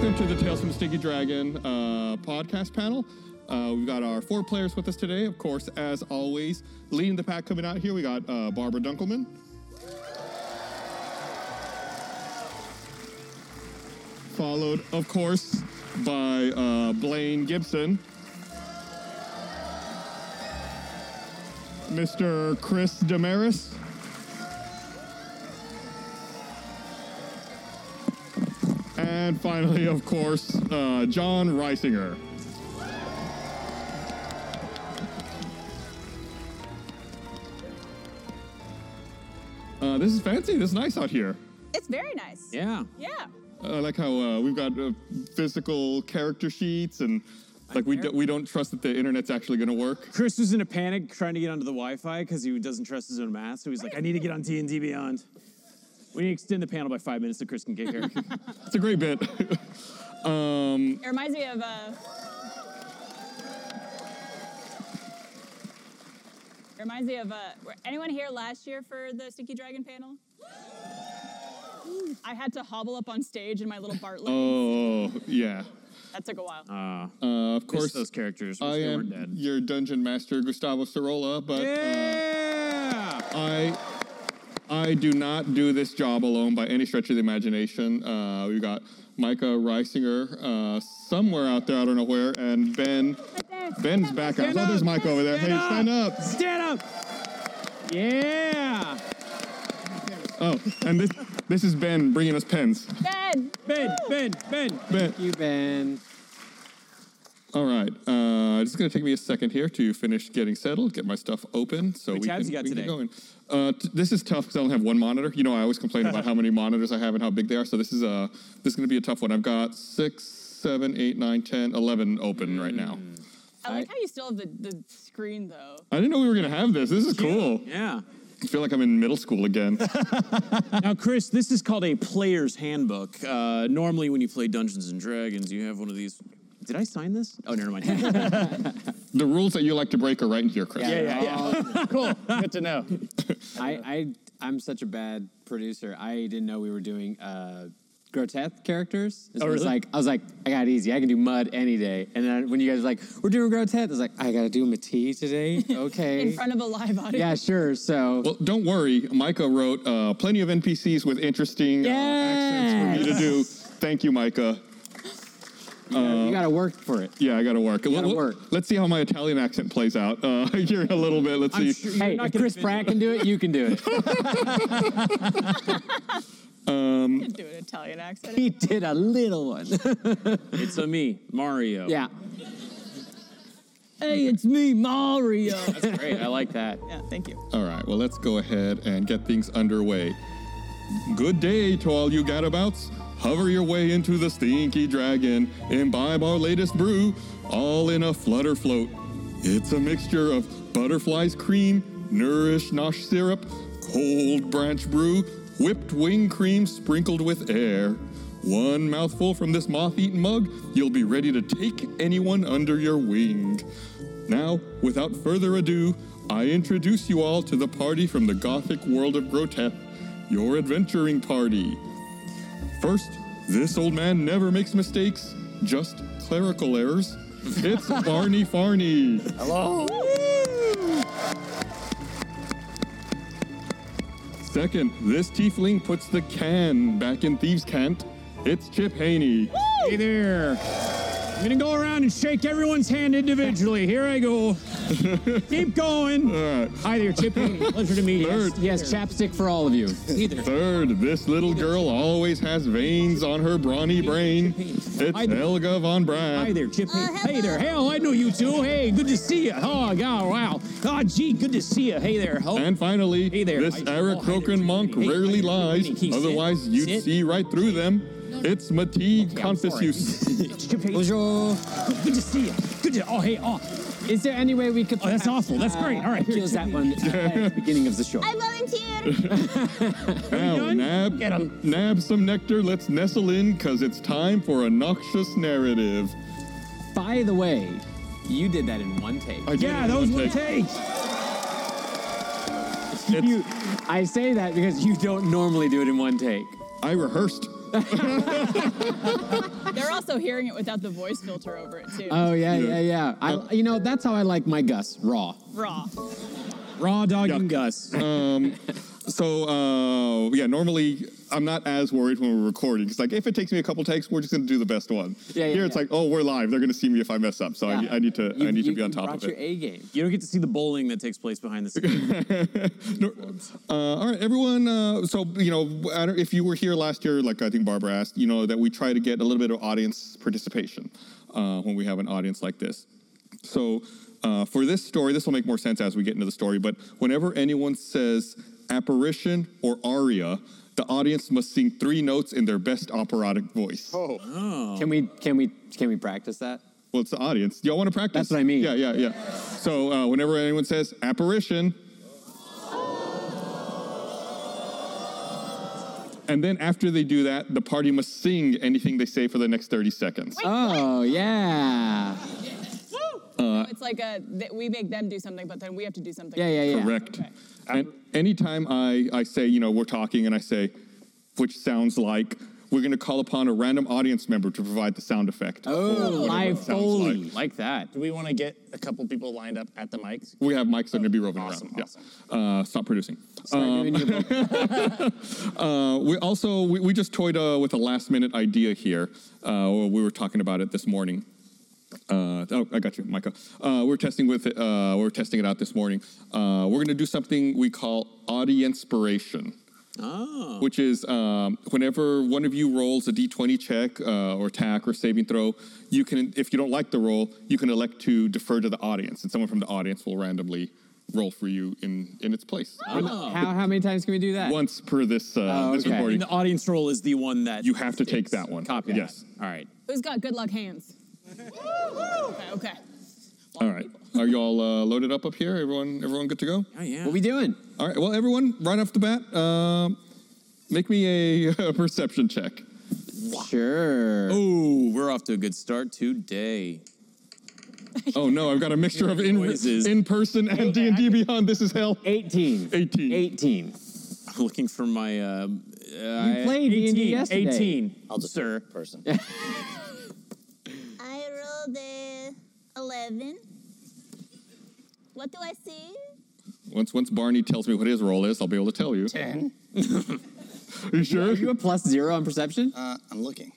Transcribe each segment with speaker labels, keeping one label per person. Speaker 1: Welcome to the Tales from Stinky Dragon uh, podcast panel. Uh, we've got our four players with us today. Of course, as always, leading the pack coming out here, we got uh, Barbara Dunkelman. Followed, of course, by uh, Blaine Gibson. Mr. Chris Damaris. And finally, of course, uh, John Reisinger. Uh, this is fancy. This is nice out here.
Speaker 2: It's very nice.
Speaker 3: Yeah.
Speaker 2: Yeah.
Speaker 1: I like how uh, we've got uh, physical character sheets and like we, do, we don't trust that the internet's actually going to work.
Speaker 3: Chris was in a panic trying to get onto the Wi-Fi because he doesn't trust his own math. So he's like, I need to get on D&D Beyond. We need to extend the panel by five minutes so Chris can get here.
Speaker 1: It's a great bit. Um,
Speaker 2: It reminds me of uh it reminds me of uh were anyone here last year for the Stinky Dragon panel? I had to hobble up on stage in my little Bartlett.
Speaker 1: oh, yeah.
Speaker 2: That took a while.
Speaker 1: Uh, of course,
Speaker 3: those characters.
Speaker 1: I
Speaker 3: they
Speaker 1: am
Speaker 3: weren't dead.
Speaker 1: your dungeon master, Gustavo Sorolla, but. uh,
Speaker 3: Yeah.
Speaker 1: I I do not do this job alone by any stretch of the imagination. Uh, we've got Micah Reisinger uh, somewhere out there, I don't know where, and Ben. Ben's back out. Oh, there's Micah over there. Hey, stand up.
Speaker 3: Stand up. Yeah.
Speaker 1: Oh, and this this is Ben bringing us pens.
Speaker 2: Ben!
Speaker 3: Ben, Ben, Ben.
Speaker 1: Ben.
Speaker 4: you, Ben.
Speaker 1: All right. Uh, it's going to take me a second here to finish getting settled, get my stuff open, so we
Speaker 3: tabs you
Speaker 1: can,
Speaker 3: got
Speaker 1: we can
Speaker 3: today?
Speaker 1: get going. Uh, t- this is tough because I only have one monitor. You know, I always complain about how many monitors I have and how big they are. So this is uh, this is going to be a tough one. I've got six, seven, eight, nine, ten, eleven open right now.
Speaker 3: Mm.
Speaker 2: I like how you still have the, the screen though.
Speaker 1: I didn't know we were going to have this. This is cool.
Speaker 3: Yeah.
Speaker 1: I feel like I'm in middle school again.
Speaker 3: Now, Chris, this is called a player's handbook. Uh, normally, when you play Dungeons and Dragons, you have one of these. Did I sign this? Oh, never mind. yeah,
Speaker 1: the rules that you like to break are right in here, Chris.
Speaker 3: yeah, yeah.
Speaker 5: Oh,
Speaker 4: cool.
Speaker 3: Good to know.
Speaker 4: I, I, I'm such a bad producer. I didn't know we were doing uh, grotesque characters. And so
Speaker 3: Oh,
Speaker 4: I was
Speaker 3: really?
Speaker 4: like, I was like, I got it easy. I can do mud any day. And then when you guys were like, we're doing grotesque, I was like, I gotta do Matisse today. Okay.
Speaker 2: In front of a live audience.
Speaker 4: yeah, sure. So
Speaker 1: Well, don't worry. Micah wrote uh, plenty of NPCs with interesting uh, accents for me to do. Thank you, Micah.
Speaker 4: you gotta work for it.
Speaker 1: Yeah, I gotta work.
Speaker 4: gotta
Speaker 1: Let- let-
Speaker 4: work.
Speaker 1: Let's see how my Italian accent plays out uh, here in a little bit. Let's see.
Speaker 3: sure
Speaker 4: Hey,
Speaker 3: not
Speaker 4: if
Speaker 3: gonna
Speaker 4: Chris
Speaker 3: fit
Speaker 4: Pratt can do it, you can do it.
Speaker 2: You could do an Italian accent.
Speaker 4: he did a little one.
Speaker 3: It's a me, Mario.
Speaker 4: yeah.
Speaker 2: Hey, it's me, Mario.
Speaker 3: That's great. I like that.
Speaker 2: yeah, thank you.
Speaker 1: All right, well, let's go ahead and get things underway. Good day to all you gadabouts. Hover your way into the stinky dragon. Imbibe our latest brew, all in a flutter float. It's a mixture of butterflies cream, nourish nosh syrup, cold branch brew, whipped wing cream sprinkled with air. One mouthful from this moth eaten mug, you'll be ready to take anyone under your wing. Now, without further ado, I introduce you all to the party from the gothic world of Groteth, your adventuring party. First, this old man never makes mistakes, just clerical errors. It's Barney Farney. Second, this tiefling puts the can back in Thieves' Cant. It's Chip Haney.
Speaker 3: Hey there. I'm gonna go around and shake everyone's hand individually. Here I go. Keep going. Hi there, Chip Haney. Pleasure to meet you.
Speaker 1: Third,
Speaker 4: He has chapstick for all of you. Either.
Speaker 1: Third, this little girl always has veins on her brawny brain. It's Helga von
Speaker 3: Hi
Speaker 1: Braun.
Speaker 3: there, Chip Haney. hey there. Hell, I know you too. Hey, good to see you. Oh, God, wow. Oh, gee, good to see you. Hey there. Oh,
Speaker 1: And finally,
Speaker 3: Hey there.
Speaker 1: this
Speaker 3: I-
Speaker 1: Eric
Speaker 3: oh, hi there,
Speaker 1: Croken
Speaker 3: Chip
Speaker 1: monk
Speaker 3: Haney. Hey, hi there,
Speaker 1: rarely
Speaker 3: Chip
Speaker 1: lies,
Speaker 3: Haney. Can you sit?
Speaker 1: otherwise you'd
Speaker 3: Sit?
Speaker 1: see right through them. It's Mati
Speaker 3: I'm sorry.
Speaker 1: Confucius.
Speaker 4: Bonjour.
Speaker 3: Good to see you. Good to. Oh, hey, oh,
Speaker 4: Is there any way we could?
Speaker 3: Oh, that's awful. That's great. All right, here.
Speaker 4: Kills that one at the beginning of the show.
Speaker 2: I volunteer.
Speaker 1: Now,
Speaker 3: done?
Speaker 1: nab,
Speaker 3: Get 'em.
Speaker 1: nab some nectar. Let's nestle in, cause it's time for a noxious narrative.
Speaker 4: By the way, you did that in one take.
Speaker 1: I did
Speaker 3: yeah,
Speaker 1: it
Speaker 3: that
Speaker 1: in
Speaker 3: was
Speaker 1: one
Speaker 3: one
Speaker 1: take.
Speaker 3: take.
Speaker 4: You, I say that because you don't normally do it in one take.
Speaker 1: I rehearsed.
Speaker 2: They're also hearing it without the voice filter over it too.
Speaker 4: Oh yeah,
Speaker 1: Yeah.
Speaker 4: yeah, yeah. I, you know, that's how I like my Gus raw.
Speaker 2: Raw.
Speaker 4: uh,
Speaker 3: Raw dog
Speaker 1: Yuck.
Speaker 3: and Gus.
Speaker 1: So uh, yeah, normally I'm not as worried when we're recording. It's like if it takes me a couple takes, we're just gonna do the best one.
Speaker 4: Yeah, yeah,
Speaker 1: Here it's
Speaker 4: yeah.
Speaker 1: like, oh, we're live. They're gonna see me if I mess up. So I, I need to I need to be on top
Speaker 4: brought
Speaker 1: of
Speaker 4: your
Speaker 1: it.
Speaker 4: A game.
Speaker 5: You don't get to see the bowling that takes place behind the scenes.
Speaker 1: Uh, all right, everyone. Uh, so you know, I don't, if you were here last year, like I think Barbara asked, you know that we try to get a little bit of audience participation uh, when we have an audience like this. So uh, for this story, this will make more sense as we get into the story. But whenever anyone says apparition or aria, the audience must sing three notes in their best operatic voice. Um,
Speaker 4: Can we? Can we? Can we practice that?
Speaker 1: Well, it's the audience. Y'all want to practice?
Speaker 4: That's what I mean.
Speaker 1: Yeah, yeah, yeah. So uh, whenever anyone says apparition, and then after they do that, the party must sing anything they say for the next 30 seconds.
Speaker 4: Oh yeah,
Speaker 2: So it's like a th- we make them do something, but then we have to do something.
Speaker 4: yeah, yeah, yeah.
Speaker 1: Correct.
Speaker 2: Okay.
Speaker 1: And anytime I, I say, you know, we're talking and I say, which sounds like, we're going to call upon a random audience member to provide the sound effect.
Speaker 4: Oh,
Speaker 1: it
Speaker 4: live
Speaker 1: sounds
Speaker 4: Foley.
Speaker 1: like.
Speaker 4: like that.
Speaker 6: Do we want to get a couple people lined up at the mics?
Speaker 1: We have mics that are going to be roving
Speaker 6: Oh, Awesome,
Speaker 1: around.
Speaker 6: awesome.
Speaker 1: Yeah. Uh, stop producing.
Speaker 4: Start doing your vocal-
Speaker 1: Uh, we also we, we just toyed uh, with a last minute idea here. Uh, we were talking about it this morning. Uh, oh, I got you, Micah. Uh, we're testing with it, uh, we're testing it out this morning. Uh, we're going to do something we call audience inspiration. Which is um, whenever one of you rolls a d20 check uh, or attack or saving throw, you can, if you don't like the roll, you can elect to defer to the audience, and someone from the audience will randomly roll for you in, in its place.
Speaker 4: how how many times can we do that?
Speaker 1: Once per this uh,
Speaker 4: Oh,
Speaker 1: this
Speaker 4: okay.
Speaker 1: recording.
Speaker 5: And the audience role is the one that
Speaker 1: You have to take
Speaker 5: sticks.
Speaker 1: that one.
Speaker 5: Copy.
Speaker 1: Yes.
Speaker 5: All right.
Speaker 2: Who's got good luck hands? okay. Okay.
Speaker 1: All right. Are y'all uh, loaded up up here? Everyone, everyone, good to go?
Speaker 5: Oh yeah.
Speaker 4: What we doing?
Speaker 1: All right. Well, everyone, right off the bat, um, make me a, a perception check.
Speaker 4: Sure.
Speaker 5: Ooh, we're off to a good start today.
Speaker 1: Oh no, I've got a mixture of in
Speaker 5: Noises.
Speaker 1: in person and D and D Beyond. This is hell.
Speaker 4: 18.
Speaker 1: 18.
Speaker 4: 18.
Speaker 5: I'm looking for my. Uh,
Speaker 4: You played D&D yesterday.
Speaker 5: 18.
Speaker 6: I'll just sir person.
Speaker 7: I rolled a 11. What do I see?
Speaker 1: Once once Barney tells me what his role is, I'll be able to tell you.
Speaker 6: Ten.
Speaker 1: Are you sure?
Speaker 4: Are you a plus zero on perception?
Speaker 6: Uh, I'm looking.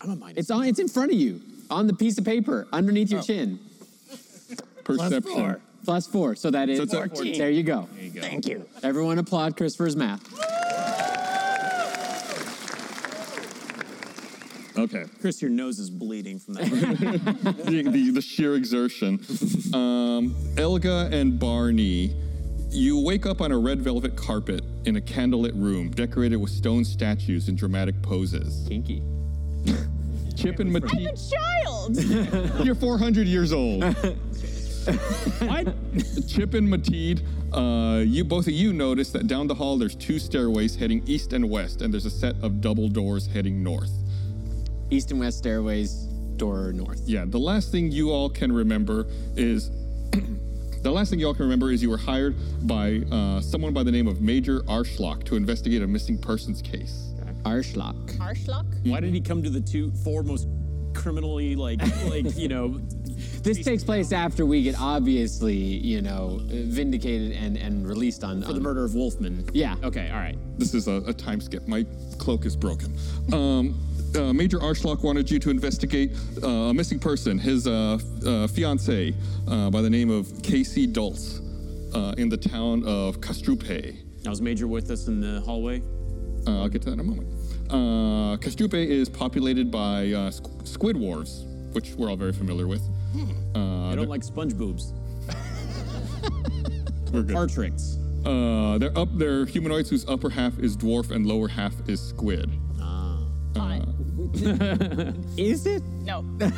Speaker 5: I'm a minus.
Speaker 4: It's on. It's in front of you on the piece of paper underneath your
Speaker 6: Oh.
Speaker 4: chin.
Speaker 1: Perception.
Speaker 6: four.
Speaker 4: Plus four. So that is.
Speaker 1: So it's a-
Speaker 6: 14.
Speaker 4: there you go.
Speaker 6: Thank you.
Speaker 4: Everyone applaud Chris for his math.
Speaker 1: Okay.
Speaker 5: Chris, your nose is bleeding from that.
Speaker 1: the, the, the sheer exertion. Um, Elga and Barney, you wake up on a red velvet carpet in a candlelit room decorated with stone statues in dramatic poses.
Speaker 4: Kinky.
Speaker 1: Chip and
Speaker 2: I'm a
Speaker 1: Matisse,
Speaker 2: child.
Speaker 1: you're 400 years old.
Speaker 3: What?
Speaker 1: Chip and Mateed, uh, you both of you notice that down the hall there's two stairways heading east and west, and there's a set of double doors heading north.
Speaker 4: East and west stairways, door north.
Speaker 1: Yeah, the last thing you all can remember is the last thing you all can remember is you were hired by uh, someone by the name of Major Arschlock to investigate a missing persons case.
Speaker 4: Arschlock.
Speaker 2: Arschlock.
Speaker 5: Why did he come to the two four most criminally like like you know?
Speaker 4: This takes place after we get obviously, you know, vindicated and, and released on,
Speaker 5: For the
Speaker 4: on-
Speaker 5: murder of Wolfman.
Speaker 4: Yeah.
Speaker 5: Okay. All right.
Speaker 1: This is a, a time skip. My cloak is broken. Um, uh, Major Arschlock wanted you to investigate uh, a missing person, his uh, f- uh, fiance uh, by the name of Casey Dulce uh, in the town of Castrupe.
Speaker 5: Now is Major with us in the hallway?
Speaker 1: Uh, I'll get to that in a moment. Uh, Castrupe is populated by uh, squ- squid wharves, which we're all very familiar with.
Speaker 5: I don't like sponge boobs.
Speaker 1: We're good.
Speaker 5: Partrix.
Speaker 1: Uh, they're up. They're humanoids whose upper half is dwarf and lower half is squid.
Speaker 2: Hot.
Speaker 4: Is it?
Speaker 2: No.
Speaker 1: Uh,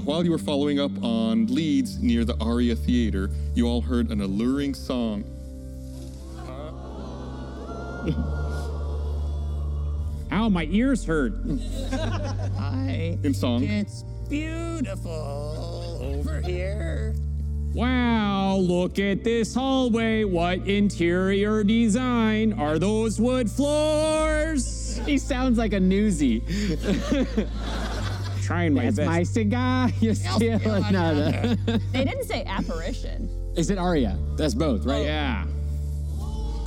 Speaker 1: while you were following up on leads near the Aria Theater, you all heard an alluring song.
Speaker 3: Ow, my ears hurt.
Speaker 6: I.
Speaker 1: In song,
Speaker 6: It's beautiful over here.
Speaker 3: Wow, look at this hallway. What interior design are those wood floors?
Speaker 4: He sounds like a newsie.
Speaker 3: Trying my
Speaker 4: That's
Speaker 3: best.
Speaker 4: my cigar. You're still another.
Speaker 2: They didn't say apparition.
Speaker 4: Is it Aria? That's both, right?
Speaker 3: yeah.
Speaker 7: Oh,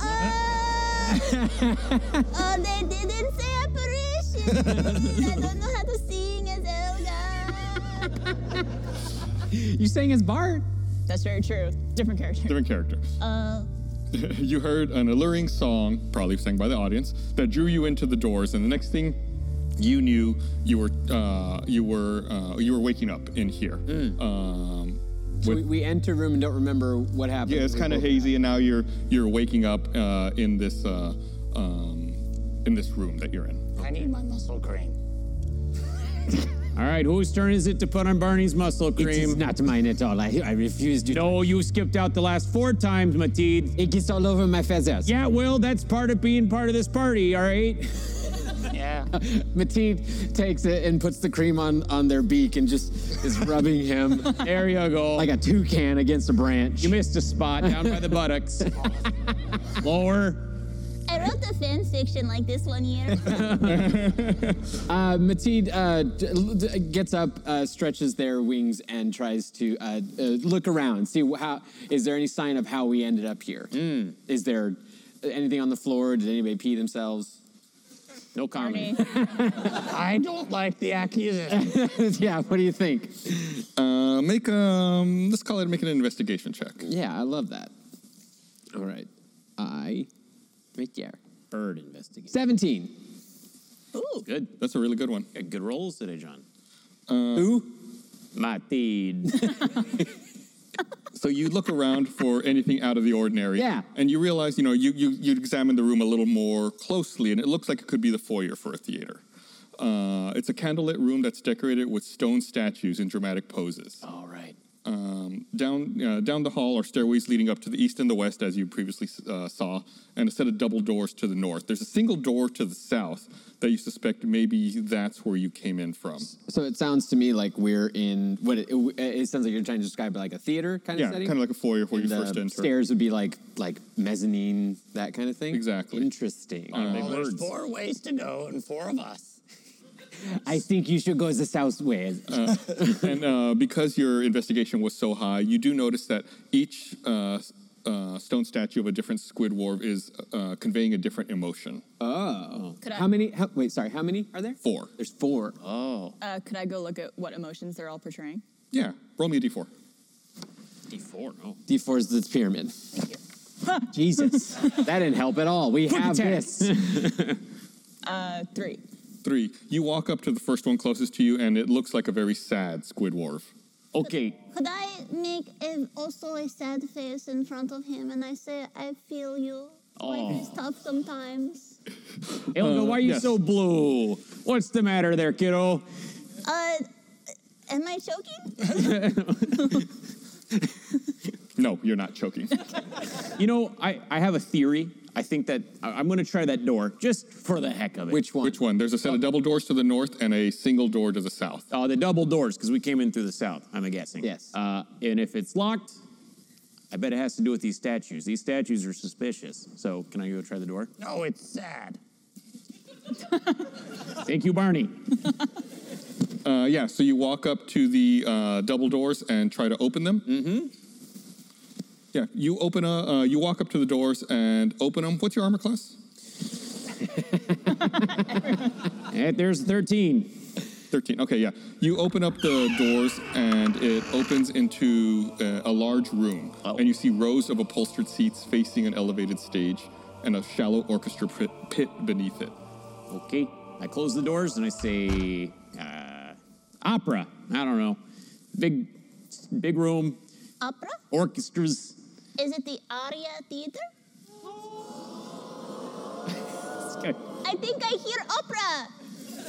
Speaker 7: they didn't say apparition. I don't know how to sing as Elga.
Speaker 4: You sang as Bart.
Speaker 2: That's very true. Different character.
Speaker 1: different character.
Speaker 7: Oh,
Speaker 1: you heard an alluring song, probably sang by the audience, that drew you into the doors, and the next thing you knew, you were uh, you were uh, you were waking up in here. Um,
Speaker 4: So we,
Speaker 1: with,
Speaker 4: we enter room and don't remember what happened.
Speaker 1: yeah, it's
Speaker 4: We
Speaker 1: kind of
Speaker 4: woke
Speaker 1: hazy, and now you're you're waking up uh, in this uh, um, in this room that you're in.
Speaker 6: I need my muscle cream.
Speaker 3: All right, whose turn is it to put on Barney's muscle
Speaker 4: up. It is
Speaker 3: cream?
Speaker 4: not mine at all. I, I refuse to.
Speaker 3: No, you skipped out the last four times, Matilde.
Speaker 4: It gets all over my feathers.
Speaker 3: Yeah, well, that's part of being part of this party, all right?
Speaker 6: Yeah.
Speaker 4: Matilde takes it and puts the cream on, on their beak and just is rubbing him
Speaker 3: There you go.
Speaker 4: like a toucan against a branch.
Speaker 3: you missed a spot down by the buttocks. Lower.
Speaker 7: I wrote a fan fiction like this one year.
Speaker 4: Uh, Matilde uh, d- l- d- gets up, uh, stretches their wings, and tries to uh, uh, look around, see wh- how is there any sign of how we ended up here? Is
Speaker 3: Hmm.
Speaker 4: there anything on the floor? Did anybody pee themselves?
Speaker 3: No comment.
Speaker 2: Barney.
Speaker 6: I don't like the accusation.
Speaker 4: yeah. What do you think?
Speaker 1: Uh, make um, let's call it make an investigation check.
Speaker 4: Yeah, I love that. All right, I right there.
Speaker 5: Bird investigation.
Speaker 4: Seventeen.
Speaker 3: Oh,
Speaker 5: Ooh, good.
Speaker 1: That's a really good one.
Speaker 5: Got good rolls today, John.
Speaker 4: Uh, Who?
Speaker 5: My deed.
Speaker 1: So you look around for anything out of the ordinary.
Speaker 4: Yeah.
Speaker 1: And you realize, you know, you, you, you examine the room a little more closely, and it looks like it could be the foyer for a theater. Uh, it's a candlelit room that's decorated with stone statues in dramatic poses.
Speaker 4: All right.
Speaker 1: Um, down, uh, down the hall are stairways leading up to the east and the west, as you previously uh, saw, and a set of double doors to the north. There's a single door to the south that you suspect maybe that's where you came in from.
Speaker 4: So it sounds to me like we're in what it, it, it sounds like you're trying to describe like a theater kind of
Speaker 1: Yeah,
Speaker 4: setting.
Speaker 1: kind of like a foyer where you
Speaker 4: the
Speaker 1: first enter.
Speaker 4: Stairs would be like like mezzanine, that kind of thing.
Speaker 1: Exactly.
Speaker 4: Interesting.
Speaker 6: Well, there's four ways to go and four of us.
Speaker 4: I think you should go the south way.
Speaker 1: And uh, because your investigation was so high, you do notice that each uh, s- uh, stone statue of a different squid dwarf is uh, conveying a different emotion.
Speaker 2: Could I,
Speaker 4: how many? How, wait, sorry. How many are there?
Speaker 1: Four.
Speaker 4: There's four.
Speaker 3: Oh,
Speaker 2: Uh, could I go look at what emotions they're all portraying?
Speaker 1: Yeah, roll me a d4.
Speaker 5: D4, no.
Speaker 4: D4 is the pyramid. Jesus, that didn't help at all. We have
Speaker 3: attacks.
Speaker 4: this.
Speaker 2: Uh, three.
Speaker 1: Three. You walk up to the first one closest to you, and it looks like a very sad squid dwarf.
Speaker 5: Okay.
Speaker 7: Could I make a, also a sad face in front of him and I say, I feel you. Life
Speaker 5: Oh.
Speaker 7: is tough sometimes.
Speaker 4: uh,
Speaker 3: Ilga, why are you
Speaker 1: yes.
Speaker 3: so blue? What's the matter there, kiddo?
Speaker 7: Uh, am I choking?
Speaker 1: No, you're not choking.
Speaker 5: You know, I, I have a theory. I think that I, I'm going to try that door just for the heck of it.
Speaker 4: Which one?
Speaker 1: Which one? There's a set of double doors to the north and a single door to the south.
Speaker 5: Uh, the double doors, because we came in through the south, I'm guessing.
Speaker 4: Yes.
Speaker 5: Uh, and if it's locked, I bet it has to do with these statues. These statues are suspicious. So can I go try the door?
Speaker 6: No, it's sad.
Speaker 5: Thank you, Barney.
Speaker 1: Uh, yeah, so you walk up to the uh, double doors and try to open them. Mm-hmm. Yeah, you open a, uh, you walk up to the doors and open them. What's your armor class?
Speaker 3: Eh, there's 13.
Speaker 1: 13. Okay, yeah. You open up the doors and it opens into uh, a large room. And you see rows of upholstered seats facing an elevated stage and a shallow orchestra pit, pit beneath it.
Speaker 5: Okay. I close the doors and I say, uh, opera. I don't know. Big, big room,
Speaker 7: Opera?
Speaker 5: orchestras.
Speaker 7: Is it the Aria Theater? I think I hear opera.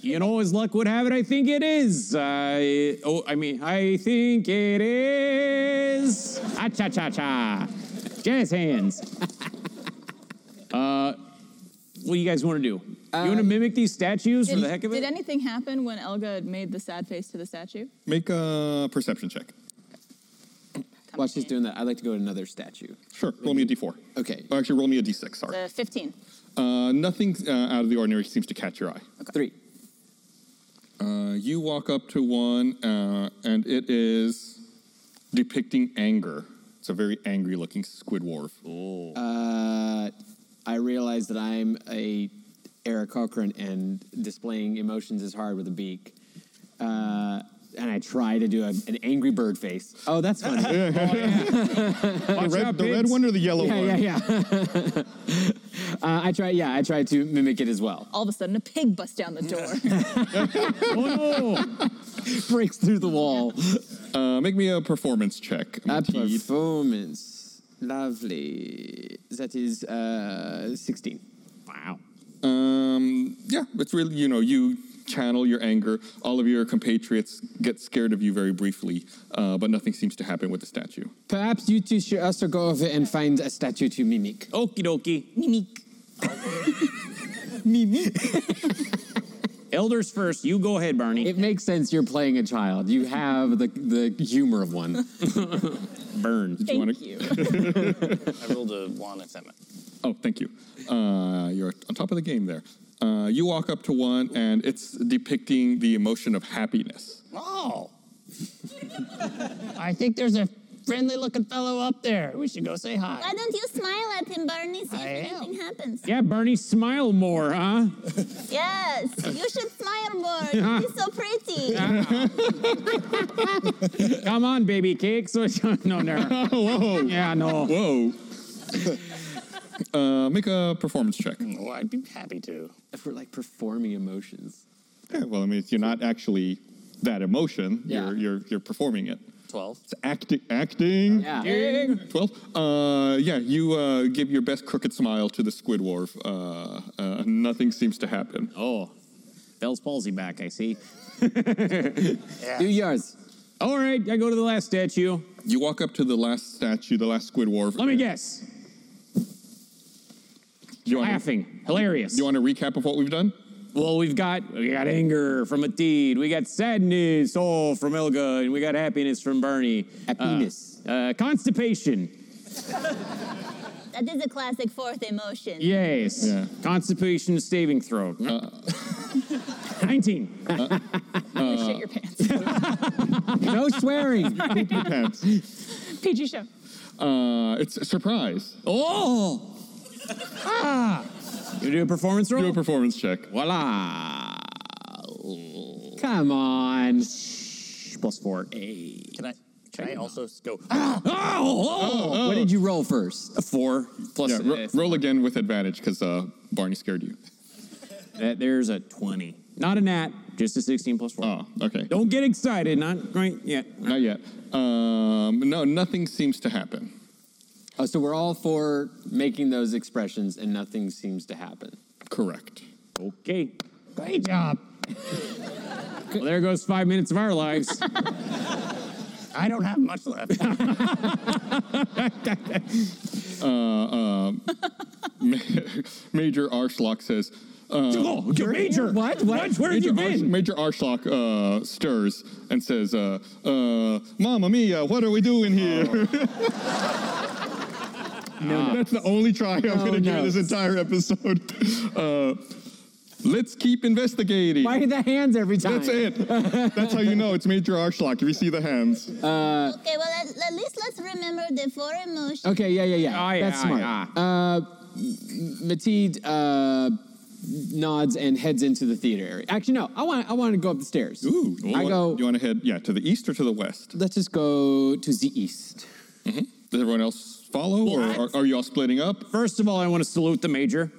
Speaker 5: you know, as luck would have it, I think it is. I oh, I mean, I think it is. Ah, cha cha cha, jazz hands. uh, what do you guys want to do? you want to mimic these statues for
Speaker 2: Did,
Speaker 5: the heck of it?
Speaker 2: Uh, did anything happen when Elga made the sad face to the statue?
Speaker 1: Make a perception check.
Speaker 4: While she's doing that, I'd like to go to another statue.
Speaker 1: Sure, roll me a d4.
Speaker 4: Okay.
Speaker 1: Or actually, roll me a d6, sorry.
Speaker 2: The 15.
Speaker 1: Uh, nothing uh, out of the ordinary seems to catch your eye.
Speaker 4: Three.
Speaker 1: Uh, you walk up to one, uh, and it is depicting anger. It's a very angry looking squid wharf.
Speaker 4: Uh, I realize that I'm a Eric Cochran and displaying emotions is hard with a beak. Uh, and I try to do a, an angry bird face. Oh, that's funny. yeah,
Speaker 1: the red, the red one or the yellow one?
Speaker 4: yeah, yeah. uh, I try. Yeah, I try to mimic it as well.
Speaker 2: All of a sudden, a pig busts down the door.
Speaker 4: Breaks through the wall.
Speaker 1: Uh, make me a performance check.
Speaker 4: A
Speaker 1: Mateed.
Speaker 4: performance. Lovely. That is uh, 16.
Speaker 5: wow.
Speaker 1: Um, yeah, it's really, you know, you channel your anger. All of your compatriots get scared of you very briefly, uh, but nothing seems to happen with the statue.
Speaker 4: Perhaps you two should also go over and find a statue to mimic.
Speaker 5: Okie dokie.
Speaker 2: Mimic.
Speaker 5: Elders first. You go ahead, Barney.
Speaker 4: It makes sense you're playing a child. You have the, the humor of one.
Speaker 5: burns.
Speaker 1: you wanna-
Speaker 2: Thank you.
Speaker 6: I rolled a one at that.
Speaker 1: Oh, thank you. Uh, you're on top of the game there. Uh, you walk up to one, and it's depicting the emotion of happiness.
Speaker 6: Oh. I think there's a friendly looking fellow up there. We should go say
Speaker 7: Why
Speaker 6: hi.
Speaker 7: don't you smile at him, Barney, see
Speaker 6: I
Speaker 7: if
Speaker 6: am.
Speaker 7: anything happens?
Speaker 5: Yeah, Barney, smile more, huh?
Speaker 7: Yes, you should smile more. He's so pretty.
Speaker 5: Come on, baby cake. So no, no.
Speaker 1: Whoa!
Speaker 5: Yeah, no.
Speaker 1: Whoa! uh, make a performance check.
Speaker 6: Oh, I'd be happy to.
Speaker 4: if we're like performing emotions.
Speaker 1: Yeah, well, I mean, you're not actually that emotion.
Speaker 4: Yeah.
Speaker 1: You're, you're you're performing it.
Speaker 6: 12.
Speaker 1: It's acting. Acting.
Speaker 4: Yeah.
Speaker 1: Twelve. Uh, yeah, you uh, give your best crooked smile to the squid wharf. Uh, uh, nothing seems to happen.
Speaker 5: Oh, Bell's palsy back. I see.
Speaker 4: Do yours.
Speaker 5: All right, I go to the last statue.
Speaker 1: You walk up to the last statue, the last squid wharf.
Speaker 5: Let me guess.
Speaker 1: You wanna-
Speaker 5: Laughing, hilarious.
Speaker 1: You want a recap of what we've done?
Speaker 5: well, we've got we got anger from Mateed, we got sadness, oh, from Elga, and we got happiness from Bernie.
Speaker 4: Happiness.
Speaker 5: Uh, constipation,
Speaker 7: That is a classic fourth emotion.
Speaker 5: yes.
Speaker 1: Yeah. Uh.
Speaker 5: Constipation, staving throat. Nineteen.
Speaker 2: You shit your pants.
Speaker 5: Uh,
Speaker 4: no swearing.
Speaker 1: Pants.
Speaker 2: PG show.
Speaker 1: Uh, it's a surprise.
Speaker 5: Oh. Ah. You do a performance roll.
Speaker 1: Do a performance check.
Speaker 5: Voila.
Speaker 4: Come on.
Speaker 5: Plus four. Eight.
Speaker 6: Can I? Can I also s- go?
Speaker 5: Oh,
Speaker 4: What did you roll first?
Speaker 5: oh. Four plus
Speaker 1: Yeah, ro-
Speaker 5: uh,
Speaker 1: roll again with advantage because uh, Barney scared you.
Speaker 5: that- there's a 20. Not a nat, just a 16 plus four.
Speaker 1: Oh, okay.
Speaker 5: Don't get excited, not great yet.
Speaker 1: Not yet. Um, no, nothing seems to happen.
Speaker 4: Oh, so we're all for making those expressions and nothing seems to happen.
Speaker 1: Correct.
Speaker 5: Okay.
Speaker 6: Great job.
Speaker 5: Well, there goes five minutes of our lives.
Speaker 6: I don't have much left.
Speaker 1: Uh, Major Arschlock says, uh,
Speaker 5: oh, Major. What? What? Where have
Speaker 1: Major,
Speaker 5: you
Speaker 1: Arsch-
Speaker 5: been?
Speaker 1: Major Arschlock uh, stirs and says, uh, uh, Mamma mia, what are we doing here? That's the only try I'm going to do this entire episode. Uh, let's keep investigating.
Speaker 4: Why the hands every time?
Speaker 1: That's it. That's how you know it's Major Arschlock if you see the hands.
Speaker 7: Okay, well, at, at least let's remember the four emotions.
Speaker 4: Okay, yeah, yeah, yeah.
Speaker 5: Ah, yeah,
Speaker 4: That's
Speaker 5: ah,
Speaker 4: smart.
Speaker 5: yeah.
Speaker 4: Uh, Mateed uh, nods and heads into the theater area. Actually, no, I want I want to go up the stairs.
Speaker 1: Ooh,
Speaker 4: I go.
Speaker 1: You want to head, yeah, to the east or to the west?
Speaker 4: Let's just go to the east.
Speaker 1: Does everyone else follow, or are, are you all splitting up?
Speaker 5: First of all, I want to salute the Major.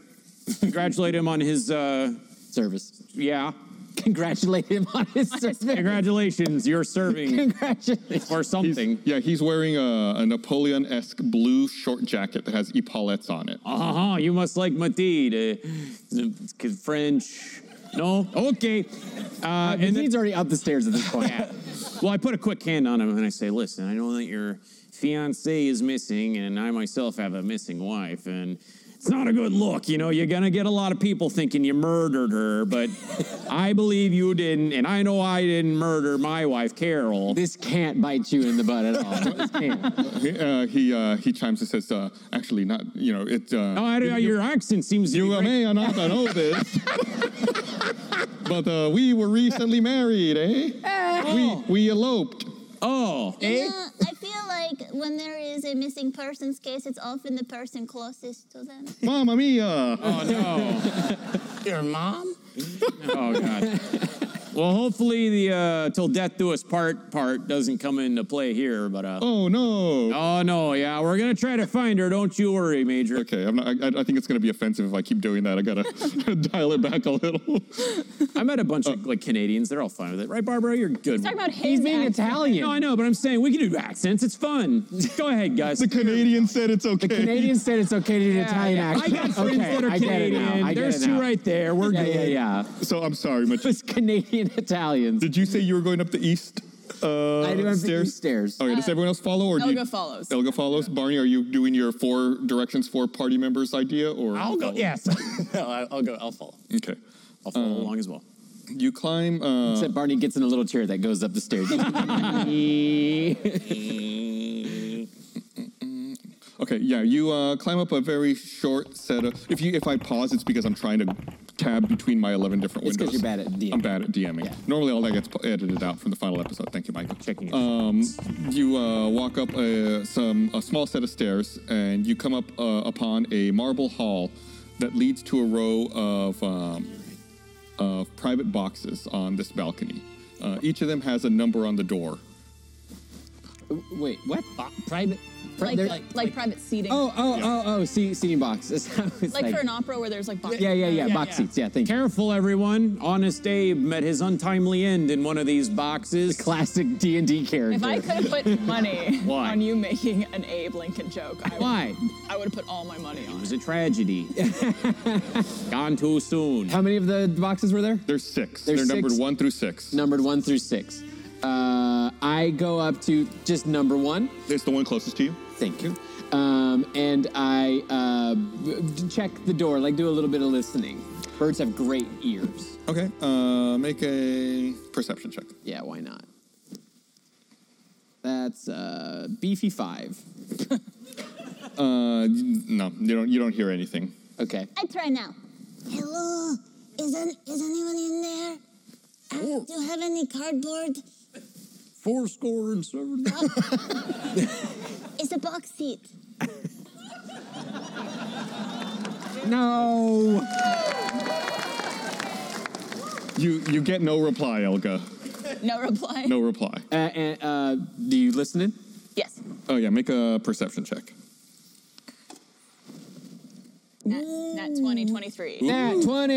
Speaker 5: Congratulate him on his, uh,
Speaker 4: Service.
Speaker 5: yeah.
Speaker 4: Congratulate him on his service.
Speaker 5: Congratulations, you're serving
Speaker 4: Congratulations.
Speaker 5: or something.
Speaker 1: Yeah, he's wearing a, a Napoleon-esque blue short jacket that has epaulettes on it.
Speaker 5: Uh-huh, Uh huh. You must like Madid. Uh, 'cause French. No? Okay. Uh, and then,
Speaker 4: He's already up the stairs at this point.
Speaker 5: well, I put a quick hand on him and I say, listen, I know that your fiance is missing, and I myself have a missing wife, and it's not a good look. You know, you're going to get a lot of people thinking you murdered her, but I believe you didn't, and I know I didn't murder my wife, Carol.
Speaker 4: This can't bite you in the butt at all. This can't.
Speaker 1: He uh, he, uh, he chimes and says, uh, "Actually, not. You know, it. Uh,
Speaker 5: Oh, I don't know. Your accent seems to
Speaker 1: You
Speaker 5: be right-
Speaker 1: may or not know this, but uh, we were recently married, eh? We we eloped.
Speaker 5: Oh,
Speaker 7: Yeah, I feel like when there is a missing person's case, it's often the person closest to them.
Speaker 1: Mamma mia!
Speaker 6: Your mom?
Speaker 5: oh god. well, hopefully the uh, "till death do us part" part doesn't come into play here, but uh,
Speaker 1: Oh no!
Speaker 5: oh no, yeah, we're gonna try to find her. Don't you worry, Major.
Speaker 1: Okay, I'm not. I, I think it's gonna be offensive if I keep doing that. I gotta dial it back a little.
Speaker 5: I met a bunch
Speaker 1: Oh.
Speaker 5: of like Canadians. They're all fine with it, right, Barbara? You're good.
Speaker 2: Talking about his
Speaker 4: He's being
Speaker 2: accent.
Speaker 4: Italian.
Speaker 5: no, I know, but I'm saying we can do accents. It's fun. Go ahead, guys.
Speaker 1: the Canadian said it's okay.
Speaker 4: Canadians said it's okay to do an Italian
Speaker 5: I
Speaker 4: accent.
Speaker 5: got friends
Speaker 4: okay,
Speaker 5: that are
Speaker 4: I get it now.
Speaker 5: Canadian.
Speaker 4: I get
Speaker 5: There's
Speaker 4: it
Speaker 5: two
Speaker 4: now.
Speaker 5: right there. We're
Speaker 4: Yeah,
Speaker 5: good.
Speaker 4: yeah, yeah.
Speaker 1: So I'm sorry, Mitch.
Speaker 4: Those Canadian Italians.
Speaker 1: Did you say you were going up the east uh,
Speaker 4: I do have the
Speaker 1: stairs?
Speaker 4: east stairs.
Speaker 5: Oh,
Speaker 1: Okay, does everyone else follow? Or do you-
Speaker 2: Uh, Elga follows.
Speaker 1: Elga follows. Barney, are you doing your four directions, four party members idea, or
Speaker 6: I'll go. Yes. no, I- I'll go. I'll follow.
Speaker 1: Okay, Um,
Speaker 5: I'll follow along as well.
Speaker 1: you climb. Uh,
Speaker 4: Except Barney gets in a little chair that goes up the stairs.
Speaker 1: Okay, yeah, you uh, climb up a very short set of. If you if I pause, it's because I'm trying to tab between my eleven different
Speaker 4: It's 'cause
Speaker 1: windows.
Speaker 4: you're bad at DMing.
Speaker 1: I'm bad at DMing.
Speaker 4: Yeah.
Speaker 1: Normally, all that gets po- edited out from the final episode. Thank you, Michael.
Speaker 5: Checking it.
Speaker 1: Um, you uh, walk up a, some a small set of stairs, and you come up uh, upon a marble hall that leads to a row of um, of private boxes on this balcony. Uh, each of them has a number on the door.
Speaker 4: Wait, what?
Speaker 6: Bo- private.
Speaker 2: like,
Speaker 4: There-
Speaker 2: like, like private seating.
Speaker 4: Oh, oh, oh, oh, see, seating box. It's it's
Speaker 2: like, for an opera where there's like box.
Speaker 4: yeah, yeah, yeah,
Speaker 6: Yeah,
Speaker 4: box
Speaker 6: yeah.
Speaker 4: seats. Yeah, thank you.
Speaker 5: Careful, everyone. Honest Abe met his untimely end in one of these boxes.
Speaker 4: Classic D&D character.
Speaker 2: If I could have put money
Speaker 5: Why?
Speaker 2: on you making an Abe Lincoln joke, I would,
Speaker 5: Why?
Speaker 2: I would have put all my money
Speaker 5: It
Speaker 2: on it.
Speaker 5: was a tragedy. Gone too soon.
Speaker 4: How many of the boxes were there?
Speaker 1: There's six.
Speaker 4: There's
Speaker 1: They're numbered
Speaker 4: six?
Speaker 1: one through six.
Speaker 4: Numbered one through six. Uh, I go up to just number one.
Speaker 1: It's the one closest to you.
Speaker 4: Thank you. Um, and I uh, b- b- check the door, like do a little bit of listening. Birds have great ears.
Speaker 1: Okay. Uh, make a perception check.
Speaker 4: Yeah, why not? That's uh, beefy five.
Speaker 1: Uh, n- no, you don't. You don't hear anything.
Speaker 4: Okay.
Speaker 7: I try now. Hello, isn't is anyone in there? Uh, do you have any cardboard?
Speaker 5: Four score and seven.
Speaker 7: It's a box seat.
Speaker 4: No.
Speaker 1: You you get no reply, Elga.
Speaker 2: No reply.
Speaker 1: No reply.
Speaker 4: Uh, and, uh, do you listen in?
Speaker 2: Yes.
Speaker 1: Oh yeah, make a perception check.
Speaker 2: Nat, nat 20, 23.
Speaker 4: Nat 20.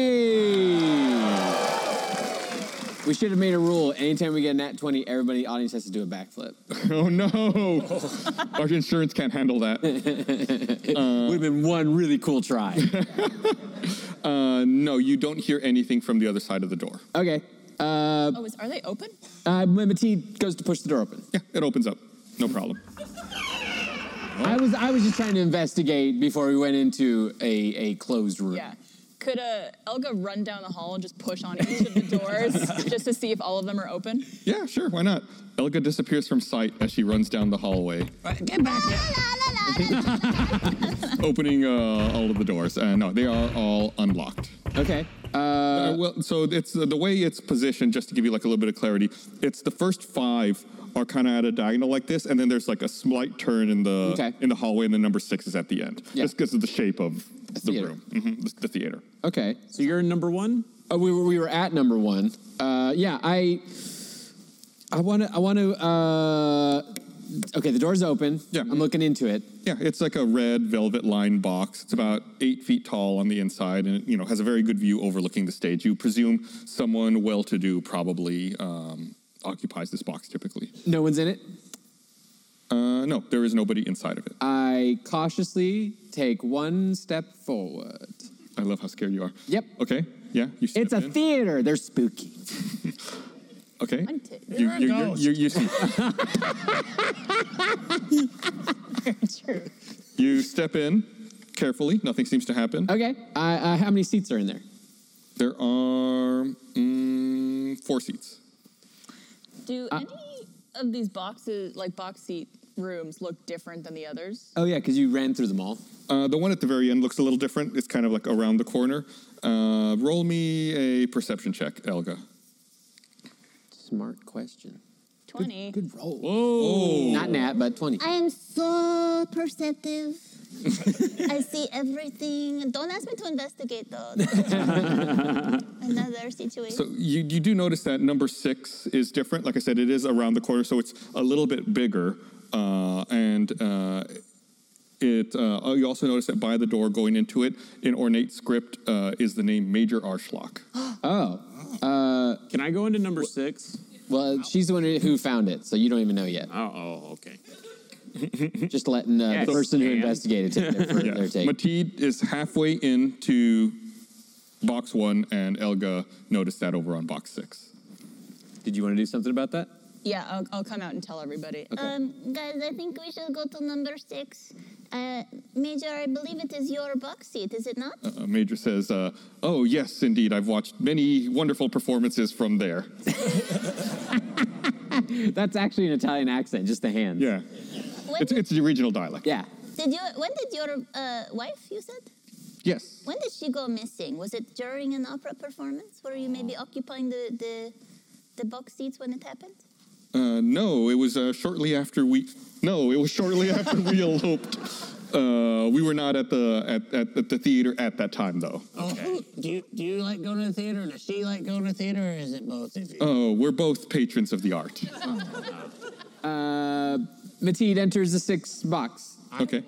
Speaker 4: We should have made a rule. Anytime we get a nat 20, everybody in the audience has to do a backflip.
Speaker 1: Oh no, our insurance can't handle that.
Speaker 4: Would have been one really cool try.
Speaker 1: Uh, no, you don't hear anything from the other side of the door.
Speaker 4: okay.
Speaker 2: Oh, is, are they open?
Speaker 4: Uh, Matisse goes to push the door open.
Speaker 1: Yeah, it opens up. No problem.
Speaker 4: I was I was just trying to investigate before we went into a, a closed room.
Speaker 2: Yeah. Could uh, Elga run down the hall and just push on each of the doors just to see if all of them are open?
Speaker 1: Yeah, sure. Why not? Elga disappears from sight as she runs down the hallway,
Speaker 6: Right, Get back
Speaker 7: La,
Speaker 6: here.
Speaker 7: la, la, la, la.
Speaker 1: opening uh, all of the doors. Uh, no, they are all unlocked.
Speaker 4: Okay. Uh,
Speaker 1: Uh, well, so it's uh, the way it's positioned. Just to give you like a little bit of clarity, it's the first five are kind of at a diagonal like this, and then there's like a slight turn in the
Speaker 4: Okay.
Speaker 1: in the hallway, and the number six is at the end,
Speaker 4: Yeah.
Speaker 1: just because of the shape of the
Speaker 4: theater.
Speaker 1: room, hmm the, the theater.
Speaker 4: okay.
Speaker 5: So you're number one?
Speaker 4: Uh, we were we were at number one. Uh, yeah, I I want to I want to. Uh, okay, the door's open.
Speaker 1: Yeah.
Speaker 4: I'm looking into it.
Speaker 1: Yeah, it's like a red velvet lined box. It's about eight feet tall on the inside, and it, you know has a very good view overlooking the stage. You presume someone well-to-do probably um, occupies this box typically.
Speaker 4: No one's in it.
Speaker 1: Uh, no, there is nobody inside of it.
Speaker 4: I cautiously take one step forward.
Speaker 1: I love how scared you are.
Speaker 4: Yep.
Speaker 1: Okay. yeah. You
Speaker 4: It's a
Speaker 1: step in.
Speaker 4: theater. They're spooky.
Speaker 1: Okay.
Speaker 2: Hunted.
Speaker 1: You,
Speaker 6: You're a
Speaker 1: you, you,
Speaker 6: ghost.
Speaker 1: you, you, see-
Speaker 6: True.
Speaker 1: you step in carefully. Nothing seems to happen.
Speaker 4: Okay. Uh, uh, how many seats are in there?
Speaker 1: There are mm, four seats.
Speaker 2: Do
Speaker 5: Uh,
Speaker 2: any of these boxes, like box seat rooms, look different than the others?
Speaker 4: Oh yeah, because you ran through them all.
Speaker 1: Uh, the one at the very end looks a little different. It's kind of like around the corner. Uh, roll me a perception check, Elga.
Speaker 4: Smart question.
Speaker 2: 20.
Speaker 4: Good roll.
Speaker 1: Oh,
Speaker 4: Not nat, but twenty.
Speaker 7: I am so perceptive. I see everything. Don't ask me to investigate though. That's Another situation.
Speaker 1: So you, you do notice that number six is different. Like I said, it is around the corner, so it's a little bit bigger. Uh, and uh, it uh, oh, you also notice that by the door going into it, in ornate script, uh, is the name Major Arschlock.
Speaker 4: Oh.
Speaker 5: Can I go into number six?
Speaker 4: Well, she's the one who found it, so you don't even know yet.
Speaker 5: Oh, oh okay.
Speaker 4: Just letting uh,
Speaker 5: Yes.
Speaker 4: the person who
Speaker 5: And-
Speaker 4: investigated take their, fir- their take.
Speaker 1: Mateed is halfway into box one, and Elga noticed that over on box six.
Speaker 4: Did you want to do something about that?
Speaker 2: Yeah, I'll, I'll come out and tell everybody.
Speaker 7: Um, guys, I think we should go to number six. Uh, Major, I believe it is your box seat, is it not?
Speaker 1: Uh, Major says, uh, "Oh yes, indeed. I've watched many wonderful performances from there."
Speaker 4: That's actually an Italian accent, just the hands.
Speaker 1: Yeah,
Speaker 7: When
Speaker 1: it's it's the regional dialect.
Speaker 4: Yeah.
Speaker 7: did you? When did your uh, wife? You said.
Speaker 1: Yes.
Speaker 7: When did she go missing? Was it during an opera performance? Were you maybe occupying the the, the box seats when it happened?
Speaker 1: Uh, no, it was uh, shortly after we. No, it was shortly after we eloped. Uh, we were not at the at, at, at the theater at that time, though.
Speaker 6: Oh, who- do you do you like going to the theater? Does she like going to the theater, or is it both of you?
Speaker 1: Oh, we're both patrons of the art.
Speaker 4: Uh, Mateed enters the sixth box
Speaker 1: Okay.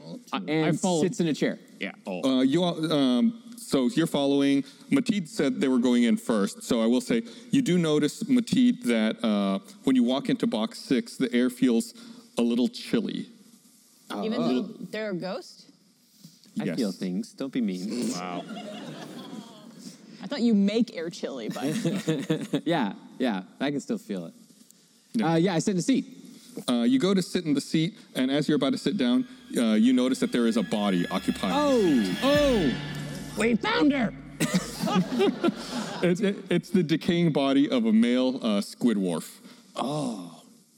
Speaker 4: and sits in a chair.
Speaker 5: Yeah. Oh.
Speaker 1: Uh, you all, um, so you're following. Mateed said they were going in first, so I will say you do notice, Mateed, that uh, when you walk into box six, the air feels a little chilly.
Speaker 5: Oh,
Speaker 2: Even though they're a ghost?
Speaker 4: I
Speaker 1: Yes.
Speaker 4: feel things. Don't be mean.
Speaker 5: Wow.
Speaker 2: I thought you make air chili, but
Speaker 4: yeah, yeah. I can still feel it.
Speaker 1: Yeah.
Speaker 4: Uh, yeah, I sit in a seat.
Speaker 1: Uh, you go to sit in the seat, and as you're about to sit down, uh, you notice that there is a body occupying.
Speaker 4: Oh,
Speaker 6: We found her.
Speaker 1: It's, it- it's the decaying body of a male uh, Squidwarf.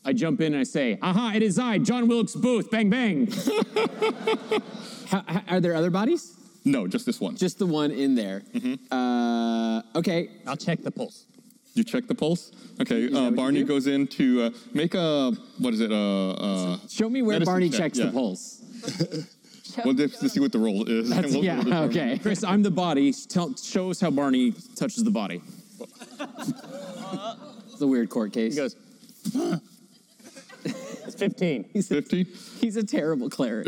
Speaker 5: I jump in and I say, "Aha! It is I, John Wilkes Booth. Bang bang."
Speaker 4: How, how- are there other bodies?
Speaker 1: No, just this one.
Speaker 4: Just the one in there.
Speaker 5: Mm-hmm.
Speaker 4: Uh, okay.
Speaker 6: I'll check the pulse.
Speaker 1: you check the pulse. Okay,
Speaker 4: that what
Speaker 1: uh,
Speaker 4: you
Speaker 1: Barney
Speaker 4: do?
Speaker 1: goes in to uh, make a what is it? Uh, uh,
Speaker 4: Show me where
Speaker 1: Medicine
Speaker 4: Barney
Speaker 1: check,
Speaker 4: checks
Speaker 1: yeah.
Speaker 4: the pulse.
Speaker 1: well, let's let's see what the roll is. and
Speaker 4: That's,
Speaker 1: we'll-
Speaker 4: yeah,
Speaker 1: we'll determine.
Speaker 4: okay.
Speaker 5: Chris, I'm the body. Tell, show us how Barney touches the body.
Speaker 4: It's a weird court case.
Speaker 6: goes, It's fifteen.
Speaker 4: he's, a,
Speaker 1: 50.
Speaker 4: he's a terrible cleric.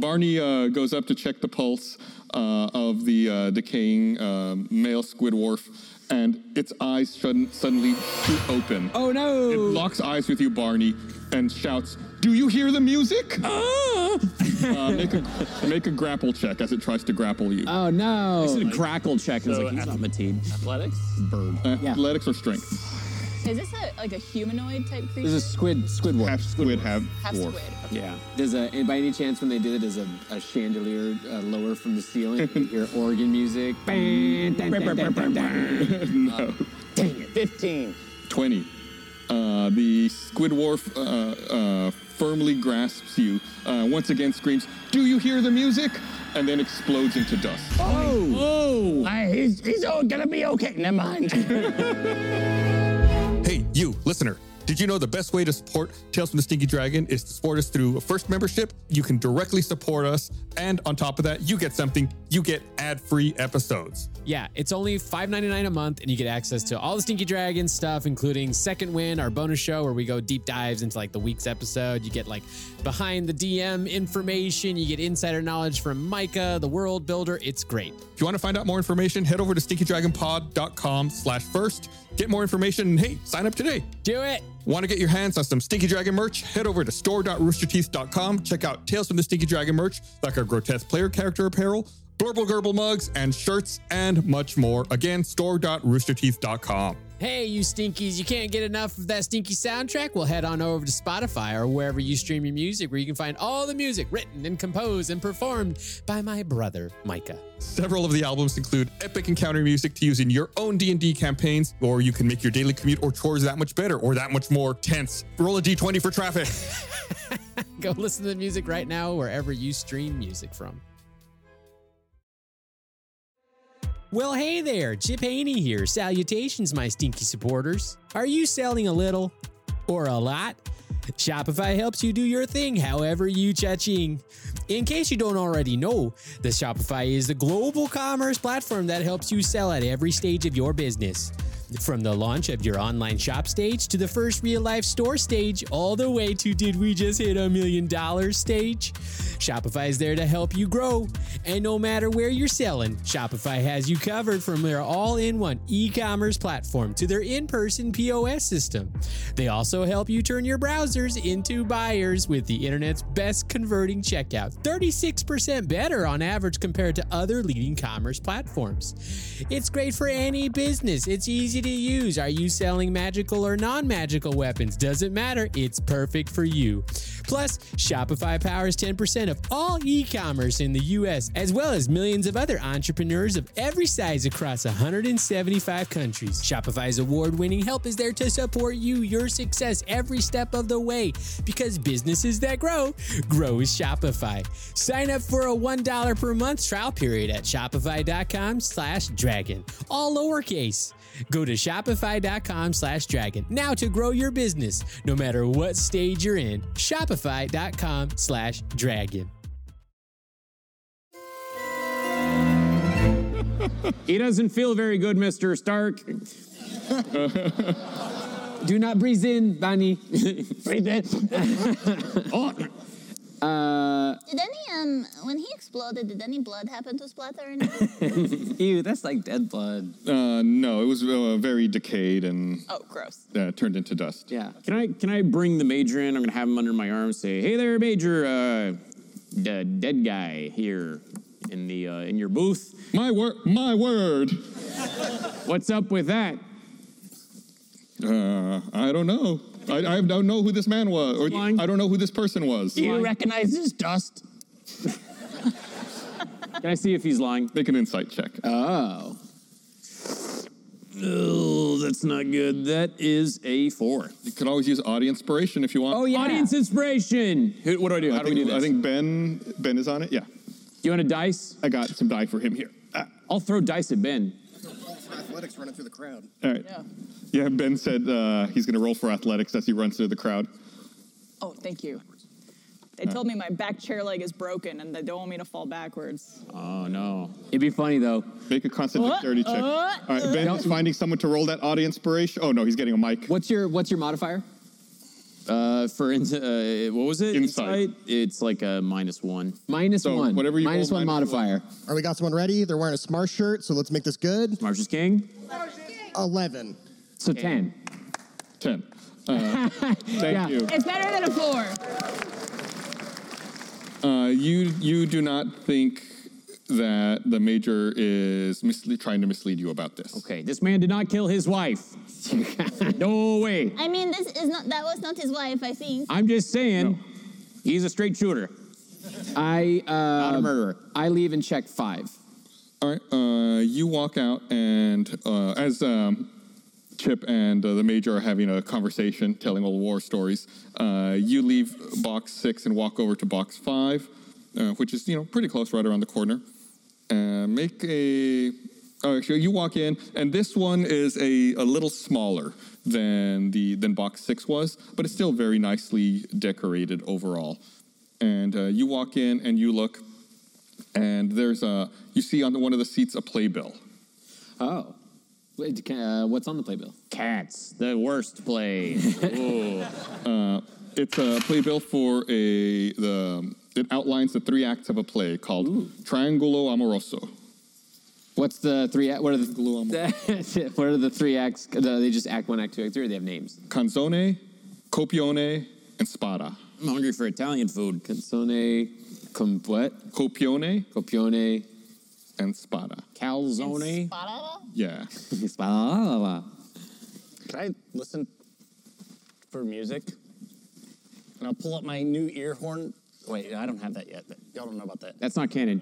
Speaker 1: Barney uh, goes up to check the pulse uh, of the uh, decaying uh, male Squidwarf, and its eyes shun- suddenly shoot open.
Speaker 4: oh, no.
Speaker 1: It locks eyes with you, Barney, and shouts, "Do you hear the music?" Uh, make a make a grapple check as it tries to grapple you.
Speaker 2: Uh,
Speaker 4: oh,
Speaker 5: Did
Speaker 4: no.
Speaker 5: a crackle check. and I was like, "He's not Mateed."
Speaker 6: Athletics.
Speaker 1: Athletics or strength?
Speaker 2: is this a, like a humanoid type
Speaker 4: There's
Speaker 2: creature?
Speaker 4: a squid, Squidward.
Speaker 1: Half squid, half
Speaker 2: Half
Speaker 1: dwarf.
Speaker 2: squid. Okay.
Speaker 5: Yeah.
Speaker 4: Does a, and by any chance when they did it, does a, a chandelier uh, lower from the ceiling? You hear organ music. Bang, dun, dun, dun, dun, dun.
Speaker 6: Fifteen.
Speaker 1: 20. Uh, the Squidwarf uh, uh, firmly grasps you, uh, once again screams, Do you hear the music? And then explodes into dust.
Speaker 6: Hey, he's he's all gonna be okay. Never mind.
Speaker 8: Hey, you, listener. Did you know the best way to support Tales from the Stinky Dragon is to support us through a first membership? You can directly support us. And on top of that, you get something. You get ad free episodes.
Speaker 9: Yeah, it's only $5.99 a month, and you get access to all the Stinky Dragon stuff, including Second Win, our bonus show where we go deep dives into like the week's episode. You get like behind the DM information, you get insider knowledge from Micah, the world builder. It's great.
Speaker 8: If you want to find out more information, head over to stinkydragonpod.com slash first. Get more information and hey, sign up today.
Speaker 9: Do it!
Speaker 8: Want to get your hands on some Stinky Dragon merch? Head over to store.roosterteeth.com. Check out Tales from the Stinky Dragon merch, like our grotesque player character apparel,
Speaker 1: adorable gerbil mugs and shirts and much more. Again, store.roosterteeth.com.
Speaker 9: Hey, you stinkies, you can't get enough of that stinky soundtrack? Well, head on over to Spotify or wherever you stream your music, where you can find all the music written and composed and performed by my brother, Micah.
Speaker 1: Several of the albums include epic encounter music to use in your own D&D campaigns, or you can make your daily commute or chores that much better or that much more tense. Roll a d20 for traffic.
Speaker 9: Go listen to the music right now, wherever you stream music from. Well, hey there, Chip Haney here. Salutations, my stinky supporters. Are you selling a little or a lot? Shopify helps you do your thing however you cha-ching. In case you don't already know, the Shopify is the global commerce platform that helps you sell at every stage of your business. From the launch of your online shop stage to the first real life store stage, all the way to did we just hit a million dollars stage? Shopify is there to help you grow. And no matter where you're selling, Shopify has you covered from their all in one e commerce platform to their in person POS system. They also help you turn your browsers into buyers with the internet's best converting checkout, 36% better on average compared to other leading commerce platforms. It's great for any business. It's easy to use. Are you selling magical or non magical weapons? Doesn't matter. It's perfect for you. Plus, Shopify powers 10% of all e commerce in the US, as well as millions of other entrepreneurs of every size across 175 countries. Shopify's award winning help is there to support you, your success every step of the way, because businesses that grow, grow with Shopify. Sign up for a $1 per month trial period at shopify.com slash dragon, all lowercase. Go to shopify.com slash dragon now to grow your business, no matter what stage you're in. Shopify.com slash dragon.
Speaker 4: He doesn't feel very good, Mr. Stark.
Speaker 10: Do not breathe in, Bunny.
Speaker 11: breathe in. oh.
Speaker 10: Uh,
Speaker 7: Did any um when he exploded, did any blood happen to splatter? or anything?
Speaker 10: Ew, that's like dead blood.
Speaker 5: Uh, no, it was uh, very decayed and
Speaker 2: oh, gross.
Speaker 5: uh, turned into dust.
Speaker 10: Yeah.
Speaker 4: Can I can I bring the major in? I'm gonna have him under my arm. Say, hey there, major, uh, d- dead guy here in the uh, in your booth.
Speaker 5: My word, my word.
Speaker 4: What's up with that?
Speaker 5: Uh, I don't know. I, I don't know who this man was, or
Speaker 4: Flying.
Speaker 5: I don't know who this person was.
Speaker 11: Do you recognize this dust?
Speaker 4: Can I see if he's lying?
Speaker 5: Make an insight check.
Speaker 10: Oh.
Speaker 4: Oh, that's not good. That is a four.
Speaker 5: you could always use audience inspiration if you
Speaker 10: Oh,
Speaker 5: want.
Speaker 4: Audience inspiration. Who- What do I do?
Speaker 5: I
Speaker 4: How do
Speaker 5: think,
Speaker 4: we do this?
Speaker 5: I think Ben Ben is on it. Yeah,
Speaker 4: you want a dice?
Speaker 5: I got some die for him here. Ah,
Speaker 4: I'll throw dice at Ben.
Speaker 6: Athletics running through the crowd.
Speaker 5: all right.
Speaker 2: Yeah.
Speaker 5: Yeah, Ben said uh, he's going to roll for athletics as he runs through the crowd.
Speaker 2: Oh, thank you. They told me my back chair leg is broken and they don't want me to fall backwards.
Speaker 4: Oh no.
Speaker 10: It'd be funny though.
Speaker 5: Make a constant
Speaker 2: Uh,
Speaker 5: dexterity check.
Speaker 2: uh,
Speaker 5: All right, Ben is finding someone to roll that audience inspiration. Oh no, he's getting a mic.
Speaker 10: What's your What's your modifier?
Speaker 4: Uh, for in- uh, what was it?
Speaker 5: Insight.
Speaker 4: It's like a minus one.
Speaker 10: Minus
Speaker 5: So,
Speaker 10: one.
Speaker 5: whatever you
Speaker 10: Minus
Speaker 5: roll,
Speaker 10: one
Speaker 5: minus one.
Speaker 10: modifier.
Speaker 6: All right, we got someone ready. They're wearing a smart shirt, so let's make this good.
Speaker 4: Marcius King.
Speaker 6: 11.
Speaker 10: So ten.
Speaker 5: Ten. Uh, thank
Speaker 10: Yeah.
Speaker 5: you.
Speaker 2: It's better than a four.
Speaker 5: Uh, you you do not think that the major is misle- trying to mislead you about this.
Speaker 4: Okay, this man did not kill his wife. no way.
Speaker 7: I mean, this is not that was not his wife, I think.
Speaker 4: I'm just saying, he's a straight shooter,
Speaker 10: I
Speaker 4: not a
Speaker 10: uh,
Speaker 4: murderer.
Speaker 10: I leave and check five.
Speaker 5: All right. Uh, you walk out, and uh, as um, Chip and uh, the major are having a conversation, telling old war stories, uh, you leave box six and walk over to box five, uh, which is you know pretty close, right around the corner. Uh, make a. Oh, actually, you walk in, and this one is a, a little smaller than the than box six was, but it's still very nicely decorated overall. And uh, you walk in, and you look and there's a you see on one of the seats a playbill.
Speaker 10: Oh. Wait, can- uh, what's on the playbill?
Speaker 4: Cats, the worst play.
Speaker 5: Uh, It's a playbill for a the it outlines the three acts of a play called Triangulo Amoroso.
Speaker 10: What's the three? act- What are the What are the three acts? do They just act one, act two, act three. Or they have names.
Speaker 5: Canzone, Copione, and Spada.
Speaker 4: I'm hungry for Italian food.
Speaker 10: Canzone, com what?
Speaker 5: Copione,
Speaker 10: Copione,
Speaker 1: and spada.
Speaker 5: Calzone.
Speaker 1: Yeah.
Speaker 5: spada.
Speaker 6: Can I listen for music? And I'll pull up my new ear horn. Wait, I don't have that yet. Y'all don't know about that.
Speaker 5: That's not canon.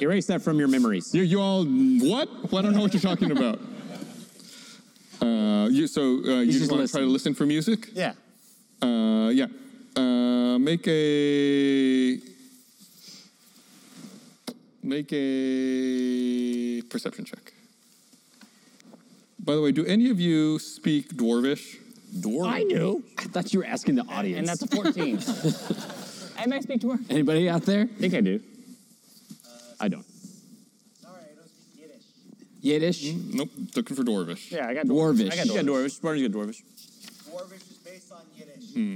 Speaker 5: Erase that from your memories.
Speaker 1: You, you all what? Well, I don't know what you're talking about. Uh, you so uh, you
Speaker 6: He's
Speaker 1: just
Speaker 6: just
Speaker 1: want to try to listen for music?
Speaker 6: Yeah.
Speaker 1: Uh, yeah. Uh, make a make a perception check. By the way, do any of you speak Dwarvish? Dwarvish.
Speaker 6: I do.
Speaker 4: I thought you were asking the audience.
Speaker 6: And that's a 14.
Speaker 2: I might speak to her.
Speaker 4: Anybody out there? I
Speaker 5: think I do. I don't.
Speaker 4: Yiddish?
Speaker 1: Nope. Looking for Dwarvish.
Speaker 6: Yeah, I got
Speaker 4: Dwarvish. I got
Speaker 5: You Hmm? got Dwarvish. Spartan's got Dwarvish.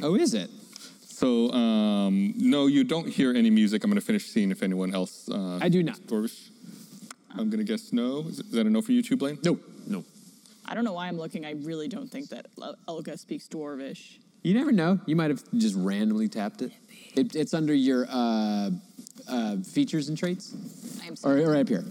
Speaker 4: Oh, is it?
Speaker 1: So, um, no, you don't hear any music. I'm going to finish seeing if anyone else. Uh,
Speaker 4: I do not.
Speaker 1: Dwarvish. I'm going to guess no. Is, is that a no for you too, Blaine?
Speaker 4: No.
Speaker 5: No.
Speaker 2: I don't know why I'm looking. I really don't think that El- Elga speaks Dwarvish.
Speaker 4: You never know. You might have just randomly tapped it. it it's under your uh, uh, features and traits.
Speaker 2: I am
Speaker 4: Or, or up here.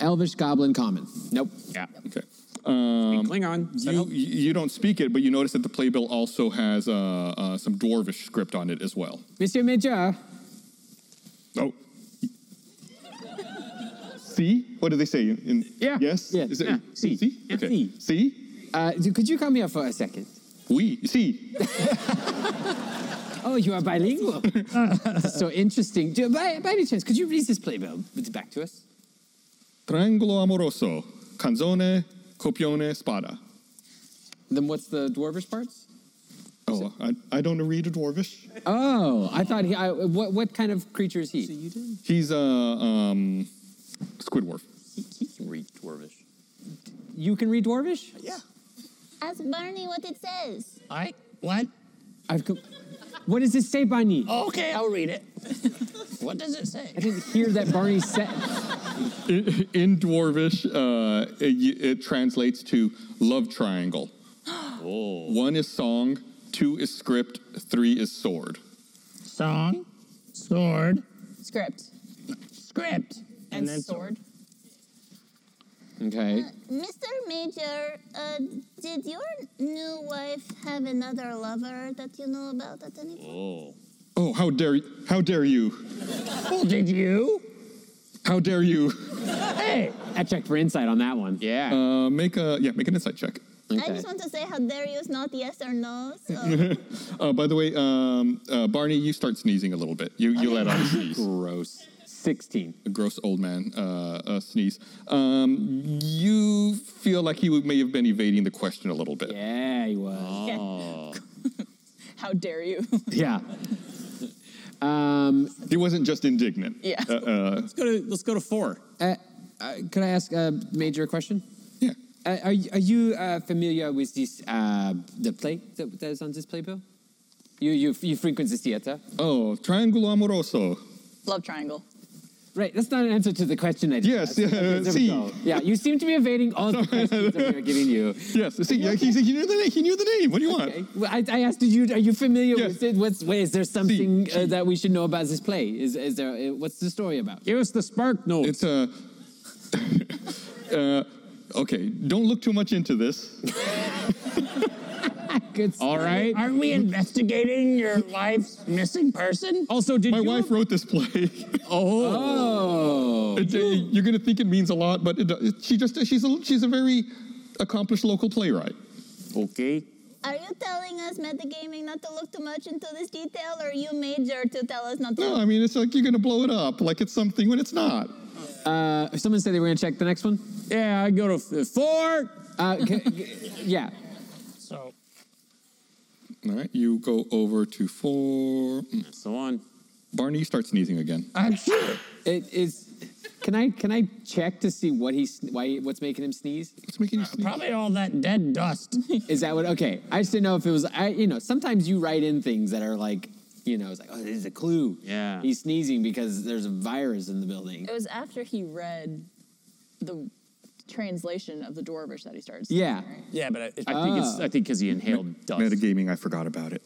Speaker 4: Elvish, Goblin, Common. Nope.
Speaker 5: Yeah.
Speaker 1: Okay. Um,
Speaker 5: Klingon.
Speaker 1: You, you you don't speak it, but you notice that the playbill also has uh, uh, some Dwarvish script on it as well.
Speaker 4: Monsieur Major.
Speaker 1: Oh. See? What do they say? In, in-
Speaker 4: Yeah.
Speaker 1: Yes?
Speaker 4: Yeah.
Speaker 1: Is it,
Speaker 4: Yeah.
Speaker 1: See? See? Okay.
Speaker 4: See.
Speaker 1: See?
Speaker 4: Uh, d- could you come here for a second?
Speaker 1: We. See?
Speaker 4: Oh, you are bilingual. so interesting. Do, by, by any chance, could you read this playbill back to us?
Speaker 1: Triangolo amoroso. Canzone, copione, spada.
Speaker 4: Then what's the dwarvish parts?
Speaker 1: Oh, I, I don't read a Dwarvish.
Speaker 4: Oh, I thought he. I, what what kind of creature is he? So you did.
Speaker 1: He's a um, Squidward.
Speaker 5: He can read Dwarvish.
Speaker 4: You can read dwarvish?
Speaker 6: Yeah.
Speaker 7: Ask Barney what it says.
Speaker 6: I what?
Speaker 4: I've. Com- what does it say, Barney?
Speaker 6: Okay, I'll read it. what does it say?
Speaker 4: I didn't hear that Barney said.
Speaker 1: In, in Dwarvish, uh, it, it translates to love triangle.
Speaker 5: Oh.
Speaker 1: One is song, two is script, three is sword.
Speaker 6: Song, sword,
Speaker 2: Script.
Speaker 6: script,
Speaker 2: And, sword.
Speaker 4: Okay.
Speaker 7: Mr. Major, uh, did your new wife have another lover that you know about at any point?
Speaker 5: Oh.
Speaker 1: Oh, how dare y- how dare you?
Speaker 4: "Oh,
Speaker 6: Well, did you?
Speaker 1: How dare you?
Speaker 6: Hey,
Speaker 4: I checked for insight on that one.
Speaker 5: Yeah.
Speaker 1: Uh, make a yeah, make an insight check.
Speaker 7: I
Speaker 4: Okay.
Speaker 7: just want to say how dare you is not yes or no. So
Speaker 1: Uh, by the way, um, uh, Barney, you start sneezing a little bit. You you let out a sneeze.
Speaker 4: Gross. Sixteen.
Speaker 1: A gross old man uh, uh, sneeze. Um, you feel like he would- may have been evading the question a little bit.
Speaker 4: Yeah, he was.
Speaker 2: How dare you?
Speaker 4: Yeah. Um,
Speaker 1: He wasn't just indignant.
Speaker 2: Yeah.
Speaker 1: Uh, uh,
Speaker 5: Let's go to let's go to four.
Speaker 4: uh, uh, could I ask uh, Major a question?
Speaker 1: yeah.
Speaker 4: Uh, are you, are you uh, familiar with this uh, the play that, that is on this playbill? You you you frequent this theater,
Speaker 1: Oh, triangulo amoroso.
Speaker 2: Love triangle.
Speaker 4: right? That's not an answer to the question I just
Speaker 1: Yes,
Speaker 4: asked.
Speaker 1: yeah,
Speaker 4: Okay, there we
Speaker 1: see.
Speaker 4: go. yeah. You seem to be evading all the questions that we were giving you.
Speaker 1: Yes. See, yeah, he, he knew the name. He knew the name. What do you
Speaker 4: Okay.
Speaker 1: want?
Speaker 4: Well, I, I asked you, are you familiar
Speaker 1: Yes.
Speaker 4: with it? What's wait, is there something uh, that we should know about this play? Is is there uh, what's the story about?
Speaker 5: Give us the spark notes.
Speaker 1: It's a. uh, okay. Don't look too much into this.
Speaker 4: Good
Speaker 5: All right.
Speaker 6: aren't we investigating your wife's missing person?
Speaker 5: Also, did
Speaker 1: My
Speaker 5: you
Speaker 1: wife wrote this play.
Speaker 4: Oh.
Speaker 1: It- uh, you're gonna think it means a lot, but it, it- she just she's a she's a very accomplished local playwright.
Speaker 5: Okay.
Speaker 7: are you telling us metagaming not to look too much into this detail or you major to tell us not to?
Speaker 1: No, I mean it's like you're gonna blow it up like it's something when it's not.
Speaker 4: Uh, someone said they were gonna check the next one.
Speaker 5: Yeah, I go to f- four.
Speaker 4: Uh, c- c- yeah.
Speaker 6: So
Speaker 1: All right, you go over to four. Mm.
Speaker 5: So on.
Speaker 1: Barney starts sneezing again.
Speaker 6: I'm sure.
Speaker 4: It is. Can I can I check to see what he's why what's making him sneeze?
Speaker 1: It's making you sneeze.
Speaker 6: Probably all that dead dust.
Speaker 4: Is that what? Okay, I just didn't know if it was. I you know sometimes you write in things that are like you know it's like oh this is a clue.
Speaker 5: Yeah.
Speaker 4: He's sneezing because there's a virus in the building.
Speaker 2: It was after he read the translation of the Dwarvish that he starts.
Speaker 4: Yeah.
Speaker 6: Yeah, but it,
Speaker 5: I think it's I think because he inhaled dust.
Speaker 4: Metagaming, I forgot about it.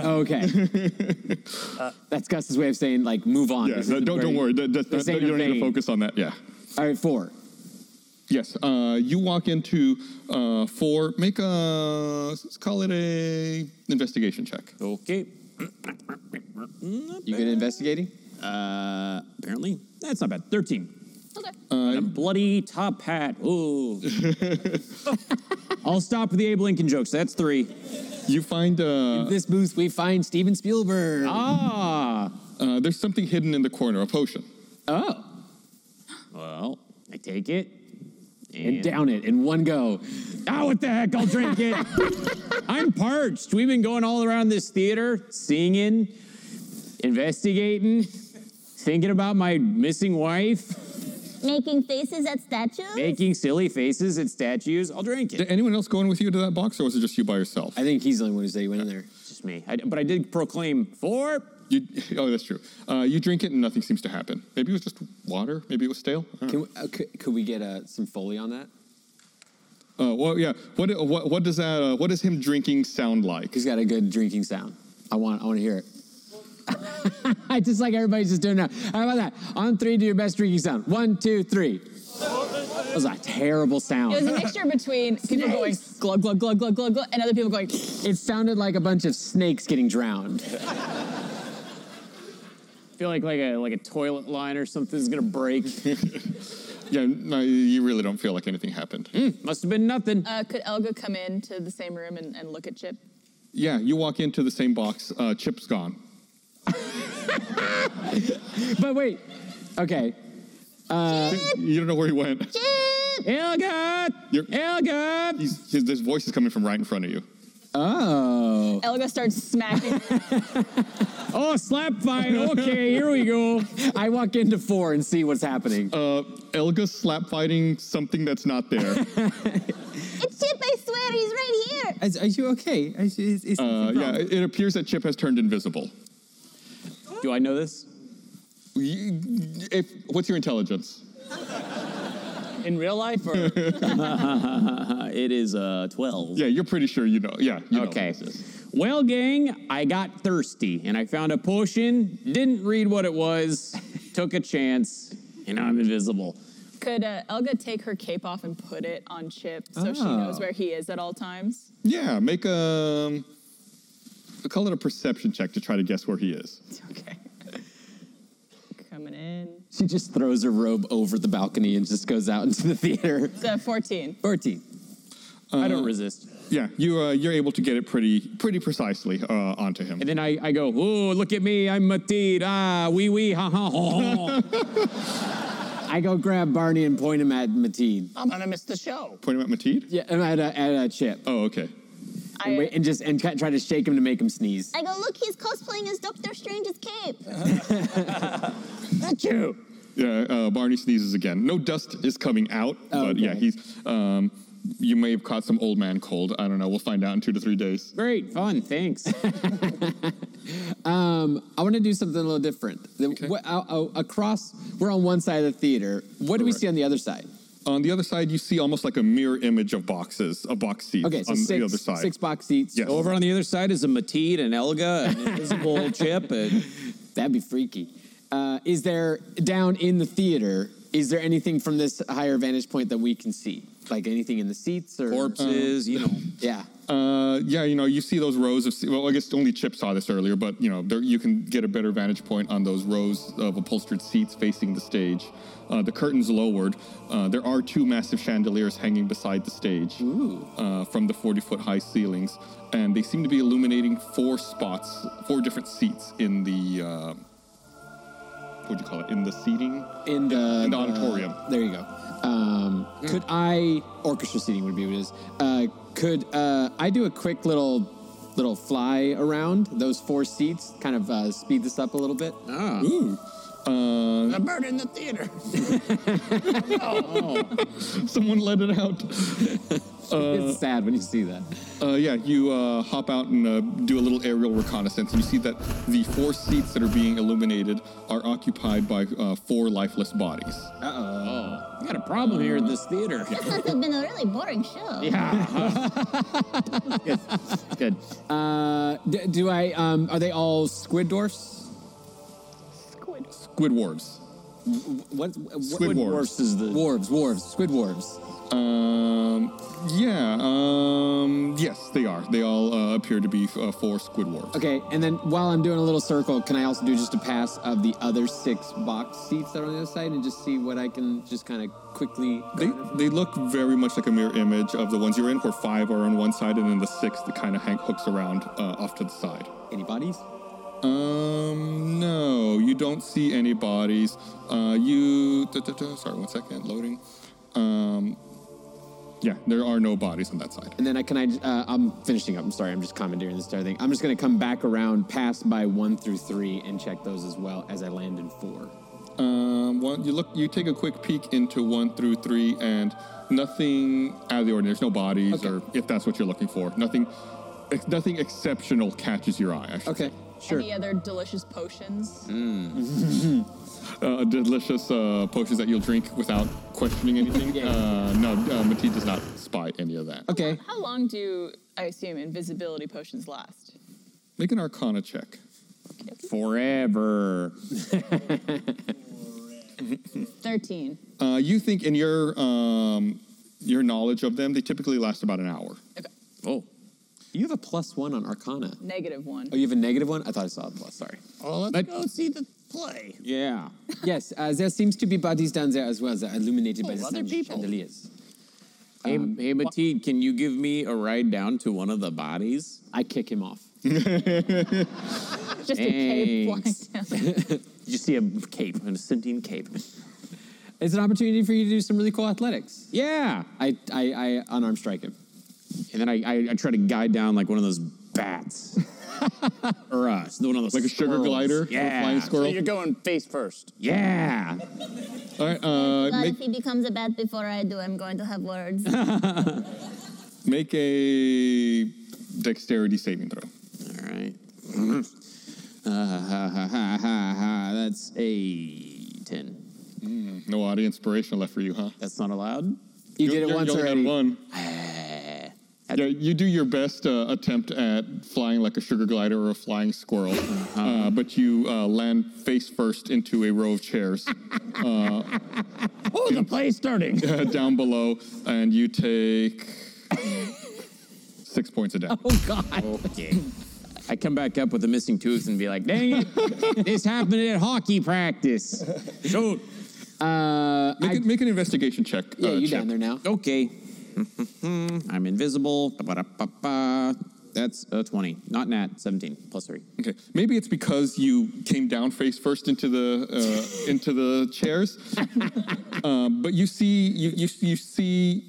Speaker 4: okay. Uh, That's Gus's way of saying, like, move on.
Speaker 1: Yeah,
Speaker 4: This
Speaker 1: that-
Speaker 4: isn't
Speaker 1: don't-
Speaker 4: where
Speaker 1: don't
Speaker 4: you-
Speaker 1: worry. That- that-
Speaker 4: this
Speaker 1: that-
Speaker 4: ain't
Speaker 1: you
Speaker 4: a
Speaker 1: don't need to
Speaker 4: vein.
Speaker 1: focus on that, yeah.
Speaker 4: All right, four.
Speaker 1: Yes, uh, you walk into uh, four. Make a let's call it a investigation check.
Speaker 5: Okay.
Speaker 4: You good at investigating?
Speaker 5: Uh, apparently, that's not bad. Thirteen.
Speaker 2: Okay.
Speaker 1: Uh,
Speaker 5: And a bloody top hat. Ooh. I'll stop with the Abe Lincoln jokes. That's three.
Speaker 1: You find uh,
Speaker 4: this booth. We find Steven Spielberg.
Speaker 5: Ah.
Speaker 1: Uh, there's something hidden in the corner. A potion.
Speaker 4: Oh.
Speaker 5: Well, I take it.
Speaker 4: And, down it in one go.
Speaker 5: Ah, what the heck? I'll drink it. I'm parched. We've been going all around this theater, singing, investigating, thinking about my missing wife,
Speaker 7: Making faces at statues?
Speaker 5: making silly faces at statues. I'll drink
Speaker 1: Did
Speaker 5: it.
Speaker 1: anyone else go in with you to that box, or was it just you by yourself?
Speaker 4: I think he's the only one who said he went in there.
Speaker 5: Just me. I, but I did proclaim four.
Speaker 1: You, oh, that's true. Uh, you drink it and nothing seems to happen. Maybe it was just water. Maybe it was stale. I don't
Speaker 4: Can we, uh, could, could we get uh, some Foley on that?
Speaker 1: know. Uh, well, yeah. What, what, what does that? Uh, what does him drinking sound like?
Speaker 4: He's got a good drinking sound. I want I want to hear it. I just like everybody's just doing now. How about that? On three, do your best drinking sound. One, two, three. That was a terrible
Speaker 2: It was a
Speaker 4: sound.
Speaker 2: mixture between people going glug glug glug glug glug glug and other people going.
Speaker 4: It sounded like a bunch of snakes getting drowned.
Speaker 5: I feel like like a like a toilet line or something's gonna break.
Speaker 1: Yeah. No, you really don't feel like anything happened.
Speaker 5: Must have been nothing.
Speaker 2: Uh, could Elga come into the same room and, and look at Chip?
Speaker 1: Yeah. You walk into the same box. Uh, Chip's gone.
Speaker 4: But wait, okay. Uh,
Speaker 1: You don't know where he went.
Speaker 5: Elga!
Speaker 1: You're-
Speaker 5: Elga!
Speaker 1: He's, his, his voice is coming from right in front of you.
Speaker 4: oh,
Speaker 2: Elga starts smacking.
Speaker 5: Oh, slap fight. Okay, here we go.
Speaker 4: I walk into four and see what's happening.
Speaker 1: Uh, Elga's slap fighting something that's not there.
Speaker 7: It's Chip, I swear, he's right here.
Speaker 4: Is- Are, you okay? Is, is, is
Speaker 1: Uh,
Speaker 4: something
Speaker 1: yeah,
Speaker 4: wrong?
Speaker 1: it it appears that Chip has turned invisible.
Speaker 5: Do I know this?
Speaker 1: You- If, what's your intelligence?
Speaker 6: in real life, or
Speaker 5: it is uh, 12.
Speaker 1: Yeah, you're pretty sure you know. Yeah. you know what
Speaker 5: Okay.
Speaker 1: this is.
Speaker 5: Well, gang, I got thirsty and I found a potion, didn't read what it was, took a chance, and now I'm invisible.
Speaker 2: could uh, Elga take her cape off and put it on Chip so she knows
Speaker 4: Oh.
Speaker 2: where he is at all times?
Speaker 1: Yeah, make a. Call it a perception check to try to guess where he is.
Speaker 2: Okay. Coming in.
Speaker 4: She just throws her robe over the balcony and just goes out into the theater.
Speaker 2: So 14.
Speaker 4: 14.
Speaker 5: I don't resist.
Speaker 1: Uh, Yeah, you uh, you're able to get it pretty pretty precisely uh, onto him.
Speaker 5: And then I, I go, oh, look at me, I'm Matit. Ah, wee wee, ha ha ha. ha."
Speaker 4: I go grab Barney and point him at Mateed.
Speaker 6: I'm gonna miss the show.
Speaker 1: Point him at Mateed.
Speaker 4: Yeah, at a, at a chip.
Speaker 1: Oh, okay.
Speaker 2: I,
Speaker 4: and, wait, and just and ca- try to shake him to make him sneeze.
Speaker 7: I go, look, he's cosplaying as Doctor Strange's cape.
Speaker 6: Thank you.
Speaker 1: Yeah, uh, Barney sneezes again. No dust is coming out, but yeah,
Speaker 4: Okay.
Speaker 1: he's. Um, you may have caught some old man cold. I don't know. We'll find out in two to three days.
Speaker 5: Great, fun, thanks.
Speaker 4: Um, I want to do something a little different. The- what- uh, uh, across, we're on one side of the theater. What do we
Speaker 1: Correct.
Speaker 4: see on the other side?
Speaker 1: On the other side, you see almost like a mirror image of boxes, of box seats
Speaker 4: Okay, so
Speaker 1: on
Speaker 4: six,
Speaker 1: the other side.
Speaker 4: six box seats.
Speaker 1: Yes.
Speaker 5: Over on the other side is a Matit and Elga, an invisible chip, and
Speaker 4: That'd be freaky. Uh, is there down in the theater? Is there anything from this higher vantage point that we can see? Like anything in the seats or
Speaker 5: corpses,
Speaker 1: Uh-huh.
Speaker 5: you know.
Speaker 4: Yeah.
Speaker 1: Uh, yeah, you know, you see those rows of. Well, I guess only Chip saw this earlier, but you know, there, you can get a better vantage point on those rows of upholstered seats facing the stage. Uh, the curtains lowered. Uh, there are two massive chandeliers hanging beside the stage Uh, from the 40-foot high ceilings, and they seem to be illuminating four spots, four different seats in the. Uh, what do you call it? In the seating.
Speaker 4: in the,
Speaker 1: in the auditorium.
Speaker 4: there you go. Um, Could I orchestra seating would be what it is. Uh, could uh, I do a quick little little fly around those four seats? Kind of uh, speed this up a little bit.
Speaker 5: Ah.
Speaker 6: The bird in the theater.
Speaker 1: Someone let it out.
Speaker 4: it's sad when you see that.
Speaker 1: Uh, yeah, you uh, hop out and uh, do a little aerial reconnaissance, and you see that the four seats that are being illuminated are occupied by uh, four lifeless bodies.
Speaker 4: Uh oh.
Speaker 5: got a problem here at this theater.
Speaker 7: This must have been a really boring show.
Speaker 5: good. Good.
Speaker 4: Uh, d- do I? Um, are they all squid dwarfs?
Speaker 1: Squid dwarves.
Speaker 4: What? what
Speaker 1: Squid dwarves.
Speaker 4: is the dwarves? Dwarves. Squid dwarves.
Speaker 1: Um, yeah, um, yes, they are. They all uh, appear to be uh, four squid dwarves.
Speaker 4: Okay, and then while I'm doing a little circle, can I also do just a pass of the other six box seats that are on the other side and just see what I can just kind of quickly?
Speaker 1: They, they look very much like a mirror image of the ones you're in, where five are on one side, and then the sixth kind of hang hooks around uh, off to the side.
Speaker 4: Any bodies?
Speaker 1: Um, no, you don't see any bodies. Uh, you. duh, duh, duh, sorry, one second, loading. Um, yeah, there are no bodies on that side.
Speaker 4: And then I can I? Uh, I'm finishing up. I'm sorry. I'm just commandeering this entire thing. I'm just gonna come back around, pass by one through three, and check those as well as I land in four.
Speaker 1: Um, one, you look, you take a quick peek into one through three, and nothing out of the ordinary. There's no bodies, or if that's what you're looking for, nothing, ex- nothing exceptional catches your eye. Actually.
Speaker 4: Okay,
Speaker 2: Any other delicious potions?
Speaker 1: uh, delicious uh, potions that you'll drink without questioning anything. uh, no, uh, Mati does not spy any of that.
Speaker 4: Okay.
Speaker 2: How long do I assume invisibility potions last?
Speaker 1: Make an Arcana check.
Speaker 5: Forever.
Speaker 2: Thirteen.
Speaker 1: Uh, you think in your um, your knowledge of them, they typically last about an hour.
Speaker 5: Oh.
Speaker 4: You have a plus one on Arcana.
Speaker 2: Negative one.
Speaker 4: Oh, you have a negative one? I thought I saw a plus. Sorry.
Speaker 6: Oh, let's
Speaker 5: That-
Speaker 6: go see the play.
Speaker 5: Yeah.
Speaker 4: yes, uh, there seems to be bodies down there as well that are illuminated by the
Speaker 6: other
Speaker 4: sun-
Speaker 6: people.
Speaker 4: chandeliers.
Speaker 5: Oh,
Speaker 4: Um,
Speaker 5: Hey, hey Mateed, can you give me a ride down to one of the bodies?
Speaker 4: I kick him off.
Speaker 2: Just a cave flying down.
Speaker 5: You see a cape, a sentient cape.
Speaker 4: It's an opportunity for you to do some really cool athletics.
Speaker 5: Yeah.
Speaker 4: I, I, I unarmed strike him.
Speaker 5: And then I, I, I try to guide down like one of those bats. or uh, one of those
Speaker 1: Like a sugar
Speaker 5: squirrels.
Speaker 1: glider, or a
Speaker 5: Yeah.
Speaker 1: flying squirrel.
Speaker 6: So you're going face first.
Speaker 5: Yeah.
Speaker 1: All right, uh,
Speaker 7: God,
Speaker 1: make,
Speaker 7: if he becomes a bat before I do, I'm going to have words.
Speaker 1: make a dexterity saving throw.
Speaker 5: All right. Uh, ha, ha, ha, ha, ha. That's a 10.
Speaker 1: No audience inspiration left for you, huh?
Speaker 5: That's not allowed?
Speaker 4: You did it
Speaker 1: you're-
Speaker 4: once
Speaker 1: you only
Speaker 4: already.
Speaker 1: Had one.
Speaker 5: Eh.
Speaker 1: Yeah, you do your best uh, attempt at flying like a sugar glider or a flying squirrel, uh, but you uh, land face first into a row of chairs
Speaker 6: Oh, the play's starting.
Speaker 1: uh, down below, and you take six points of damage.
Speaker 5: Okay. I come back up with a missing tooth and be like, dang it, this happened at hockey practice. Uh, Shoot.
Speaker 1: Make, it- make an investigation check.
Speaker 4: Yeah,
Speaker 1: uh,
Speaker 4: you
Speaker 1: check.
Speaker 4: down there now.
Speaker 5: Okay. I'm invisible. Ba-ba-da-ba-ba. That's a 20. Not nat, 17, plus 3.
Speaker 1: Okay, maybe it's because you came down face first into the uh, into the chairs, um, but you see you you, you see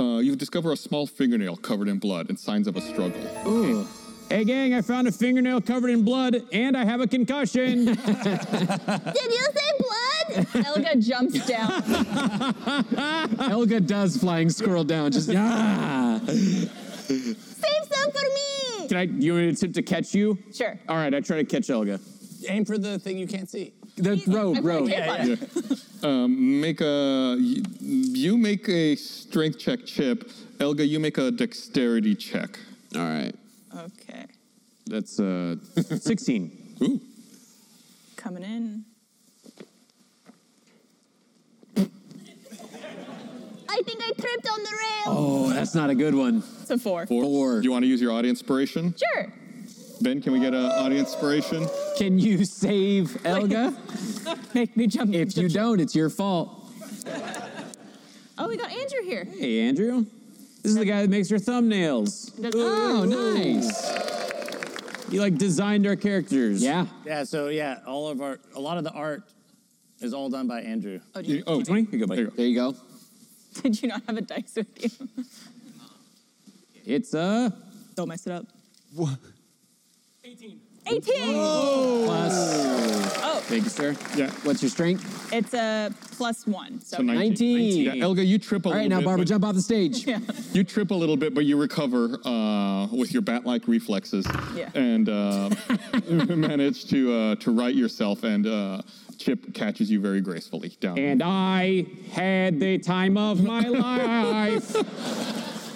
Speaker 1: uh, you discover a small fingernail covered in blood and signs of a struggle.
Speaker 5: Hey, gang, I found a fingernail covered in blood and I have a concussion.
Speaker 7: Did you say blood?
Speaker 2: Elga jumps down.
Speaker 4: Elga does flying squirrel down. Just
Speaker 5: ah.
Speaker 7: Save some for me!
Speaker 5: Can I, you want me to attempt to catch you?
Speaker 2: Sure.
Speaker 5: All right, I try to catch Elga.
Speaker 6: Aim for the thing you can't see.
Speaker 4: the rogue, rogue.
Speaker 1: Um, make a you- you make a strength check, Chip. Elga, you make a dexterity check.
Speaker 5: All right.
Speaker 2: Okay.
Speaker 5: That's uh, 16.
Speaker 1: Ooh,
Speaker 2: Coming in.
Speaker 7: I think I tripped on the rail.
Speaker 4: Oh, that's not a good one.
Speaker 2: It's a four.
Speaker 1: four.
Speaker 4: Four.
Speaker 1: Do you want to use your audience inspiration?
Speaker 2: Sure.
Speaker 1: Ben, can we get an audience inspiration?
Speaker 4: Can you save Elga?
Speaker 2: Make me jump.
Speaker 4: if you don't, it's your fault.
Speaker 2: Oh, we got Andrew here.
Speaker 5: Hey, Andrew. This is the guy that makes your thumbnails.
Speaker 2: Does-
Speaker 4: Oh, nice.
Speaker 5: He like designed our characters.
Speaker 4: Yeah.
Speaker 6: Yeah. So yeah, all of our a lot of the art is all done by Andrew.
Speaker 2: Oh, did, you,
Speaker 1: Oh,
Speaker 5: 20? You go
Speaker 1: There you
Speaker 5: back.
Speaker 1: go.
Speaker 4: There you go.
Speaker 2: did you not have a dice with you?
Speaker 5: It's uh
Speaker 2: Don't mess it up. What? 18. 18!
Speaker 4: Plus, Oh.
Speaker 5: thank you, sir.
Speaker 1: Yeah.
Speaker 4: what's your strength?
Speaker 2: It's a plus one. So,
Speaker 1: So 19.
Speaker 4: 19.
Speaker 1: Yeah, Elga, you trip a
Speaker 4: All
Speaker 1: little
Speaker 4: right, now,
Speaker 1: bit,
Speaker 4: Barbara,
Speaker 1: but-
Speaker 4: jump off the stage.
Speaker 2: yeah.
Speaker 1: You trip a little bit, but you recover uh, with your bat-like reflexes
Speaker 2: Yeah.
Speaker 1: and uh, manage to uh, to right yourself. And uh, Chip catches you very gracefully down.
Speaker 5: And I had the time of my life.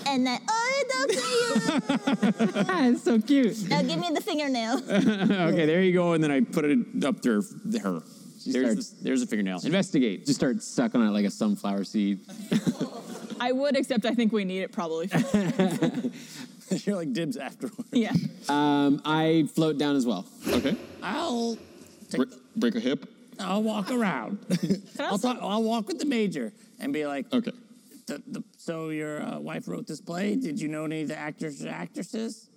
Speaker 7: And I "Oh, owe it up to you.
Speaker 4: That's so cute.
Speaker 7: Now give me the fingernail.
Speaker 5: okay, there you go. And then I put it up there. Her. There's,
Speaker 4: starts-
Speaker 5: the, there's a fingernail.
Speaker 1: Uh,
Speaker 4: Investigate. Just start sucking on it like a sunflower seed.
Speaker 2: I would, except I think we need it probably.
Speaker 6: You're like dibs afterward.
Speaker 2: yeah.
Speaker 4: Um, I float down as well.
Speaker 1: Okay.
Speaker 6: I'll
Speaker 1: Break, break a hip.
Speaker 6: I'll walk around. I'll talk, I'll walk with the major and be like,
Speaker 1: okay.
Speaker 6: The, the, so your uh, wife wrote this play. Did you know any of the actors or actresses?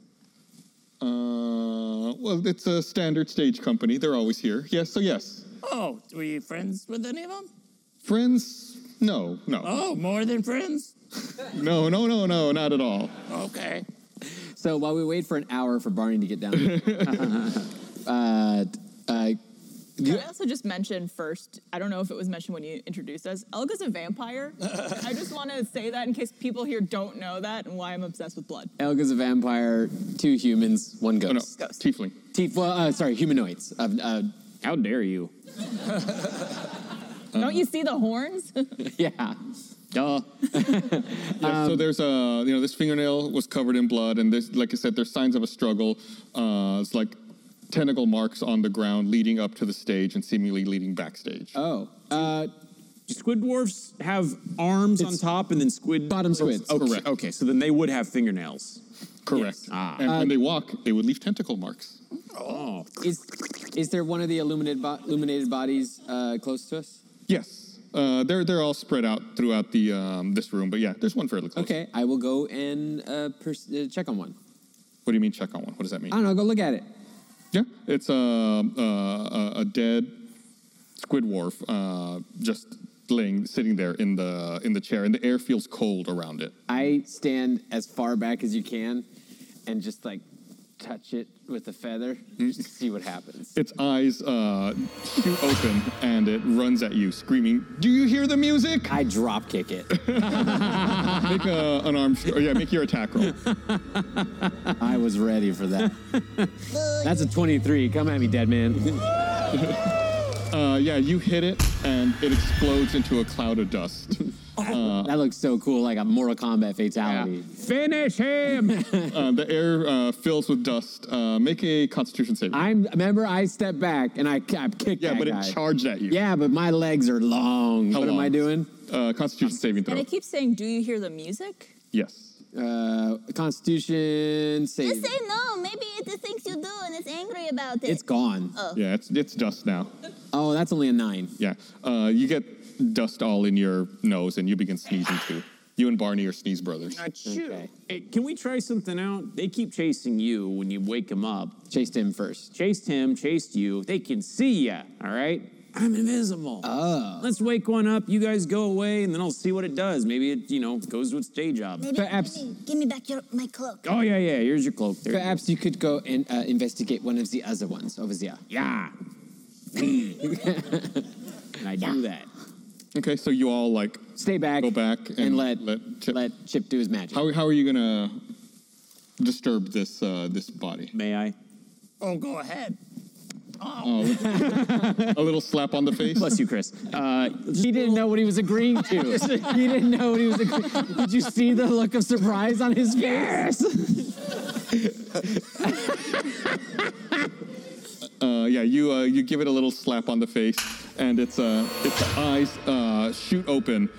Speaker 1: Uh, well, it's a standard stage company. They're always here. Yes, so yes.
Speaker 6: Oh, were you friends with any of them?
Speaker 1: Friends? No, no.
Speaker 6: Oh, more than friends?
Speaker 1: No, no, no, no, not at all.
Speaker 6: Okay.
Speaker 4: So while we wait for an hour for Barney to get down, uh, uh,
Speaker 2: Can I also just mention first? I don't know if it was mentioned when you introduced us. Elga's a vampire. I just want to say that in case people here don't know that and why I'm obsessed with blood.
Speaker 4: Elga's a vampire, two humans, one ghost.
Speaker 2: no,
Speaker 1: tiefling.
Speaker 4: Tief, well, uh, sorry, humanoids. Uh, uh,
Speaker 5: How dare you?
Speaker 2: don't you see the horns?
Speaker 4: yeah.
Speaker 5: Duh.
Speaker 1: Yeah, so there's a, you know, this fingernail was covered in blood, and there's, like I said, there's signs of a struggle. Uh, it's like tentacle marks on the ground leading up to the stage and seemingly leading backstage.
Speaker 4: Oh. Uh,
Speaker 5: do squid dwarfs have arms on top and then squid bottom
Speaker 4: squids.
Speaker 5: Okay.
Speaker 1: Correct.
Speaker 5: Okay, so then they would have fingernails.
Speaker 1: Correct. Uh,
Speaker 5: Ah.
Speaker 1: And when they walk, they would leave tentacle marks.
Speaker 5: Oh.
Speaker 4: Is is there one of the illuminated bo- illuminated bodies uh, close to us?
Speaker 1: Yes. Uh, they're, they're all spread out throughout the um, this room, but yeah, there's one fairly close.
Speaker 4: Okay, I will go and uh, pers- uh, check on one.
Speaker 1: What do you mean check on one? What does that mean?
Speaker 4: I don't know. Go look at it.
Speaker 1: Yeah, it's a a, a dead squid wharf, uh, just laying sitting there in the in the chair, and the air feels cold around it.
Speaker 4: I stand as far back as you can, and just like touch it with a feather,
Speaker 1: Hmm?
Speaker 4: just to see what happens.
Speaker 1: Its eyes uh, shoot open, and it runs at you, screaming, "Do you hear the music?"
Speaker 4: I drop kick it.
Speaker 1: make a, an arm. Or yeah, make your attack roll.
Speaker 4: I was ready for that. That's a 23. Come at me, dead
Speaker 1: Uh-huh.
Speaker 4: man.
Speaker 1: Uh, yeah, you hit it, and it explodes into a cloud of dust.
Speaker 4: that looks so cool, like a Mortal Kombat fatality.
Speaker 5: Finish him!
Speaker 1: Uh, the air uh, fills with dust. Uh, make a Constitution saving.
Speaker 4: I'm remember I stepped back and I, I kicked
Speaker 1: yeah,
Speaker 4: that
Speaker 1: but
Speaker 4: guy.
Speaker 1: it charged at you.
Speaker 4: yeah, but my legs are long.
Speaker 1: How
Speaker 4: what am I
Speaker 1: long?
Speaker 4: doing?
Speaker 1: Uh, Constitution saving
Speaker 2: and
Speaker 1: throw.
Speaker 2: it keeps saying, "Do you hear the music?"
Speaker 1: Yes.
Speaker 4: Uh, Constitution
Speaker 7: Just
Speaker 4: save.
Speaker 7: say no. Maybe it thinks you do and it's angry about it.
Speaker 4: It's gone.
Speaker 7: Oh.
Speaker 1: Yeah, it's it's dust now.
Speaker 4: Oh, that's only a nine.
Speaker 1: Yeah, uh, you get dust all in your nose, and you begin sneezing too. You and Barney are sneeze brothers.
Speaker 5: Okay. can we try something out? They keep chasing you when you wake them up.
Speaker 4: Chased him first.
Speaker 5: Chased him, chased you. They can see ya, all right? I'm invisible.
Speaker 4: Oh.
Speaker 5: Let's wake one up. You guys go away, and then I'll see what it does. Maybe it, you know, goes to its day job.
Speaker 7: Maybe
Speaker 4: Perhaps-
Speaker 7: give me, give me back your my cloak.
Speaker 5: Oh, yeah, yeah. Here's your cloak. There you go.
Speaker 4: Perhaps you could go and uh, investigate one of the other ones over there.
Speaker 5: Yeah. and I do that.
Speaker 1: Okay, so you all like
Speaker 4: Stay back.
Speaker 1: go back and,
Speaker 4: and let
Speaker 1: Chip.
Speaker 4: let Chip do his magic.
Speaker 1: How how are you gonna disturb this uh, this body?
Speaker 5: May I?
Speaker 6: Oh, go ahead.
Speaker 1: Oh, with- a little slap on the face.
Speaker 5: Bless you, Chris. Uh,
Speaker 4: He didn't know what he was agreeing to. he didn't know what he was agreeing. Did you see the look of surprise on his face?
Speaker 1: Uh, yeah, you uh, you give it a little slap on the face, and its uh, its eyes uh, shoot open,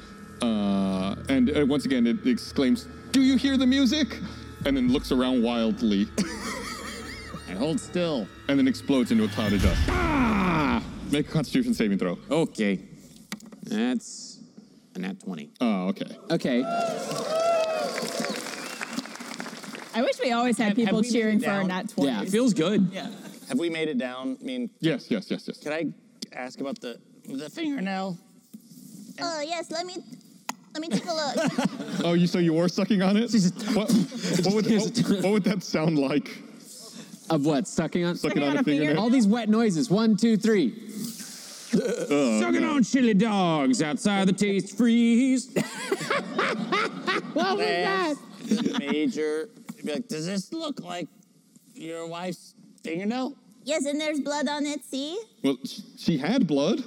Speaker 1: uh, and uh, once again it exclaims, "Do you hear the music?" And then looks around wildly,
Speaker 5: I hold still.
Speaker 1: and then explodes into a cloud of dust.
Speaker 5: Ah!
Speaker 1: Make a Constitution saving throw.
Speaker 5: Okay. That's a nat 20.
Speaker 1: Oh, okay.
Speaker 4: Okay.
Speaker 2: I wish we always had
Speaker 6: Have- have
Speaker 2: people
Speaker 6: we made
Speaker 2: cheering
Speaker 6: it
Speaker 2: for our
Speaker 6: down?
Speaker 2: nat 20s.
Speaker 4: Yeah,
Speaker 5: Feels good.
Speaker 2: Yeah.
Speaker 6: Have we made it down? I mean,
Speaker 1: Yes, yes, yes, yes.
Speaker 6: could I ask about the the fingernail?
Speaker 7: Oh yes, let me let me take a look.
Speaker 1: Oh, you so you were sucking on it? What, what, would, what, what would that sound like?
Speaker 4: Of what? Sucking on.
Speaker 1: Sucking on
Speaker 2: on a
Speaker 1: a
Speaker 4: All
Speaker 1: fingernail?
Speaker 4: these wet noises. One, two, three.
Speaker 1: Uh,
Speaker 5: Sucking on chili dogs outside the taste freeze.
Speaker 4: What was that?
Speaker 6: Yes. Major. Be like, does this look like your wife's fingernail?
Speaker 7: Yes, and there's blood on it, see?
Speaker 1: Well, sh- she had blood.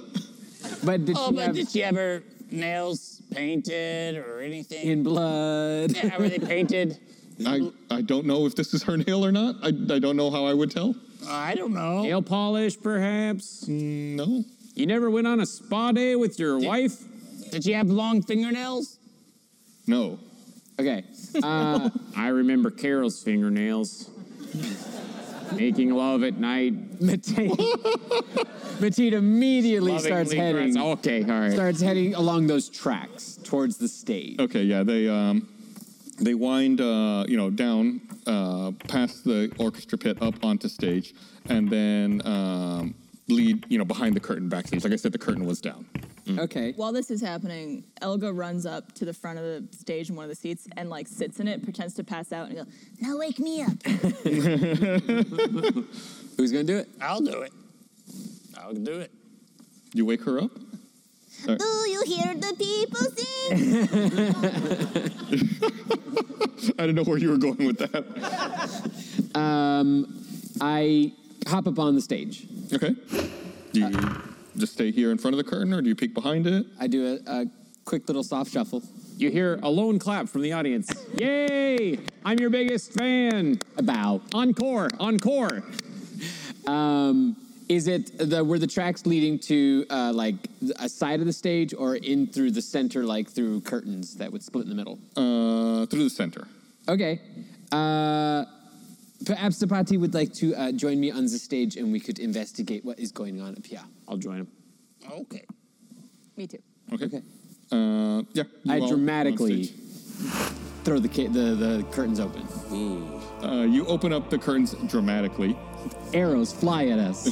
Speaker 4: But did
Speaker 6: oh,
Speaker 4: she
Speaker 6: but
Speaker 4: have-
Speaker 6: did she have her nails painted or anything?
Speaker 4: in blood?
Speaker 6: yeah, were they painted?
Speaker 1: I, I don't know if this is her nail or not. I, I don't know how I would tell.
Speaker 6: I don't know.
Speaker 5: Nail polish, perhaps?
Speaker 1: Mm, No.
Speaker 5: You never went on a spa day with your wife?
Speaker 6: Did she have long fingernails?
Speaker 1: No.
Speaker 4: Okay. Uh,
Speaker 5: I remember Carol's fingernails. Making love at night.
Speaker 4: Mateen immediately
Speaker 5: Lovingly
Speaker 4: starts heading
Speaker 5: caress- Okay, all right.
Speaker 4: starts heading along those tracks towards the stage.
Speaker 1: Okay, yeah, they um, they wind uh, you know down uh, past the orchestra pit up onto stage, and then um, lead you know behind the curtain backstage. Like I said, the curtain was down.
Speaker 4: Okay.
Speaker 2: While this is happening, Elga runs up to the front of the stage in one of the seats and like sits in it, pretends to pass out, and goes,
Speaker 7: Now wake me up.
Speaker 4: Who's gonna do it?
Speaker 6: I'll do it. I'll do it.
Speaker 1: You wake her up. All
Speaker 7: Do
Speaker 1: right.
Speaker 7: you hear the people sing?
Speaker 1: I didn't know where you were going with that.
Speaker 4: Um, I hop up on the stage.
Speaker 1: Okay. Do you just stay here in front of the curtain, or do you peek behind it?
Speaker 4: I do a, a quick little soft shuffle.
Speaker 5: You hear a lone clap from the audience. Yay! I'm your biggest fan.
Speaker 4: A bow.
Speaker 5: Encore, encore.
Speaker 4: Um, is it the were the tracks leading to uh, like a side of the stage or in through the center, like through curtains that would split in the middle?
Speaker 1: Uh, through the center.
Speaker 4: Okay. Uh, perhaps Sapati would like to uh, join me on the stage, and we could investigate what is going on up here.
Speaker 5: I'll join him.
Speaker 6: Okay.
Speaker 2: "Me too."
Speaker 1: Okay. Uh, yeah. you
Speaker 4: I
Speaker 1: all on
Speaker 4: dramatically
Speaker 1: stage.
Speaker 4: throw the, ca- the the curtains open.
Speaker 1: Uh, you open up the curtains dramatically,
Speaker 4: Arrows fly at us.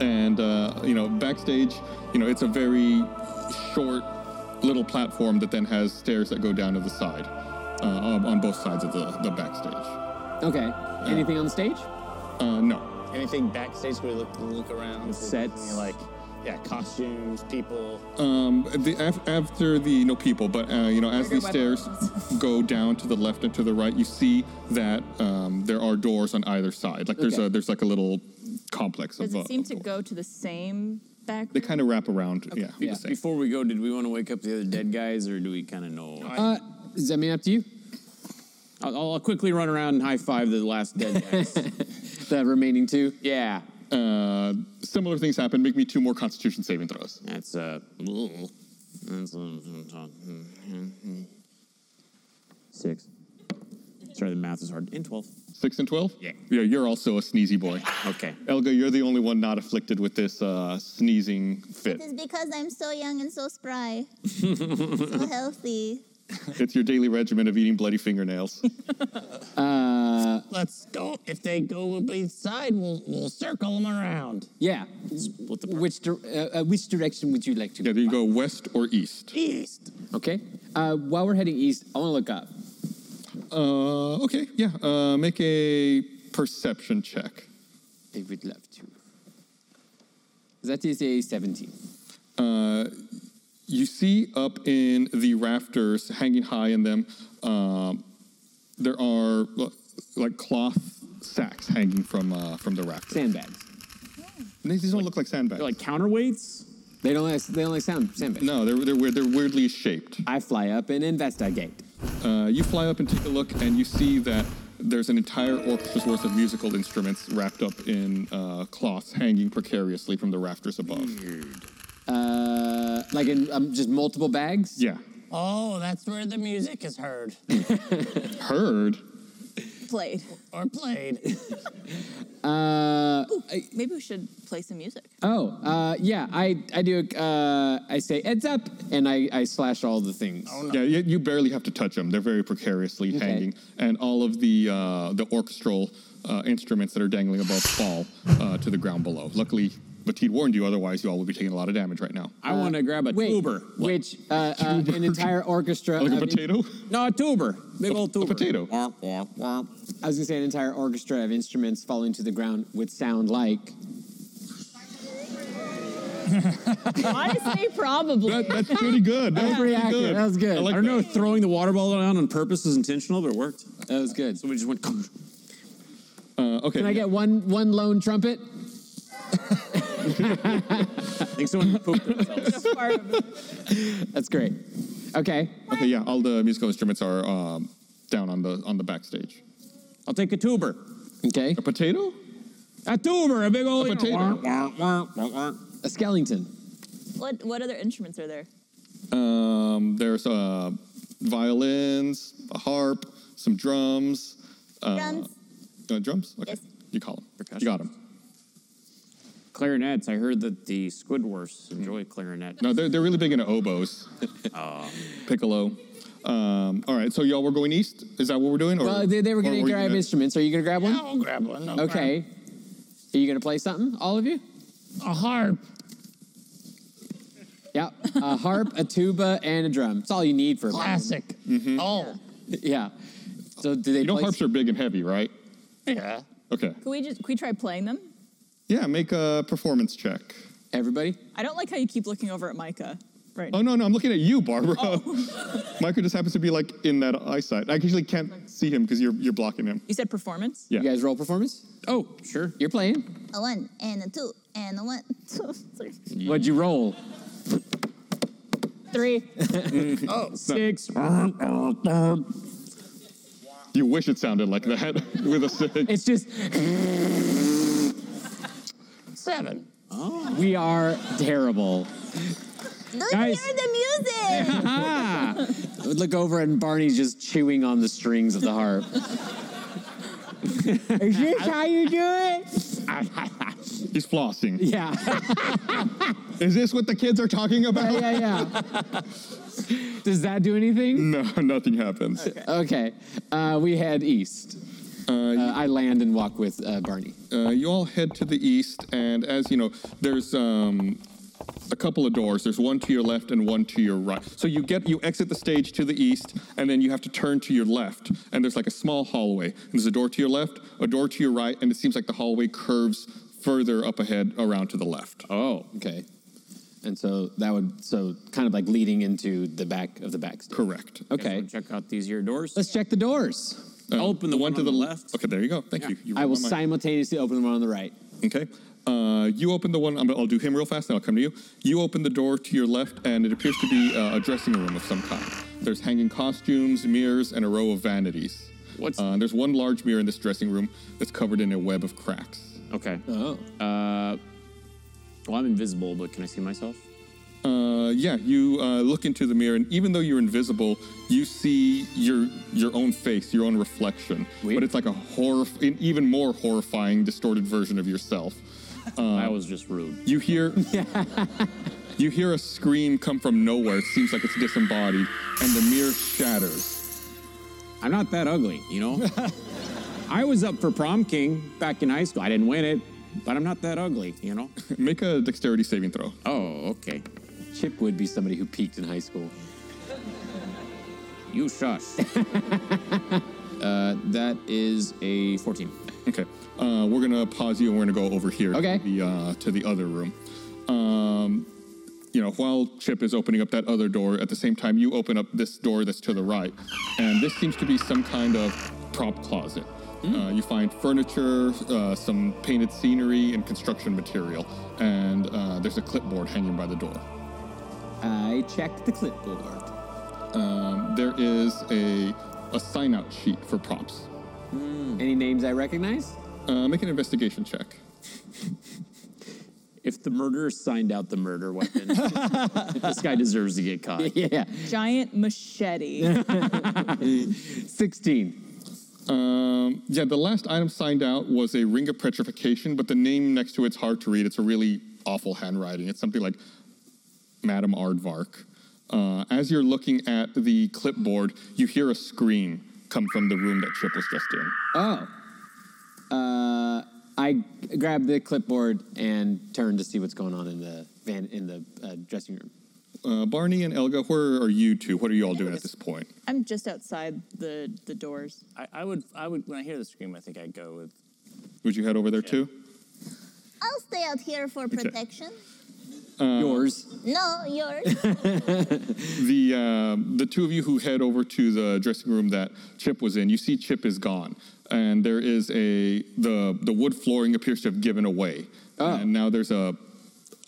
Speaker 1: and uh, you know backstage, you know it's a very short little platform that then has stairs that go down to the side uh, on on both sides of the, the backstage.
Speaker 4: okay. Anything on the stage?
Speaker 1: Uh, no.
Speaker 6: Anything backstage where we look, look around? Is there
Speaker 5: sets.
Speaker 6: any, Like, yeah, costumes, people.
Speaker 1: Um, the, af- after the no people, but uh, you know as
Speaker 2: There
Speaker 1: the
Speaker 2: go weapons.
Speaker 1: stairs go down to the left and to the right, you see that um, there are doors on either side. Like there's
Speaker 4: Okay.
Speaker 1: a there's like a little complex
Speaker 2: Does
Speaker 1: of.
Speaker 2: it seem
Speaker 1: uh,
Speaker 2: to go to the same back?
Speaker 1: They kind of wrap around. Yeah.
Speaker 4: Yeah.
Speaker 1: the same.
Speaker 5: Before we go, did we want to wake up the other dead guys, or do we kind of know?
Speaker 4: Uh, is that mean up to you?
Speaker 5: I'll, I'll quickly run around and high five the last dead guys.
Speaker 4: The remaining two.
Speaker 5: yeah,
Speaker 1: Uh, similar things happen. Make me two more Constitution saving throws.
Speaker 5: that's uh, ugh. that's what I'm talking. hmm, Six. Sorry, the math is hard. And twelve.
Speaker 1: Six and twelve.
Speaker 5: Yeah.
Speaker 1: Yeah. You're also a sneezy boy.
Speaker 5: Okay.
Speaker 1: Elga, you're the only one not afflicted with this uh, sneezing fit.
Speaker 7: It is because I'm so young and so spry. so healthy.
Speaker 1: It's your daily regimen of eating bloody fingernails.
Speaker 5: Uh,
Speaker 6: Let's go. If they go inside, we'll we'll circle them around.
Speaker 4: Yeah. Which dir- uh, uh, which direction would you like to
Speaker 1: yeah,
Speaker 4: go?
Speaker 1: do you go west or east?
Speaker 6: East.
Speaker 4: Okay. Uh, while we're heading east, I want to look up.
Speaker 1: Uh, okay, yeah. Uh, make a perception check.
Speaker 4: I would love to. That is a 17.
Speaker 1: Uh, You see up in the rafters, hanging high in them, um, there are l- like cloth sacks hanging from uh, from the rafters.
Speaker 4: Sandbags.
Speaker 1: These don't look like sandbags.
Speaker 5: They're like counterweights.
Speaker 4: They don't. Like, they only sound sandbags.
Speaker 1: no, they're they're, weird, they're weirdly shaped.
Speaker 4: I fly up and investigate.
Speaker 1: Uh, you fly up and take a look, and you see that there's an entire orchestra's worth of musical instruments wrapped up in uh, cloths hanging precariously from the rafters above.
Speaker 4: Uh, like in um, just multiple bags.
Speaker 1: Yeah.
Speaker 6: Oh, that's where the music is heard
Speaker 1: Heard.
Speaker 2: Played.
Speaker 6: or played.
Speaker 4: Uh,
Speaker 2: Ooh, maybe we should play some music.
Speaker 4: oh. Uh, yeah. I I do. Uh, I say heads up, and I I slash all the things.
Speaker 1: Yeah, you, you barely have to touch them. They're very precariously
Speaker 4: Okay.
Speaker 1: hanging, and all of the uh, the orchestral uh, instruments that are dangling above fall uh, to the ground below. Luckily, Batid warned you; otherwise, you all would be taking a lot of damage right now.
Speaker 5: I want to grab a
Speaker 4: Wait,
Speaker 5: tuber. What?
Speaker 4: Which uh, uh, an entire orchestra.
Speaker 1: Like a
Speaker 4: of in-
Speaker 1: potato.
Speaker 5: No, a tuber. Big old tuber.
Speaker 1: potato.
Speaker 5: Womp, womp, womp.
Speaker 4: I was gonna say an entire orchestra of instruments falling to the ground would sound like.
Speaker 2: Honestly, probably.
Speaker 1: That, that's pretty good. That's
Speaker 4: pretty accurate. That was good.
Speaker 1: I, like
Speaker 5: I don't know
Speaker 1: that.
Speaker 5: if throwing the water ball down on purpose was intentional, but it worked.
Speaker 4: That was good.
Speaker 5: So we just went.
Speaker 1: Uh, okay.
Speaker 4: Can I get one one lone trumpet?
Speaker 5: I think someone pooped themselves.
Speaker 1: That's great.
Speaker 4: Okay.
Speaker 1: Okay. Yeah. All the musical instruments are um, down on the on the backstage.
Speaker 5: I'll take a tuber.
Speaker 4: Okay.
Speaker 1: A potato.
Speaker 5: A tuber. A big old
Speaker 1: a potato.
Speaker 4: A skellington.
Speaker 2: What what other instruments are there?
Speaker 1: Um, there's uh, violins, a harp, some drums. Uh,
Speaker 2: Drums.
Speaker 1: uh, drums. Okay. You call them. You got them.
Speaker 5: Clarinets. I heard that the Squidwars enjoy clarinet. Oh.
Speaker 1: No, they're, they're really big into oboes. Piccolo. Um, all right, so y'all were going east. Is that what we're doing? Or,
Speaker 4: well, they, they were
Speaker 1: or
Speaker 4: going to
Speaker 1: you
Speaker 4: grab
Speaker 1: gonna-
Speaker 4: instruments. Are you going to grab one?
Speaker 1: I'll grab one, I'll
Speaker 4: okay. Are you going to play something, all of you?
Speaker 6: A harp.
Speaker 4: Yeah, a harp, a tuba, and a drum. It's all you need for a band.
Speaker 6: Classic.
Speaker 1: Mm-hmm.
Speaker 6: Oh.
Speaker 4: Yeah. So do they?
Speaker 1: You know,
Speaker 4: play-
Speaker 1: harps are big and heavy, right?
Speaker 6: Yeah.
Speaker 1: Okay.
Speaker 2: Can we just can we try playing them?
Speaker 1: Yeah, make a performance check.
Speaker 4: Everybody.
Speaker 2: I don't like how you keep looking over at Micah. Right.
Speaker 1: Oh no, no, I'm looking at you, Barbara. Micah just happens to be like in that eyesight. I usually can't see him because you're you're blocking him.
Speaker 2: You said performance.
Speaker 1: Yeah.
Speaker 4: You guys roll performance.
Speaker 5: Oh, sure.
Speaker 4: You're playing.
Speaker 7: A one and a two and a one, two, three.
Speaker 4: What'd you roll?
Speaker 2: Three.
Speaker 6: oh,
Speaker 5: six.
Speaker 1: You wish it sounded like that with a six.
Speaker 4: It's just
Speaker 6: Seven.
Speaker 4: we are terrible.
Speaker 7: Look,
Speaker 4: Guys.
Speaker 7: hear the music.
Speaker 4: Ah! Look over and Barney's just chewing on the strings of the harp. Is this how you do it?
Speaker 1: He's flossing.
Speaker 4: Yeah,
Speaker 1: Is this what the kids are talking about?
Speaker 4: yeah, yeah. Does that do anything?
Speaker 1: No, nothing happens.
Speaker 4: Okay, uh, we head east. Uh, I land and walk with uh, Barney.
Speaker 1: uh, you all head to the east, and as you know, there's um, a couple of doors. There's one to your left and one to your right. So you get you exit the stage to the east, and then you have to turn to your left. And there's like a small hallway. And there's a door to your left, a door to your right, and it seems like the hallway curves further up ahead around to the left.
Speaker 5: Oh,
Speaker 4: Okay, and so that would so kind of like leading into the back of the backstage.
Speaker 1: Correct.
Speaker 4: Okay,
Speaker 5: Check out these here doors.
Speaker 4: let's check the doors.
Speaker 1: Uh,
Speaker 5: Open the one
Speaker 1: to
Speaker 5: on
Speaker 1: the
Speaker 5: the left.
Speaker 1: Okay, there you go. Thank
Speaker 5: Yeah.
Speaker 1: you. you
Speaker 4: I will
Speaker 1: read my mind.
Speaker 4: simultaneously open the one on the right.
Speaker 1: Okay. Uh, you open the one. I'm, I'll do him real fast, then I'll come to you. You open the door to your left, and it appears to be uh, a dressing room of some kind. There's hanging costumes, mirrors, and a row of vanities.
Speaker 5: What's-
Speaker 1: Uh, there's one large mirror in this dressing room that's covered in a web of cracks.
Speaker 5: Okay.
Speaker 4: Oh,
Speaker 5: Uh, well, I'm invisible, but can I see myself?
Speaker 1: Uh, yeah, you uh, look into the mirror, and even though you're invisible, you see your your own face, your own reflection. But it's like a horror, an even more horrifying, distorted version of yourself. Uh,
Speaker 5: I was just rude.
Speaker 1: You hear you hear a scream come from nowhere. It seems like it's disembodied, and the mirror shatters.
Speaker 5: I'm not that ugly, you know? I was up for prom king back in high school. I didn't win it, but I'm not that ugly, you know?
Speaker 1: Make a dexterity saving throw.
Speaker 5: Oh, okay.
Speaker 4: Chip would be somebody who peaked in high school.
Speaker 5: You shush. uh, that is a 14.
Speaker 1: Okay, uh, we're gonna pause you, and we're gonna go over here.
Speaker 4: Okay.
Speaker 1: To the, uh, to the other room. Um, you know, while Chip is opening up that other door, at the same time you open up this door that's to the right, and this seems to be some kind of prop closet. Uh, you find furniture, uh, some painted scenery, and construction material, and uh, there's a clipboard hanging by the door.
Speaker 4: I check the clipboard.
Speaker 1: Um, there is a, a sign out sheet for props.
Speaker 5: Hmm.
Speaker 4: Any names I recognize?
Speaker 1: Uh, make an investigation check.
Speaker 5: If the murderer signed out the murder weapon, this guy deserves to get caught.
Speaker 4: Yeah,
Speaker 2: Giant machete.
Speaker 4: 16.
Speaker 1: Um, yeah, the last item signed out was a ring of petrification, but the name next to it's hard to read. It's a really awful handwriting. It's something like Madame Aardvark. Uh, as you're looking at the clipboard, you hear a scream come from the room that Chip was just in.
Speaker 4: Oh. Uh, I grab the clipboard and turn to see what's going on in the van in the uh, dressing room.
Speaker 1: Uh, Barney and Elga, where are you two? What are you all doing at this point?
Speaker 2: I'm just outside the the doors.
Speaker 6: I, I would, I would, when I hear the scream, I think I'd go with.
Speaker 1: Would you head over there too?
Speaker 7: I'll stay out here for protection.
Speaker 5: Uh,
Speaker 4: Yours.
Speaker 7: No, yours.
Speaker 1: the um, the two of you who head over to the dressing room that Chip was in, you see Chip is gone. and there is a the the wood flooring appears to have given away, and now there's a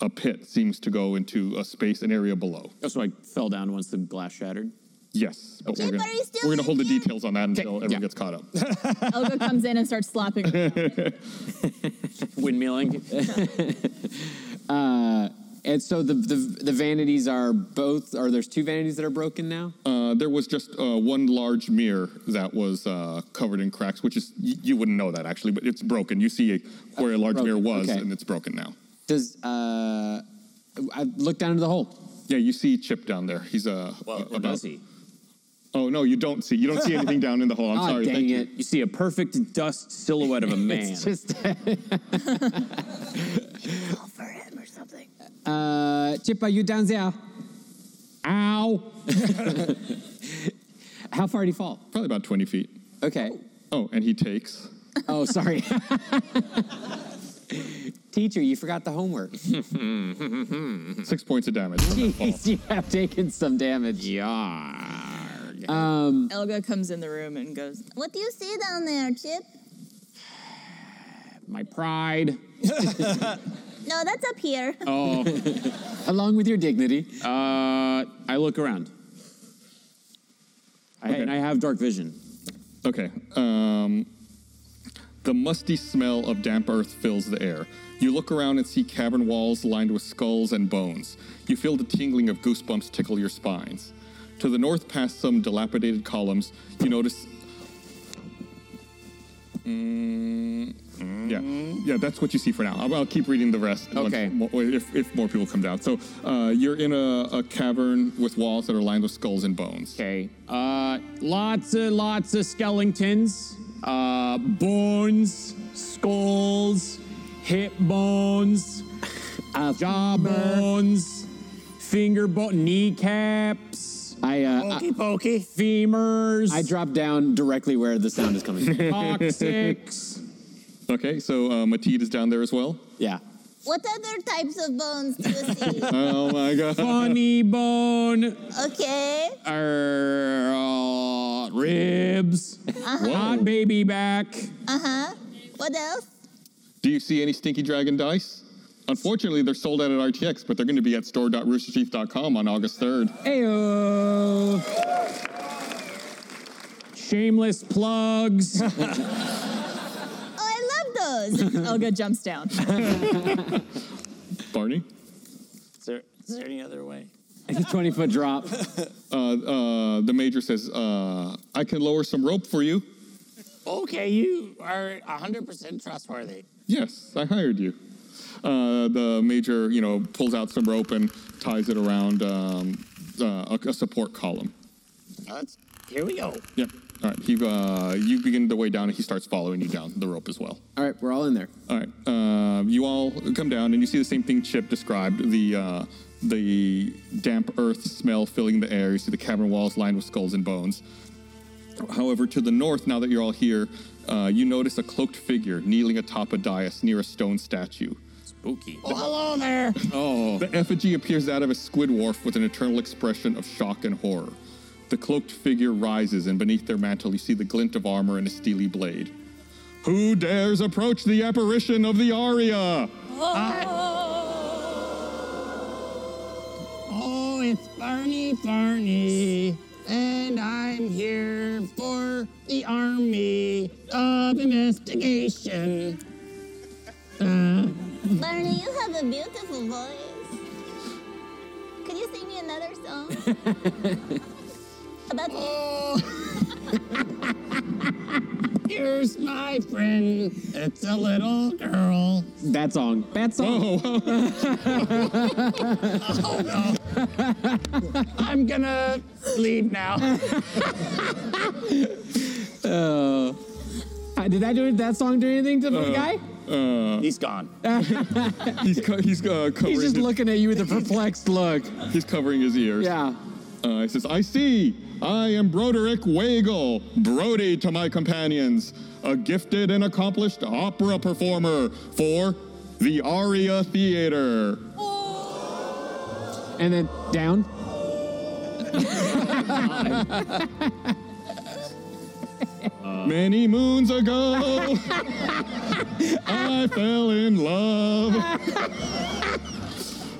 Speaker 1: a pit seems to go into a space an area below.
Speaker 5: Oh, so I fell down once the glass shattered.
Speaker 1: Yes, but we're gonna,
Speaker 2: Jay, Barry's still
Speaker 1: we're gonna hold the details on that until everyone gets caught up.
Speaker 2: Elga comes in and starts slapping. her.
Speaker 4: Windmilling. uh, and so the, the the vanities are both. Are there's two vanities that are broken now?
Speaker 1: Uh, there was just uh, one large mirror that was uh, covered in cracks, which is y- you wouldn't know that actually, but it's broken. You see where a large mirror
Speaker 4: broken,
Speaker 1: was,
Speaker 4: okay.
Speaker 1: and it's broken now.
Speaker 4: Does uh, I look down into the hole?
Speaker 1: Yeah, you see Chip down there. He's uh, about.
Speaker 5: does he?
Speaker 1: Oh no, you don't see. You don't see anything down in the hole. I'm
Speaker 4: Oh,
Speaker 5: Ah,
Speaker 1: sorry.
Speaker 5: dang
Speaker 1: Thank
Speaker 5: it. You see a perfect dust silhouette of a man.
Speaker 4: It's just. Uh, Chip, are you down there? Ow! How far did he fall?
Speaker 1: Probably about 20 feet.
Speaker 4: Okay.
Speaker 1: Oh, and he takes.
Speaker 4: Oh, sorry. Teacher, you forgot the homework.
Speaker 1: Six points of damage. from that fall.
Speaker 4: Jeez, you have taken some damage. Yeah. Um,
Speaker 2: Elga comes in the room and goes,
Speaker 7: What do you see down there, Chip?
Speaker 5: My pride.
Speaker 7: No, that's up here.
Speaker 5: Oh.
Speaker 4: Along with your dignity.
Speaker 5: Uh, I look around. I,
Speaker 1: Okay.
Speaker 5: And I have dark vision.
Speaker 1: Okay. Um, the musty smell of damp earth fills the air. You look around and see cavern walls lined with skulls and bones. You feel the tingling of goosebumps tickle your spines. To the north, past some dilapidated columns, you notice. Mm, yeah, yeah, that's what you see for now. I'll, I'll keep reading the rest.
Speaker 5: Okay.
Speaker 1: Once, more- if, if more people come down. So uh, you're in a, a cavern with walls that are lined with skulls and bones.
Speaker 5: Okay. Uh, lots and lots of skeletons, uh, bones, skulls, hip bones,
Speaker 4: Uh,
Speaker 5: jaw bones, finger bone, kneecaps,
Speaker 4: I, uh, I-
Speaker 5: pokey, femurs,
Speaker 4: I dropped down directly where the sound is coming from.
Speaker 5: coccyx.
Speaker 1: Okay, so uh, Mateed is down there as well.
Speaker 4: yeah.
Speaker 7: What other types of bones do you see?
Speaker 1: oh my god.
Speaker 5: Funny bone,
Speaker 7: okay.
Speaker 5: er, uh, ribs,
Speaker 1: Whoa.
Speaker 5: hot baby back.
Speaker 7: Uh huh. What else?
Speaker 1: Do you see any stinky dragon dice? Unfortunately, they're sold out at RTX, but they're going to be at store.roosterteeth.com on August 3rd.
Speaker 5: Ayo. Shameless plugs.
Speaker 7: Oh, I love those.
Speaker 2: Elga jumps down.
Speaker 1: Barney?
Speaker 6: Is there, is there any other way?
Speaker 4: 20 foot drop.
Speaker 1: Uh, uh, the major says, uh, I can lower some rope for you.
Speaker 6: Okay, you are 100% trustworthy.
Speaker 1: Yes, I hired you. Uh, the major, you know, pulls out some rope and ties it around um, uh, a, a support column.
Speaker 6: Let's, here we go.
Speaker 1: Yep. All right. He, uh, you begin the way down, and he starts following you down the rope as well.
Speaker 4: All right, we're all in there.
Speaker 1: All right. Uh, you all come down and you see the same thing Chip described the uh, the damp earth smell filling the air. You see the cavern walls lined with skulls and bones. However, to the north, now that you're all here, uh, you notice a cloaked figure kneeling atop a dais near a stone statue.
Speaker 5: Spooky.
Speaker 6: Oh, hello there.
Speaker 1: The effigy appears out of a squid wharf with an eternal expression of shock and horror. The cloaked figure rises, and beneath their mantle, you see the glint of armor and a steely blade. Who dares approach the apparition of the Aria?
Speaker 4: Ah.
Speaker 6: Oh, it's Barney Barney. And I'm here for the Army of Investigation.
Speaker 7: Barney, you have a beautiful voice. Can you sing me another song? About
Speaker 6: Oh. Here's my friend. It's a little girl.
Speaker 4: That song. That song.
Speaker 1: Oh,
Speaker 6: I'm gonna leave now.
Speaker 4: Uh, Did that do that song do anything to
Speaker 1: Uh,
Speaker 4: the guy?
Speaker 6: He's gone.
Speaker 1: He's co- he's uh, covering
Speaker 4: He's just
Speaker 1: his,
Speaker 4: looking at you with a perplexed look.
Speaker 1: he's covering his ears.
Speaker 4: Yeah.
Speaker 1: Uh, he says, "I see. I am Broderick Wagle, Brody to my companions, a gifted and accomplished opera performer for the Aria Theater."
Speaker 4: And then down.
Speaker 9: Many moons ago, I fell in love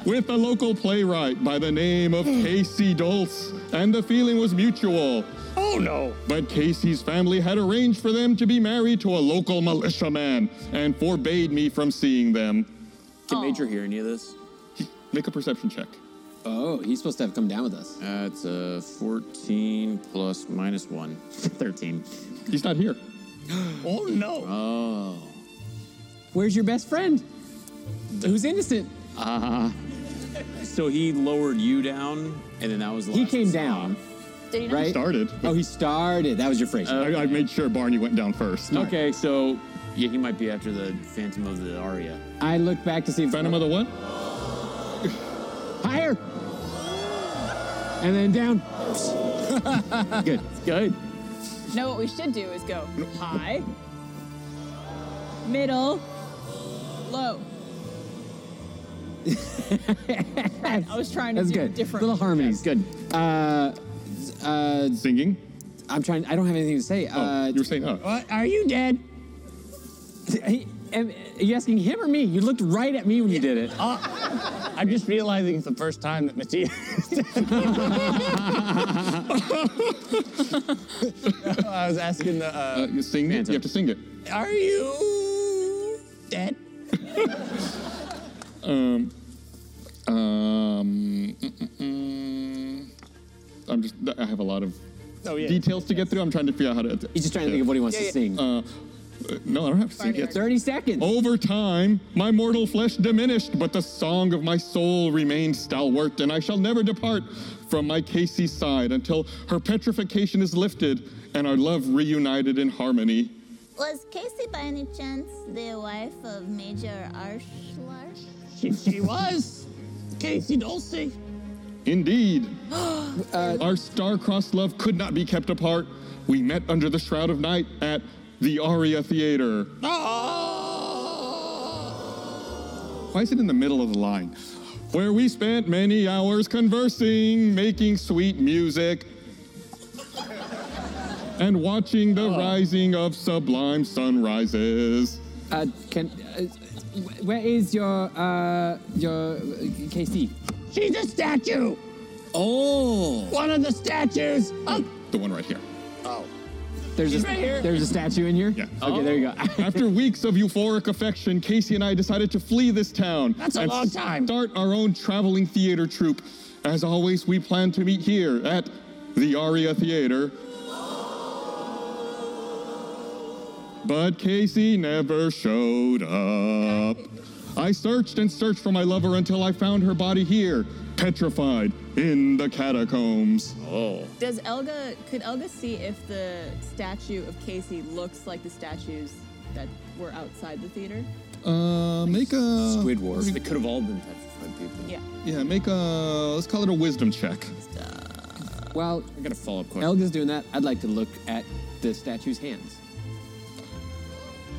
Speaker 9: with a local playwright by the name of Casey Dulce, and the feeling was mutual. Oh no! But Casey's family had arranged for them to be married to a local militiaman and forbade me from seeing them.
Speaker 5: Can Major hear any of this?
Speaker 9: Make a perception check.
Speaker 4: Oh, he's supposed to have come down with us.
Speaker 5: That's uh, 14 plus minus 1. 13.
Speaker 9: He's not here.
Speaker 6: oh no.
Speaker 5: Oh.
Speaker 4: Where's your best friend? Who's innocent?
Speaker 5: Uh, so he lowered you down, and then that was the
Speaker 4: He
Speaker 5: last
Speaker 4: came down.
Speaker 2: Did
Speaker 5: he not?
Speaker 4: right?
Speaker 5: He started. Uh,
Speaker 4: Oh, he started. That was your phrase.
Speaker 9: I, I made sure Barney went down first.
Speaker 5: Okay, so yeah, he might be after the Phantom of the Aria.
Speaker 4: I look back to see
Speaker 9: Phantom of the what?
Speaker 4: Higher. And then down.
Speaker 5: good. Good.
Speaker 2: No, what we should do is go high, middle, low. I was trying to
Speaker 4: That's
Speaker 2: do
Speaker 4: good.
Speaker 2: different.
Speaker 4: Little harmonies. Good. Uh, uh,
Speaker 9: Singing.
Speaker 4: I'm trying. I don't have anything to say. Oh, uh,
Speaker 9: you were saying. Oh.
Speaker 4: Are you dead? He- am- are you asking him or me? You looked right at me when you did it.
Speaker 6: I'm just realizing it's the first time that Mattia. No, I was asking the. Uh,
Speaker 9: you sing it. You have to sing it.
Speaker 6: Are you dead?
Speaker 9: Um, um, mm, mm, mm. I'm just. I have a lot of
Speaker 6: Oh, yeah.
Speaker 9: details to get through. I'm trying to figure out how to.
Speaker 4: He's just trying to think of what he wants to sing.
Speaker 9: Uh, no, I don't have to sing it.
Speaker 4: Thirty seconds.
Speaker 9: Over time, my mortal flesh diminished, but the song of my soul remained stalwart, and I shall never depart from my Casey's side until her petrification is lifted and our love reunited in harmony.
Speaker 7: Was Casey by any chance the wife of Major Arshlar?
Speaker 6: She, she was. Casey Dulce.
Speaker 9: Indeed. Our star-crossed love could not be kept apart. We met under the shroud of night at the Aria Theater. Why is it in the middle of the line? Where we spent many hours conversing, making sweet music, and watching the rising of sublime sunrises.
Speaker 4: Uh, can uh, wh- where is your uh your uh, KC?
Speaker 6: She's a statue.
Speaker 4: Oh,
Speaker 6: One of the statues. Of-
Speaker 9: The one right here.
Speaker 6: oh.
Speaker 4: there's
Speaker 6: She's
Speaker 4: a
Speaker 6: right here.
Speaker 4: there's a statue in here.
Speaker 9: Yeah.
Speaker 4: Okay, there you go.
Speaker 9: After weeks of euphoric affection, Casey and I decided to flee this town.
Speaker 6: That's a
Speaker 9: and
Speaker 6: long time.
Speaker 9: Start our own traveling theater troupe. As always, we plan to meet here at the Aria Theater. But Casey never showed up. I searched and searched for my lover until I found her body here, petrified in the catacombs.
Speaker 5: Oh.
Speaker 2: Does Elga could Elga see if the statue of Casey looks like the statues that were outside the theater?
Speaker 9: Uh, make a
Speaker 5: Squidward. They could have all been petrified people.
Speaker 2: Yeah.
Speaker 9: Yeah, make a let's call it a wisdom check. Uh,
Speaker 4: Well,
Speaker 5: I got a follow up question.
Speaker 4: Elga's doing that. I'd like to look at the statue's hands.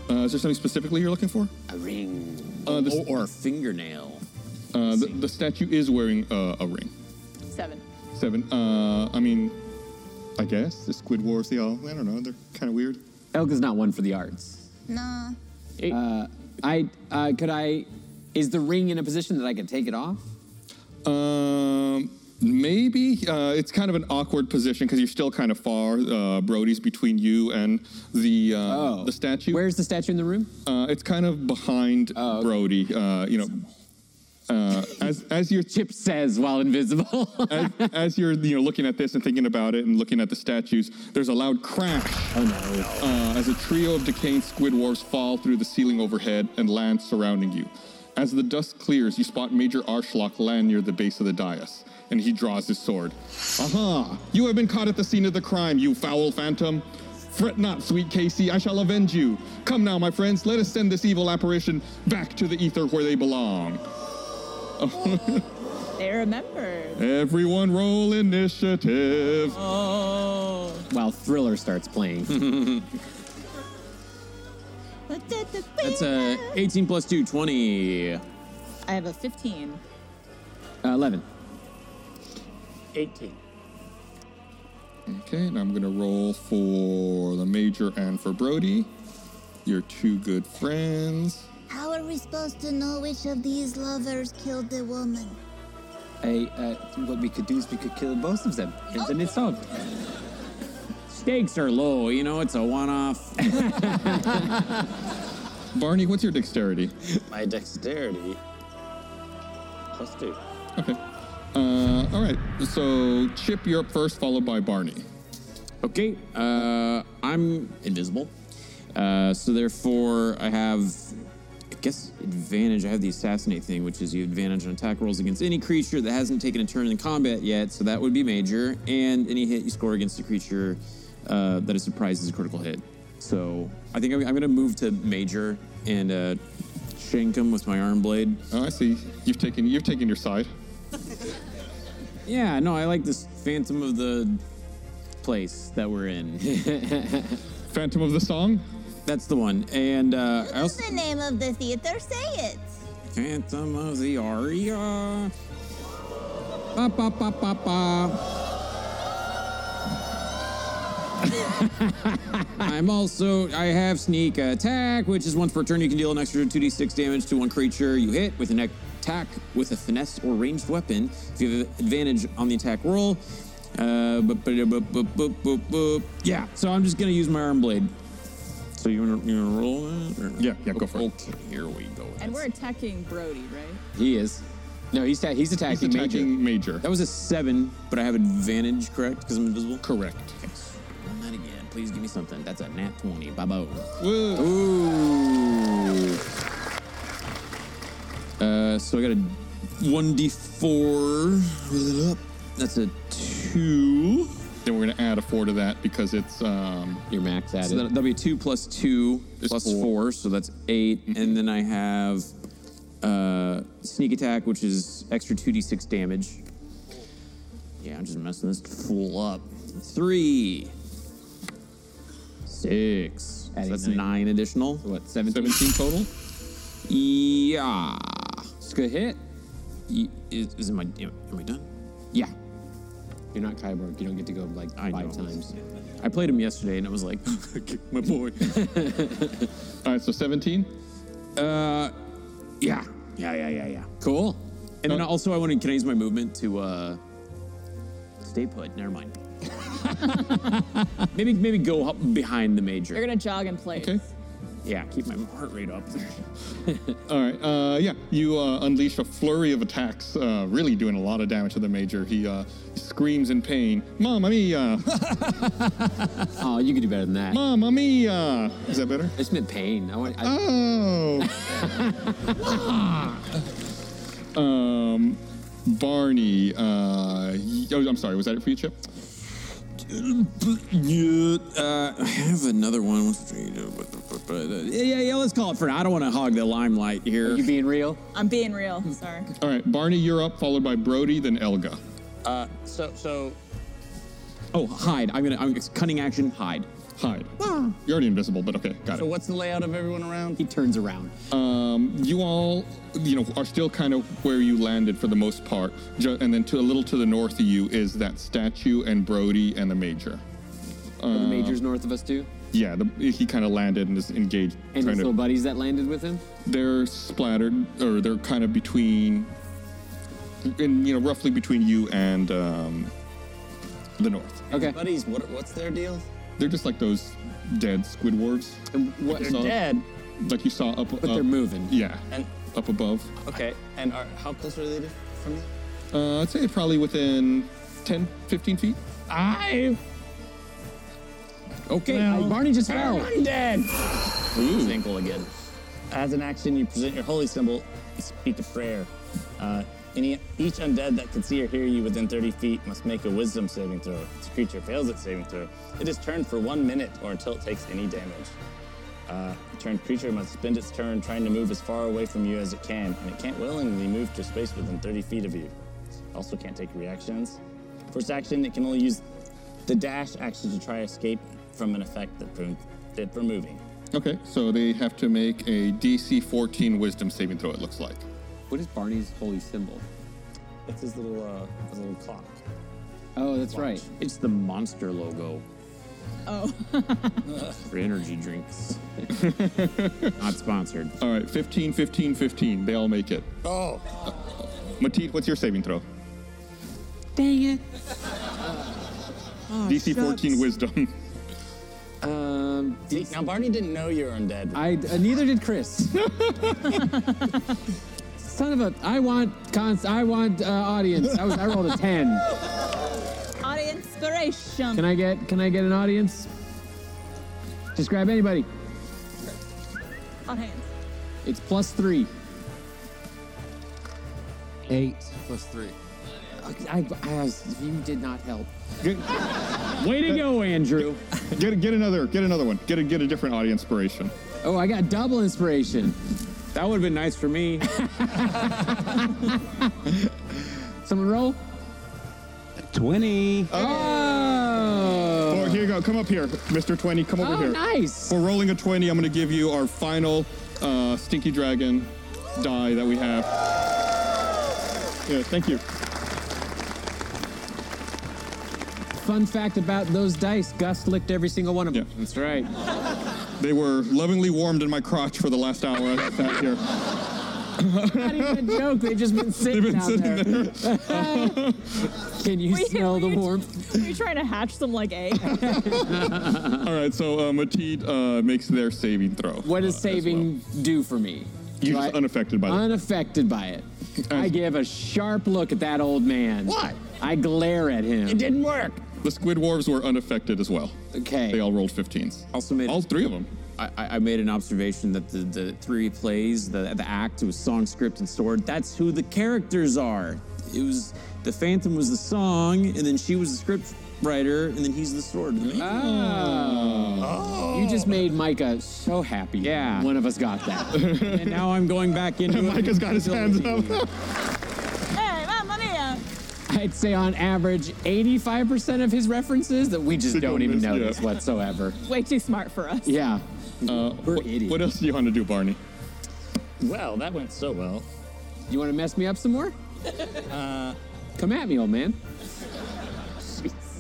Speaker 9: Uh, is there something specifically you're looking for?
Speaker 5: a ring.
Speaker 9: Uh, this-
Speaker 5: Oh, or a fingernail.
Speaker 9: Uh, the, the statue is wearing uh, a ring.
Speaker 2: Seven.
Speaker 9: Seven. Uh, I mean, I guess the Squid Wars. They all. I don't know. They're kind of weird.
Speaker 4: Elga's not one for the arts.
Speaker 7: No.
Speaker 4: Uh, I uh, could I. Is the ring in a position that I could take it off?
Speaker 9: Um, maybe uh, it's kind of an awkward position because you're still kind of far. Uh, Brody's between you and the uh, the statue.
Speaker 4: Where's the statue in the room?
Speaker 9: Uh, it's kind of behind Brody. Uh, you know, uh, as as you're
Speaker 4: Chip says while invisible.
Speaker 9: as, as you're you know looking at this and thinking about it and looking at the statues, there's a loud crash. Uh, as a trio of decaying squidwards fall through the ceiling overhead and land surrounding you. As the dust clears, you spot Major Arshlock land near the base of the dais, and he draws his sword. Aha! You have been caught at the scene of the crime, you foul phantom. Fret not, sweet Casey, I shall avenge you. Come now, my friends, let us send this evil apparition back to the ether where they belong.
Speaker 2: They remember.
Speaker 9: Everyone roll initiative.
Speaker 2: Oh.
Speaker 4: while Thriller starts playing.
Speaker 5: That's a 18 plus 2, 20.
Speaker 2: I have a 15.
Speaker 4: Uh, 11.
Speaker 6: 18.
Speaker 1: Okay, and I'm gonna roll for the major and for Brody. Your two good friends.
Speaker 7: How are we supposed to know which of these lovers killed the woman?
Speaker 12: I, uh, what we could do is we could kill both of them, and then it's solved.
Speaker 4: Stakes are low, you know, it's a one off.
Speaker 1: Barney, what's your dexterity?
Speaker 6: My dexterity. Plus two.
Speaker 1: Okay. Uh, all right. So Chip, you're up first, followed by Barney.
Speaker 4: Okay. Uh, I'm invisible. Uh, so therefore, I have, I guess, advantage. I have the assassinate thing, which is you have advantage on attack rolls against any creature that hasn't taken a turn in combat yet. So that would be major, and any hit you score against a creature uh, that is surprised is a critical hit. So I think I'm, I'm going to move to major and uh, shank him with my arm blade.
Speaker 1: Oh, I see. You've taken you've taken your side.
Speaker 4: Yeah, no, I like this Phantom of the place that we're in.
Speaker 1: Phantom of the song?
Speaker 4: That's the one. And uh, I
Speaker 7: What's
Speaker 4: also
Speaker 7: the name of the theater? Say it.
Speaker 4: Phantom of the Aria. Ba, ba, ba, ba, ba. I'm also I have sneak attack, which is once per turn you can deal an extra 2d6 damage to one creature you hit with an attack with a finesse or ranged weapon. If you have advantage on the attack roll, uh, bu- bu- bu- bu- bu- bu- bu- yeah. So I'm just gonna use my arm blade. So you wanna, you wanna roll it? Or?
Speaker 1: Yeah, yeah, go for
Speaker 4: it. Okay, here we go.
Speaker 2: And we're attacking Brody, right?
Speaker 4: He is. No, he's ta- he's attacking,
Speaker 1: major.
Speaker 4: That was a seven, but I have advantage, correct? Because I'm invisible.
Speaker 1: Correct.
Speaker 4: Okay. Run that again. Please give me something. That's a nat twenty. Bye bye.
Speaker 1: Ooh.
Speaker 4: Uh, so I got a one d four. Roll it up. That's a two.
Speaker 1: Then we're gonna add a four to that because it's um
Speaker 4: your max
Speaker 1: added.
Speaker 4: So that, that'll be two plus two plus
Speaker 1: four.
Speaker 4: four. Mm-hmm. so that's 8 And then I have uh, sneak attack, which is extra two d six damage. Yeah, I'm just messing this fool up. Three, six. So that's nine, additional. what? Seventeen,
Speaker 1: total.
Speaker 4: Yeah, it's a good hit. Y- Is, is my am am I done? Yeah.
Speaker 13: You're not Kyborg. You don't get to go like five times.
Speaker 4: I played him yesterday and it was like, my boy.
Speaker 1: All right, so 17?
Speaker 4: Uh, yeah. Yeah, yeah, yeah, yeah. Cool. And then also, I wanted, can I use my movement to uh, stay put? Never mind. maybe maybe go up behind the major.
Speaker 2: You're gonna jog in place.
Speaker 1: Okay.
Speaker 4: Yeah, keep my heart rate up.
Speaker 1: All right. Uh, yeah, you uh, unleash a flurry of attacks, uh, really doing a lot of damage to the major. He uh, screams in pain, "Mamma mia!"
Speaker 13: oh, you could do better than that.
Speaker 1: Mamma mia! Is that better?
Speaker 13: It's been pain. I want. I,
Speaker 1: Oh. um, Barney. Uh, y- oh, I'm sorry. Was that it for you, Chip?
Speaker 4: Uh, I have another one. uh, Yeah, yeah, yeah. Let's call it for now. I don't want to hog the limelight here. Are you
Speaker 13: being real?
Speaker 2: I'm being real.
Speaker 4: Hmm.
Speaker 2: Sorry.
Speaker 1: All right, Barney, you're up, followed by Brody, then Elga.
Speaker 6: Uh, so, so
Speaker 4: Oh, hide. I'm gonna. I'm, it's cunning action. Hide.
Speaker 1: Hide.
Speaker 6: Ah.
Speaker 1: You're already invisible, but okay, got
Speaker 6: So
Speaker 1: it.
Speaker 6: what's the layout of everyone around?
Speaker 13: He turns around.
Speaker 1: Um, you all, you know, are still kind of where you landed for the most part, Ju- and then to a little to the north of you is that statue and Brody and the Major.
Speaker 13: Are the
Speaker 1: Uh,
Speaker 13: majors north of us too.
Speaker 1: Yeah, the, he kind of landed and is engaged.
Speaker 13: And
Speaker 1: trying
Speaker 13: his
Speaker 1: to-
Speaker 13: little buddies that landed with him.
Speaker 1: they're splattered, or they're kind of between, in you know, roughly between you and um, the north.
Speaker 13: Okay.
Speaker 6: Buddies, what, what's their deal?
Speaker 1: They're just like those dead squid wharves.
Speaker 6: what- They're dead?
Speaker 1: Like you saw up. But
Speaker 4: Oh,
Speaker 6: they're moving.
Speaker 1: Yeah.
Speaker 6: And-
Speaker 1: up above.
Speaker 6: Okay, and are, how close are they to- from you?
Speaker 1: Uh, I'd say probably within 10, 15 feet.
Speaker 6: I.
Speaker 4: Okay,
Speaker 1: Well,
Speaker 6: Barney just
Speaker 1: fell.
Speaker 6: I'm dead.
Speaker 1: Ooh.
Speaker 6: His ankle again. As an action, you present your holy symbol, you speak a prayer. Uh, any, each undead that can see or hear you within 30 feet must make a wisdom saving throw. If the creature fails its saving throw, it is turned for one minute or until it takes any damage. Uh, the turned creature must spend its turn trying to move as far away from you as it can, and it can't willingly move to space within 30 feet of you. Also, can't take reactions. For its action, it can only use the dash action to try escape from an effect that prevents it from moving.
Speaker 1: Okay, so they have to make a DC 14 wisdom saving throw, it looks like.
Speaker 13: What is Barney's holy symbol?
Speaker 6: It's his little, uh, his little clock.
Speaker 4: Oh, that's right.
Speaker 5: It's the monster logo
Speaker 2: Oh.
Speaker 5: for energy drinks. Not sponsored.
Speaker 1: All right, 15, 15, 15. They all make it. Oh. Matit, what's your saving throw?
Speaker 14: Dang it.
Speaker 1: DC 14 wisdom.
Speaker 4: Um,
Speaker 6: now Barney didn't know you were undead.
Speaker 4: I uh, neither did Chris. Son of a! I want cons. I want uh, audience. I was. I rolled a ten.
Speaker 2: Audience inspiration.
Speaker 4: Can I get? Can I get an audience? Just grab anybody.
Speaker 2: Hot hands.
Speaker 4: It's plus three.
Speaker 15: Eight plus three.
Speaker 4: I, I was, you did not help.
Speaker 1: Way
Speaker 4: to go, Andrew.
Speaker 1: Get, get another get another one. Get a, get a different audience inspiration.
Speaker 4: Oh, I got double inspiration.
Speaker 5: That would have been nice for me.
Speaker 4: Someone roll.
Speaker 14: 20.
Speaker 4: Oh.
Speaker 1: Or here you go. Come up here, Mr. 20. Come over
Speaker 4: Oh,
Speaker 1: here.
Speaker 4: nice.
Speaker 1: For rolling a 20, I'm going to give you our final uh, Stinky Dragon die that we have. Yeah, thank you.
Speaker 4: Fun fact about those dice: Gus licked every single one of them.
Speaker 5: That's right.
Speaker 1: They were lovingly warmed in my crotch for the last hour I was sat here.
Speaker 4: not even a joke. They've just been sitting
Speaker 1: They've been
Speaker 4: down
Speaker 1: sitting
Speaker 4: there. Can you smell the warmth?
Speaker 2: Were you trying to hatch some like egg?
Speaker 1: All right, so uh, Matit uh, makes their saving throw. Uh,
Speaker 4: What does saving do for me?
Speaker 1: You're just
Speaker 4: Do I-
Speaker 1: unaffected by that.
Speaker 4: Unaffected by it. I give a sharp look at that old man. What? I glare at him. It
Speaker 6: didn't work.
Speaker 1: The squid dwarves were unaffected as well.
Speaker 4: Okay.
Speaker 1: They all rolled 15s.
Speaker 5: Also made
Speaker 1: all three of them.
Speaker 5: I, I I made an observation that the, the three plays, the, the act, it was song, script, and sword. That's who the characters are. It was the Phantom was the song, and then she was the script writer, and then he's the sword.
Speaker 4: Oh. You just made Micah so happy. Yeah. One of us got that.
Speaker 5: and now I'm going back into.
Speaker 1: Micah's got his hands
Speaker 5: up.
Speaker 2: hey, uh, mamma mia.
Speaker 4: I'd say on average, 85% of his references that we just
Speaker 1: They
Speaker 4: don't
Speaker 1: don't
Speaker 4: even
Speaker 1: miss, yeah.
Speaker 4: notiver whatsoever.
Speaker 2: Way too smart for us.
Speaker 4: Yeah.
Speaker 1: Uh,
Speaker 4: We're
Speaker 1: what,
Speaker 4: idiots.
Speaker 1: what else do you want to do, Barney?
Speaker 6: Well, that went so well.
Speaker 4: You want to mess me up some more?
Speaker 6: Uh,
Speaker 4: Come at me, old man.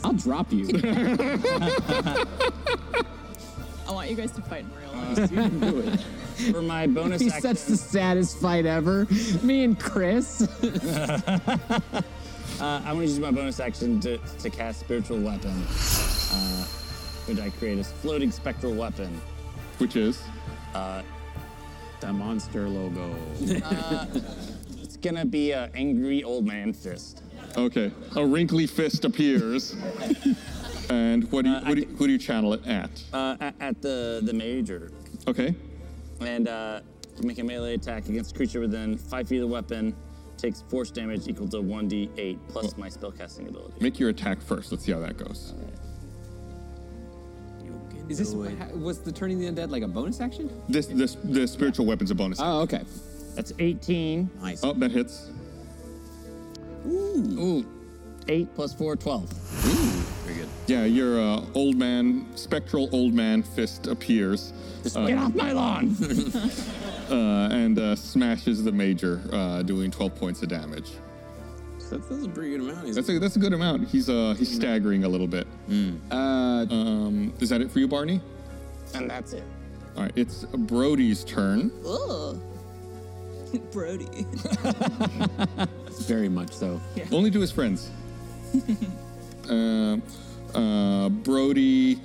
Speaker 4: I'll drop you.
Speaker 2: I want you guys to fight in real life.
Speaker 6: for my bonus
Speaker 4: He's
Speaker 6: action,
Speaker 4: such the saddest fight ever. Me and Chris.
Speaker 6: uh, I'm going to use my bonus action to, to cast spiritual weapon, uh, which I create as floating spectral weapon.
Speaker 1: Which is?
Speaker 6: Uh,
Speaker 5: the monster logo.
Speaker 6: uh, it's going to be an angry old man fist.
Speaker 1: Okay. A wrinkly fist appears. and what do you,
Speaker 6: Uh, I
Speaker 1: what do you, who do you channel it at?
Speaker 6: uh, at, at the the major,
Speaker 1: Okay.
Speaker 6: and uh, make a melee attack against a creature within five feet of the weapon. Takes force damage equal to one d8 plus my spellcasting ability.
Speaker 1: Make your attack first. Let's see how that goes.
Speaker 15: Is this ha- was the turning the undead like a bonus action?
Speaker 1: This this the spiritual weapon's a bonus.
Speaker 4: Oh, okay.
Speaker 6: That's 18.
Speaker 5: Nice.
Speaker 1: Oh, that hits.
Speaker 6: Ooh. 8 plus 4, 12.
Speaker 5: Very good.
Speaker 1: Yeah, your uh, old man, spectral old man fist appears. uh,
Speaker 6: Get off my lawn!
Speaker 1: uh, and uh, smashes the major, uh, doing 12 points of damage.
Speaker 5: So that's, that's a pretty good amount. Mm-hmm. Is
Speaker 1: That's a that's a good amount. He's uh he's staggering a little bit. um, is that it for you, Barney?
Speaker 6: and that's it.
Speaker 1: All right, it's Brody's turn.
Speaker 2: Ugh. Brody.
Speaker 4: Very much so.
Speaker 1: Only to his friends. Um uh, Brody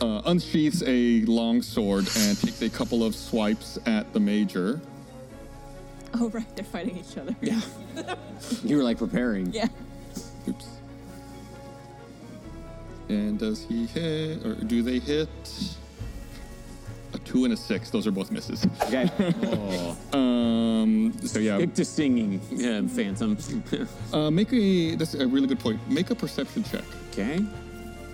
Speaker 1: uh, unsheaths a long sword and takes a couple of swipes at the major.
Speaker 2: Oh, right. They're fighting each other. Yeah.
Speaker 4: You were like preparing.
Speaker 2: yeah.
Speaker 1: Oops. And does he hit, or do they hit? A two and a six. Those are both misses.
Speaker 4: Okay. Oh,
Speaker 1: Um. So yeah.
Speaker 5: Stick to singing, yeah, Phantom.
Speaker 1: Uh, make a. That's a really good point. Make a perception check.
Speaker 5: okay.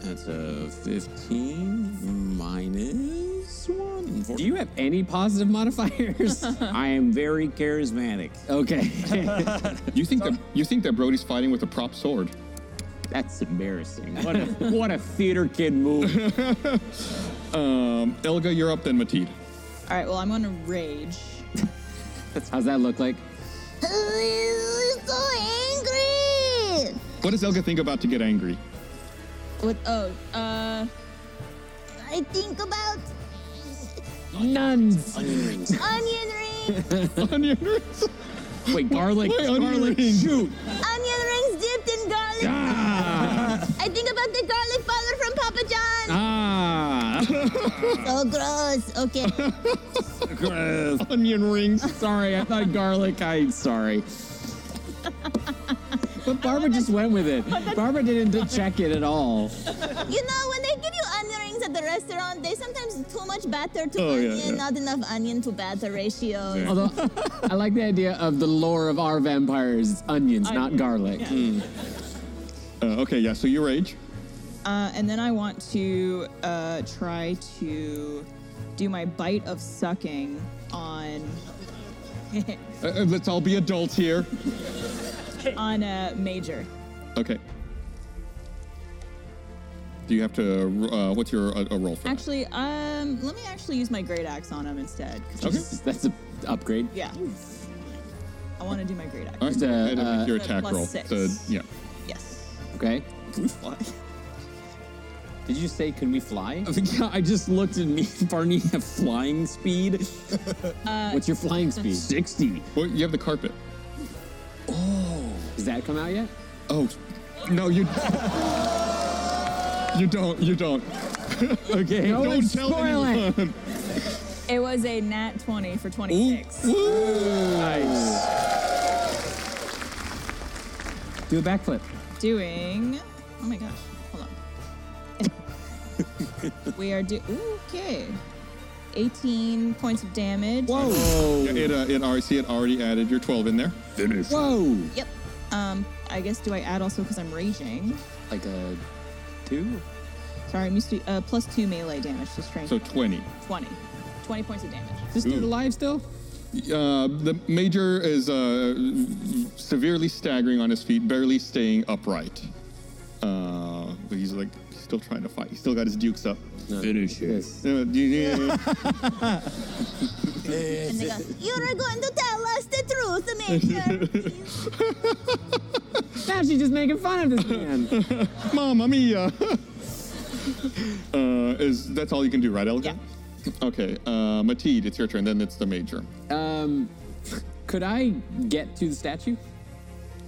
Speaker 5: That's a 15 minus 1.
Speaker 4: Do you have any positive modifiers?
Speaker 5: I am very charismatic.
Speaker 4: okay.
Speaker 1: You think that you think that Brody's fighting with a prop sword?
Speaker 5: That's embarrassing. What a, what a theater kid move.
Speaker 1: Um, Elga, you're up then, Matit.
Speaker 2: All right. Well, I'm gonna rage.
Speaker 4: How's that look like?
Speaker 7: I'm so angry.
Speaker 1: What does Elga think about to get angry?
Speaker 2: What? Oh, uh,
Speaker 7: I think about
Speaker 4: Nuns.
Speaker 5: Onion rings.
Speaker 7: onion rings.
Speaker 1: onion rings.
Speaker 5: Wait, garlic.
Speaker 1: Wait, onion
Speaker 5: garlic.
Speaker 1: rings.
Speaker 5: Shoot.
Speaker 7: Onion rings dipped in garlic. I think about the garlic powder from Papa John.
Speaker 5: Ah.
Speaker 7: So gross. Okay.
Speaker 5: Gross.
Speaker 1: Onion rings.
Speaker 5: Sorry, I thought garlic. I'm sorry.
Speaker 4: But Barbara just went with it. Barbara didn't check it at all.
Speaker 7: you know, when they give you onion rings at the restaurant, they sometimes too much batter to
Speaker 4: Oh, yeah,
Speaker 7: onion,
Speaker 4: yeah.
Speaker 7: not enough onion to batter ratio.
Speaker 4: Although I like the idea of the lore of our vampires. It's onions, not
Speaker 2: Onion,
Speaker 4: garlic.
Speaker 2: yeah.
Speaker 1: Uh, okay, yeah. So your age.
Speaker 2: Uh, and then I want to uh, try to do my bite of sucking on
Speaker 1: Uh, uh, let's all be adults here.
Speaker 2: on a major.
Speaker 1: Okay. Do you have to? Uh, what's your uh, a roll for?
Speaker 2: Actually, um, let me actually use my great axe on him instead. 'cause
Speaker 1: Okay.
Speaker 2: he's-
Speaker 4: That's an upgrade.
Speaker 2: Yeah. I want to do my great axe.
Speaker 1: All
Speaker 4: uh,
Speaker 1: right. go ahead and make your
Speaker 2: The
Speaker 1: attack
Speaker 2: uh, plus
Speaker 1: roll.
Speaker 2: six.
Speaker 1: The- yeah.
Speaker 2: Yes.
Speaker 4: Okay.
Speaker 2: Can we fly?
Speaker 4: Did you say can we fly?
Speaker 5: Yeah, I just looked at me. Barney have flying speed.
Speaker 2: Uh,
Speaker 4: What's your flying speed?
Speaker 5: Sixty.
Speaker 1: Well, you have the carpet.
Speaker 4: Oh. Does that come out yet?
Speaker 1: Oh, no, you. you don't. You don't. okay.
Speaker 4: No
Speaker 1: don't
Speaker 4: one's
Speaker 1: tell
Speaker 4: spoiling.
Speaker 1: anyone.
Speaker 2: It was a nat 20 for 26.
Speaker 5: Nice.
Speaker 15: Do a backflip.
Speaker 2: Doing. Oh my gosh. Hold on. we are do. ooh, Okay. 18 points of damage.
Speaker 1: Yeah, it, uh, it, already- see, it already added your 12 in there. Finish.
Speaker 4: Whoa.
Speaker 2: Yep. Um, I guess do I add also because I'm raging?
Speaker 4: Like a two?
Speaker 2: Sorry, I'm used to uh, plus two melee damage to strength.
Speaker 1: So 20.
Speaker 2: 20. 20 points of damage.
Speaker 4: This dude alive still?
Speaker 1: Uh, the major is uh, severely staggering on his feet, barely staying upright. Uh, but he's like still trying to fight. He's still got his dukes up.
Speaker 5: Finish it.
Speaker 1: Uh, do you-
Speaker 7: And they go, You're going to tell us the truth, Major.
Speaker 4: now she's just making fun of this man.
Speaker 1: Mamma mia. uh, is that's all you can do, right, Elga? Okay, uh, Mateed, it's your turn. Then it's the major.
Speaker 4: Um, could I get to the statue?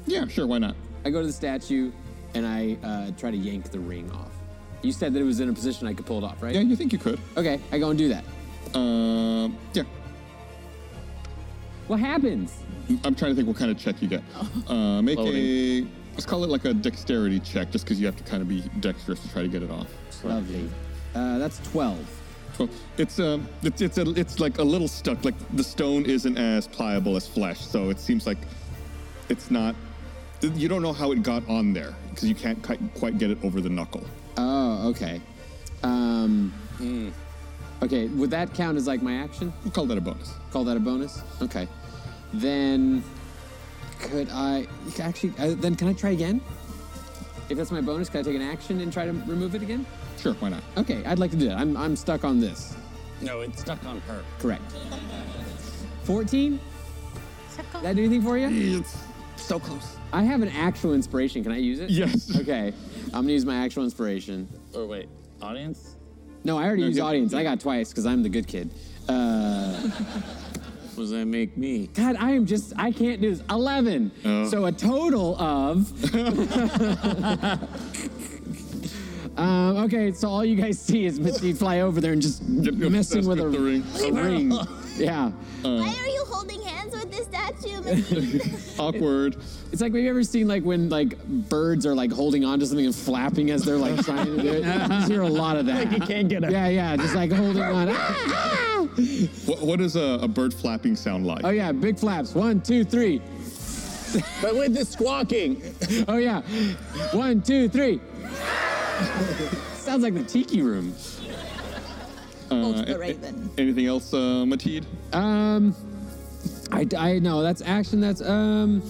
Speaker 1: Yeah, sure. Why not?
Speaker 4: I go to the statue and I uh, try to yank the ring off. You said that it was in a position I could pull it off, right?
Speaker 1: Yeah, you think you could?
Speaker 4: Okay, I go and do that.
Speaker 1: Um, yeah.
Speaker 4: What happens?
Speaker 1: I'm trying to think what kind of check you get. Uh, make a let's call it like a dexterity check, just because you have to kind of be dexterous to try to get it off.
Speaker 4: Lovely. Uh, that's 12.
Speaker 1: Well, it's um, it's it's a, it's like a little stuck. Like the stone isn't as pliable as flesh, so it seems like it's not. You don't know how it got on there because you can't quite, quite get it over the knuckle.
Speaker 4: Oh, okay. Um, Okay, would that count as like my action?
Speaker 1: Hmm. We'll call that a bonus.
Speaker 4: Call that a bonus? Okay. Then could I actually, uh, then can I try again? If that's my bonus, can I take an action and try to remove it again?
Speaker 1: Sure, why not?
Speaker 4: Okay, I'd like to do that. I'm, I'm stuck on this.
Speaker 6: No, it's stuck on her.
Speaker 4: Correct. 14? Did that do anything for you?
Speaker 6: So close.
Speaker 4: I have an actual inspiration. Can I use it?
Speaker 1: Yes.
Speaker 4: Okay, I'm gonna use my actual inspiration.
Speaker 6: Or wait, audience?
Speaker 4: No, I already
Speaker 6: No,
Speaker 4: used
Speaker 6: good.
Speaker 4: audience. I got twice because I'm the good kid. Uh,
Speaker 5: What does that make me?
Speaker 4: God, I am just, I can't do this. 11.
Speaker 5: Oh.
Speaker 4: So a total of. um, okay, so all you guys see is Misty fly over there and just messing with a, a ring. yeah.
Speaker 7: Why are you holding hands with this statue, Major?
Speaker 1: Awkward.
Speaker 4: It's like, have you ever seen like when like birds are like holding onto something and flapping as they're like trying to do it? You hear a lot of that.
Speaker 1: Like you can't get it.
Speaker 4: Yeah, yeah, just like holding on. Ah, ah!
Speaker 1: What, what does a, a bird flapping sound like?
Speaker 4: Oh yeah, big flaps. One, two, three.
Speaker 6: But with the squawking.
Speaker 4: Oh yeah. One, two, three. Sounds like the tiki room.
Speaker 1: Uh, a- a- anything else, uh, Mateed?
Speaker 4: Um, I, I no, that's action. That's um,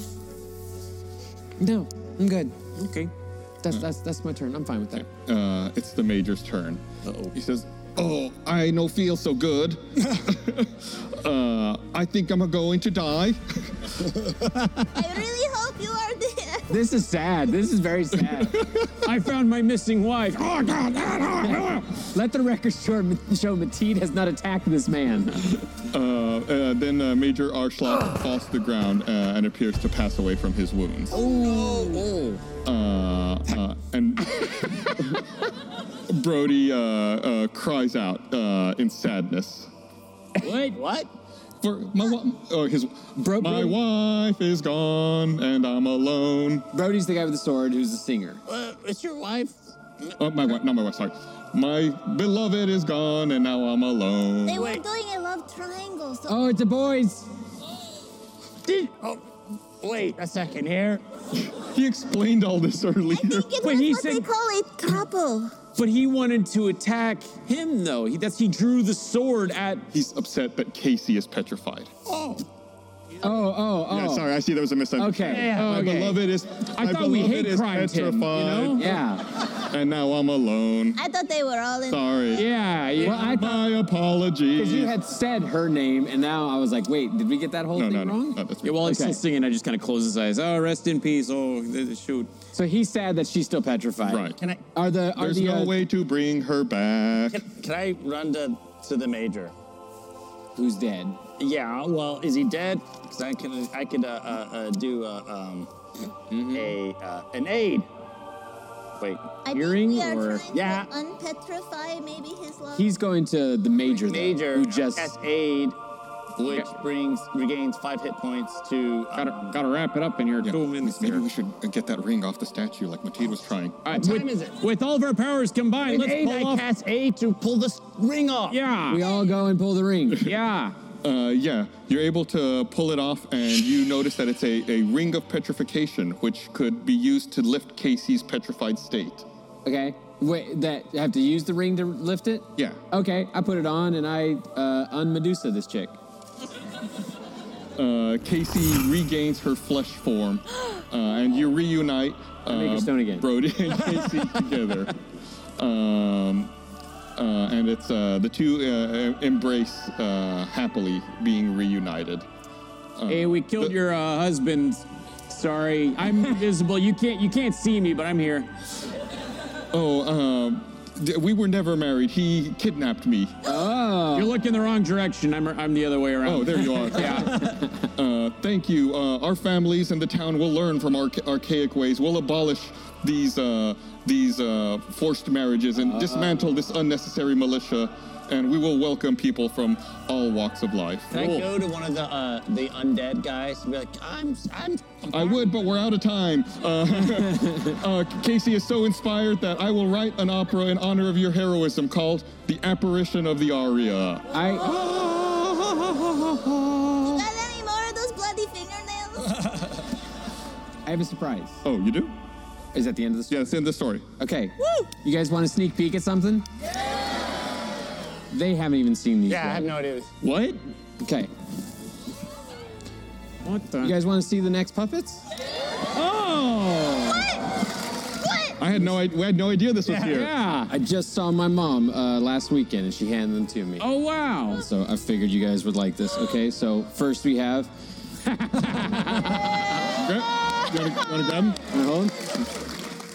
Speaker 4: no, I'm good.
Speaker 5: Okay.
Speaker 4: That's that's that's my turn. I'm fine with that.
Speaker 1: Uh, it's the major's turn. Uh-oh. He says, "Oh, I no feel so good. uh, I think I'm going to die."
Speaker 7: I really hope you are there.
Speaker 4: This is sad. This is very sad.
Speaker 5: I found my missing wife.
Speaker 4: Let the record show, show Mateed has not attacked this man.
Speaker 1: Uh, uh, then uh, Major Arschlock falls to the ground uh, and appears to pass away from his wounds.
Speaker 16: Oh, no.
Speaker 1: Uh, uh, and Brody uh, uh, cries out uh, in sadness.
Speaker 6: What? what?
Speaker 1: For my wa- oh, his my wife is gone and I'm alone.
Speaker 4: Brody's the guy with the sword who's the singer.
Speaker 6: Uh, it's your wife.
Speaker 1: Oh, my wife, not my wife. Sorry, my beloved is gone and now I'm alone.
Speaker 7: They were doing a love triangle, so
Speaker 4: Oh, it's a boys.
Speaker 6: Did, oh, wait a second here.
Speaker 1: he explained all this earlier.
Speaker 7: it
Speaker 5: But
Speaker 7: was
Speaker 5: he
Speaker 7: what they
Speaker 5: said-
Speaker 7: call a couple.
Speaker 5: But he wanted to attack him though. He, that's he drew the sword at.
Speaker 1: He's upset that Casey is petrified.
Speaker 6: Oh.
Speaker 4: Oh, oh, oh.
Speaker 1: Yeah, sorry, I see there was a misunderstanding.
Speaker 4: Okay. Yeah,
Speaker 1: my
Speaker 4: okay.
Speaker 1: beloved is
Speaker 4: I
Speaker 1: my
Speaker 4: thought we
Speaker 1: beloved
Speaker 4: hate
Speaker 1: is
Speaker 4: crimed him, you
Speaker 1: petrified.
Speaker 4: know? Yeah.
Speaker 1: And now I'm alone.
Speaker 7: I thought they were all in.
Speaker 1: Sorry.
Speaker 4: Yeah, yeah. Well, I
Speaker 1: my apologies.
Speaker 4: Because you had said her name, and now I was like, wait, did we get that whole
Speaker 1: No,
Speaker 4: thing
Speaker 1: no, no,
Speaker 4: wrong?
Speaker 1: no, Oh, that's
Speaker 5: Uh, Yeah, while he's
Speaker 4: Okay.
Speaker 5: still singing, I just kind of close his eyes. Oh, rest in peace. Oh, th- th- shoot.
Speaker 4: So he's sad that she's still petrified.
Speaker 1: Right.
Speaker 6: Can I
Speaker 4: Are the are
Speaker 1: There's
Speaker 4: the
Speaker 1: no
Speaker 4: uh,
Speaker 1: way to bring her back.
Speaker 6: can, can I run to to the major?
Speaker 4: who's dead?
Speaker 6: Yeah. Well, is he dead? Because I can I could uh, uh, uh, do uh, um, a uh, an aid. Wait.
Speaker 7: I
Speaker 4: Hearing
Speaker 7: think we are
Speaker 4: or-
Speaker 7: trying
Speaker 6: Yeah.
Speaker 7: to unpetrify maybe his love.
Speaker 4: He's going to the major, though,
Speaker 6: Major
Speaker 4: who just
Speaker 6: as aid, which brings regains five hit points to. Um,
Speaker 5: Gotta, gotta wrap it up in here. Two minutes
Speaker 1: Maybe
Speaker 5: here.
Speaker 1: we should get that ring off the statue like Matilda was trying.
Speaker 4: Uh,
Speaker 5: All right,
Speaker 6: What time
Speaker 5: with,
Speaker 6: is it?
Speaker 5: With all of our powers combined,
Speaker 6: With
Speaker 5: let's
Speaker 6: aid,
Speaker 5: pull
Speaker 6: I
Speaker 5: off.
Speaker 6: cast aid to pull this ring off.
Speaker 5: yeah.
Speaker 4: We all go and pull the ring.
Speaker 5: yeah.
Speaker 1: Uh, yeah, you're able to pull it off, and you notice that it's a, a ring of petrification, which could be used to lift Casey's petrified state.
Speaker 4: Okay. Wait, that I have to use the ring to lift it?
Speaker 1: Yeah.
Speaker 4: Okay, I put it on and I uh, un-Medusa this chick.
Speaker 1: Uh, Casey regains her flesh form, uh, and you reunite uh,
Speaker 4: make her stone again.
Speaker 1: Brody and Casey together. Um, uh, and it's uh, the two uh, embrace uh, happily being reunited.
Speaker 5: Hey, we killed your uh, husband. Sorry, I'm invisible. You can't you can't see me, but I'm here.
Speaker 1: Oh, um, d- we were never married. He kidnapped me.
Speaker 5: You're looking the wrong direction. I'm I'm the other way around.
Speaker 1: Oh, there you are.
Speaker 5: yeah.
Speaker 1: Uh, thank you. Uh, our families and the town will learn from our archaic ways. We'll abolish these uh, these uh, forced marriages and dismantle this unnecessary militia. And we will welcome people from all walks of life.
Speaker 6: Can I go to one of the uh, the undead guys and be like, I'm I'm.
Speaker 1: I would, but we're out of time. Uh, uh, Casey is so inspired that I will write an opera in honor of your heroism called "The Apparition of the Aria."
Speaker 4: I
Speaker 7: You got any more of those bloody fingernails?
Speaker 4: I have a surprise.
Speaker 1: Oh, you do?
Speaker 4: Is that the end of the story?
Speaker 1: Yeah, it's in the story.
Speaker 4: Okay. You guys want a sneak peek at something? They haven't even seen these.
Speaker 6: Yeah, I
Speaker 4: yet.
Speaker 6: have no idea.
Speaker 1: What?
Speaker 4: Okay.
Speaker 5: What the?
Speaker 4: You guys want to see the next puppets?
Speaker 5: oh.
Speaker 1: I had no, I- we had no idea this was here.
Speaker 5: Yeah.
Speaker 4: I just saw my mom uh, last weekend and she handed them to me.
Speaker 5: Oh wow.
Speaker 4: So I figured you guys would like this. Okay, so first we have.
Speaker 1: Grab- You wanna, you wanna grab him?
Speaker 4: wanna hold?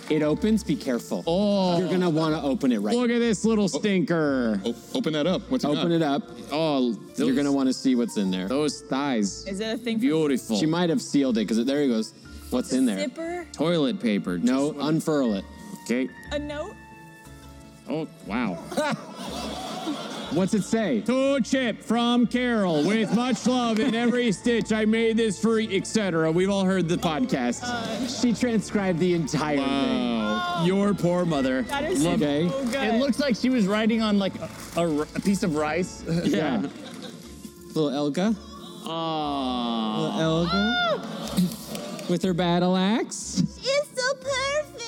Speaker 4: It opens. Be careful. Oh. You're gonna want to open it right.
Speaker 5: Look at this little stinker.
Speaker 1: O- open that up. What's
Speaker 4: Open it up.
Speaker 5: Oh,
Speaker 4: You're gonna want to see what's in there.
Speaker 5: those thighs.
Speaker 2: Is it a thing?
Speaker 5: Beautiful.
Speaker 4: She might have sealed it because there he goes. What's in there?
Speaker 2: Zipper?
Speaker 5: Toilet paper.
Speaker 4: No, unfurl it.
Speaker 5: Okay.
Speaker 2: A note?
Speaker 5: Oh wow.
Speaker 4: What's it say?
Speaker 5: To Chip from Carol, with much love in every stitch, I made this for etc. We've all heard the podcast.
Speaker 4: She transcribed the entire thing.
Speaker 5: Wow. Your poor mother.
Speaker 2: That is
Speaker 4: Love- Okay.
Speaker 2: so good.
Speaker 6: It looks like she was writing on like a, a r- a piece of rice.
Speaker 4: Yeah. Little Elga.
Speaker 5: Aww.
Speaker 4: Little Elga. With her battle axe.
Speaker 7: She is so perfect.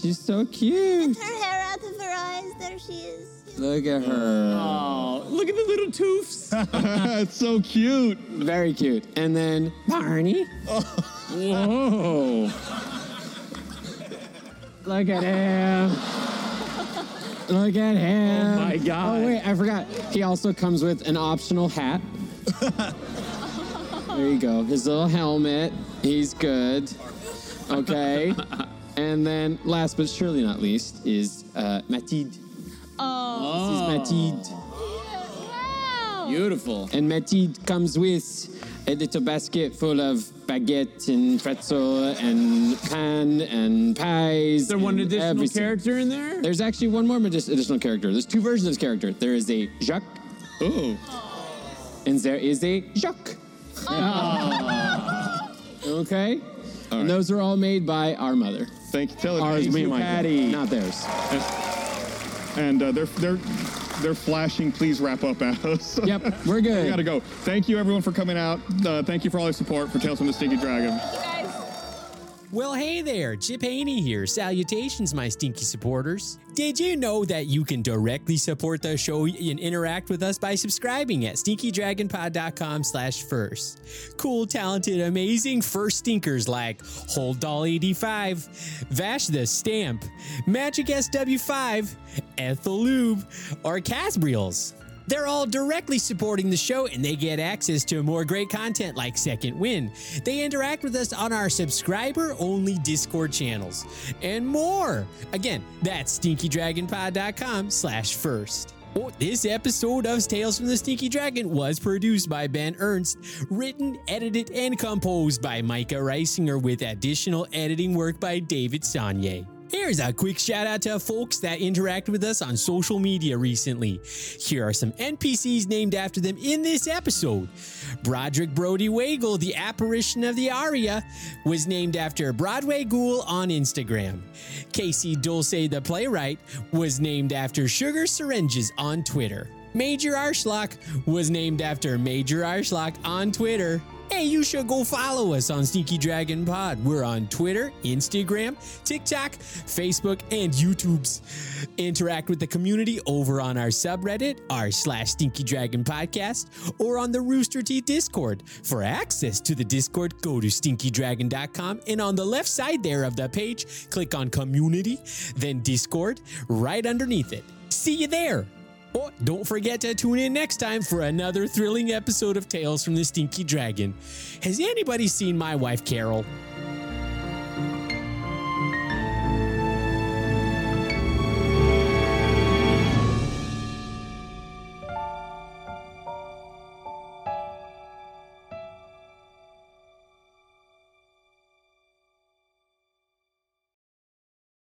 Speaker 4: She's so cute.
Speaker 7: Her hair out of her eyes. There she is.
Speaker 4: Look at her.
Speaker 5: Oh, look at the little toofs.
Speaker 1: up. it's so cute.
Speaker 4: Very cute. And then Barney.
Speaker 5: Oh. Whoa.
Speaker 4: Look at him. Look at
Speaker 5: Oh
Speaker 4: him.
Speaker 5: my God.
Speaker 4: Oh wait, I forgot. He also comes with an optional hat. there you go. His little helmet. He's good. Okay. and then last but surely not least is uh, Mathilde.
Speaker 2: Oh.
Speaker 4: This is Mathilde.
Speaker 5: Beautiful.
Speaker 4: And Mathilde comes with a little basket full of baguette and pretzel and pan and pies. Is there
Speaker 5: one additional character in there?
Speaker 4: There's actually one more medis- additional character. There's two versions of this character. There is a Jacques.
Speaker 1: Oh.
Speaker 4: And there is a Jacques. Oh. Okay? And those are all made by our mother.
Speaker 1: Thank you. Tell it
Speaker 4: Ours,
Speaker 1: thank
Speaker 4: me
Speaker 1: you,
Speaker 4: and Michael.
Speaker 1: Patty.
Speaker 4: Not theirs.
Speaker 1: And uh, they're they're they're flashing. Please wrap up at us.
Speaker 4: Yep, we're good.
Speaker 1: we gotta go. Thank you everyone for coming out. Uh, thank you for all your support for Tales from the Stinky Dragon.
Speaker 9: Well, hey there, Chip Haney here. Salutations, my stinky supporters. Did you know that you can directly support the show and interact with us by subscribing at stinkydragonpod.com slash first. Cool, talented, amazing first stinkers like Hold Doll 85, Vash the Stamp, Magic SW5, Ethel Lube, or Casbriels. They're all directly supporting the show and they get access to more great content like Second Win. They interact with us on our subscriber only Discord channels and more. Again, that's stinkydragonpod.com slash first. Oh, This episode of Tales from the Stinky Dragon was produced by Ben Ernst, written, edited, and composed by Micah Reisinger with additional editing work by David Sanye. Here's a quick shout out to folks that interact with us on social media recently. Here are some NPCs named after them in this episode. Broderick Brody Wagle, the apparition of the Aria, was named after Broadway Ghoul on Instagram. Casey Dulce, the playwright, was named after Sugar Syringes on Twitter. Major Arschlock was named after Major Arschlock on Twitter. Hey, you should go follow us on Sneaky Dragon Pod. We're on Twitter, Instagram, TikTok, Facebook, and YouTubes. Interact with the community over on our subreddit, r slash Stinky Dragon Podcast, or on the Rooster Teeth Discord. For access to the Discord, go to stinkydragon.com and on the left side there of the page, click on Community, then Discord, right underneath it. See you there. Oh, don't forget to tune in next time for another thrilling episode of Tales from the Stinky Dragon. Has anybody seen my wife, Carol?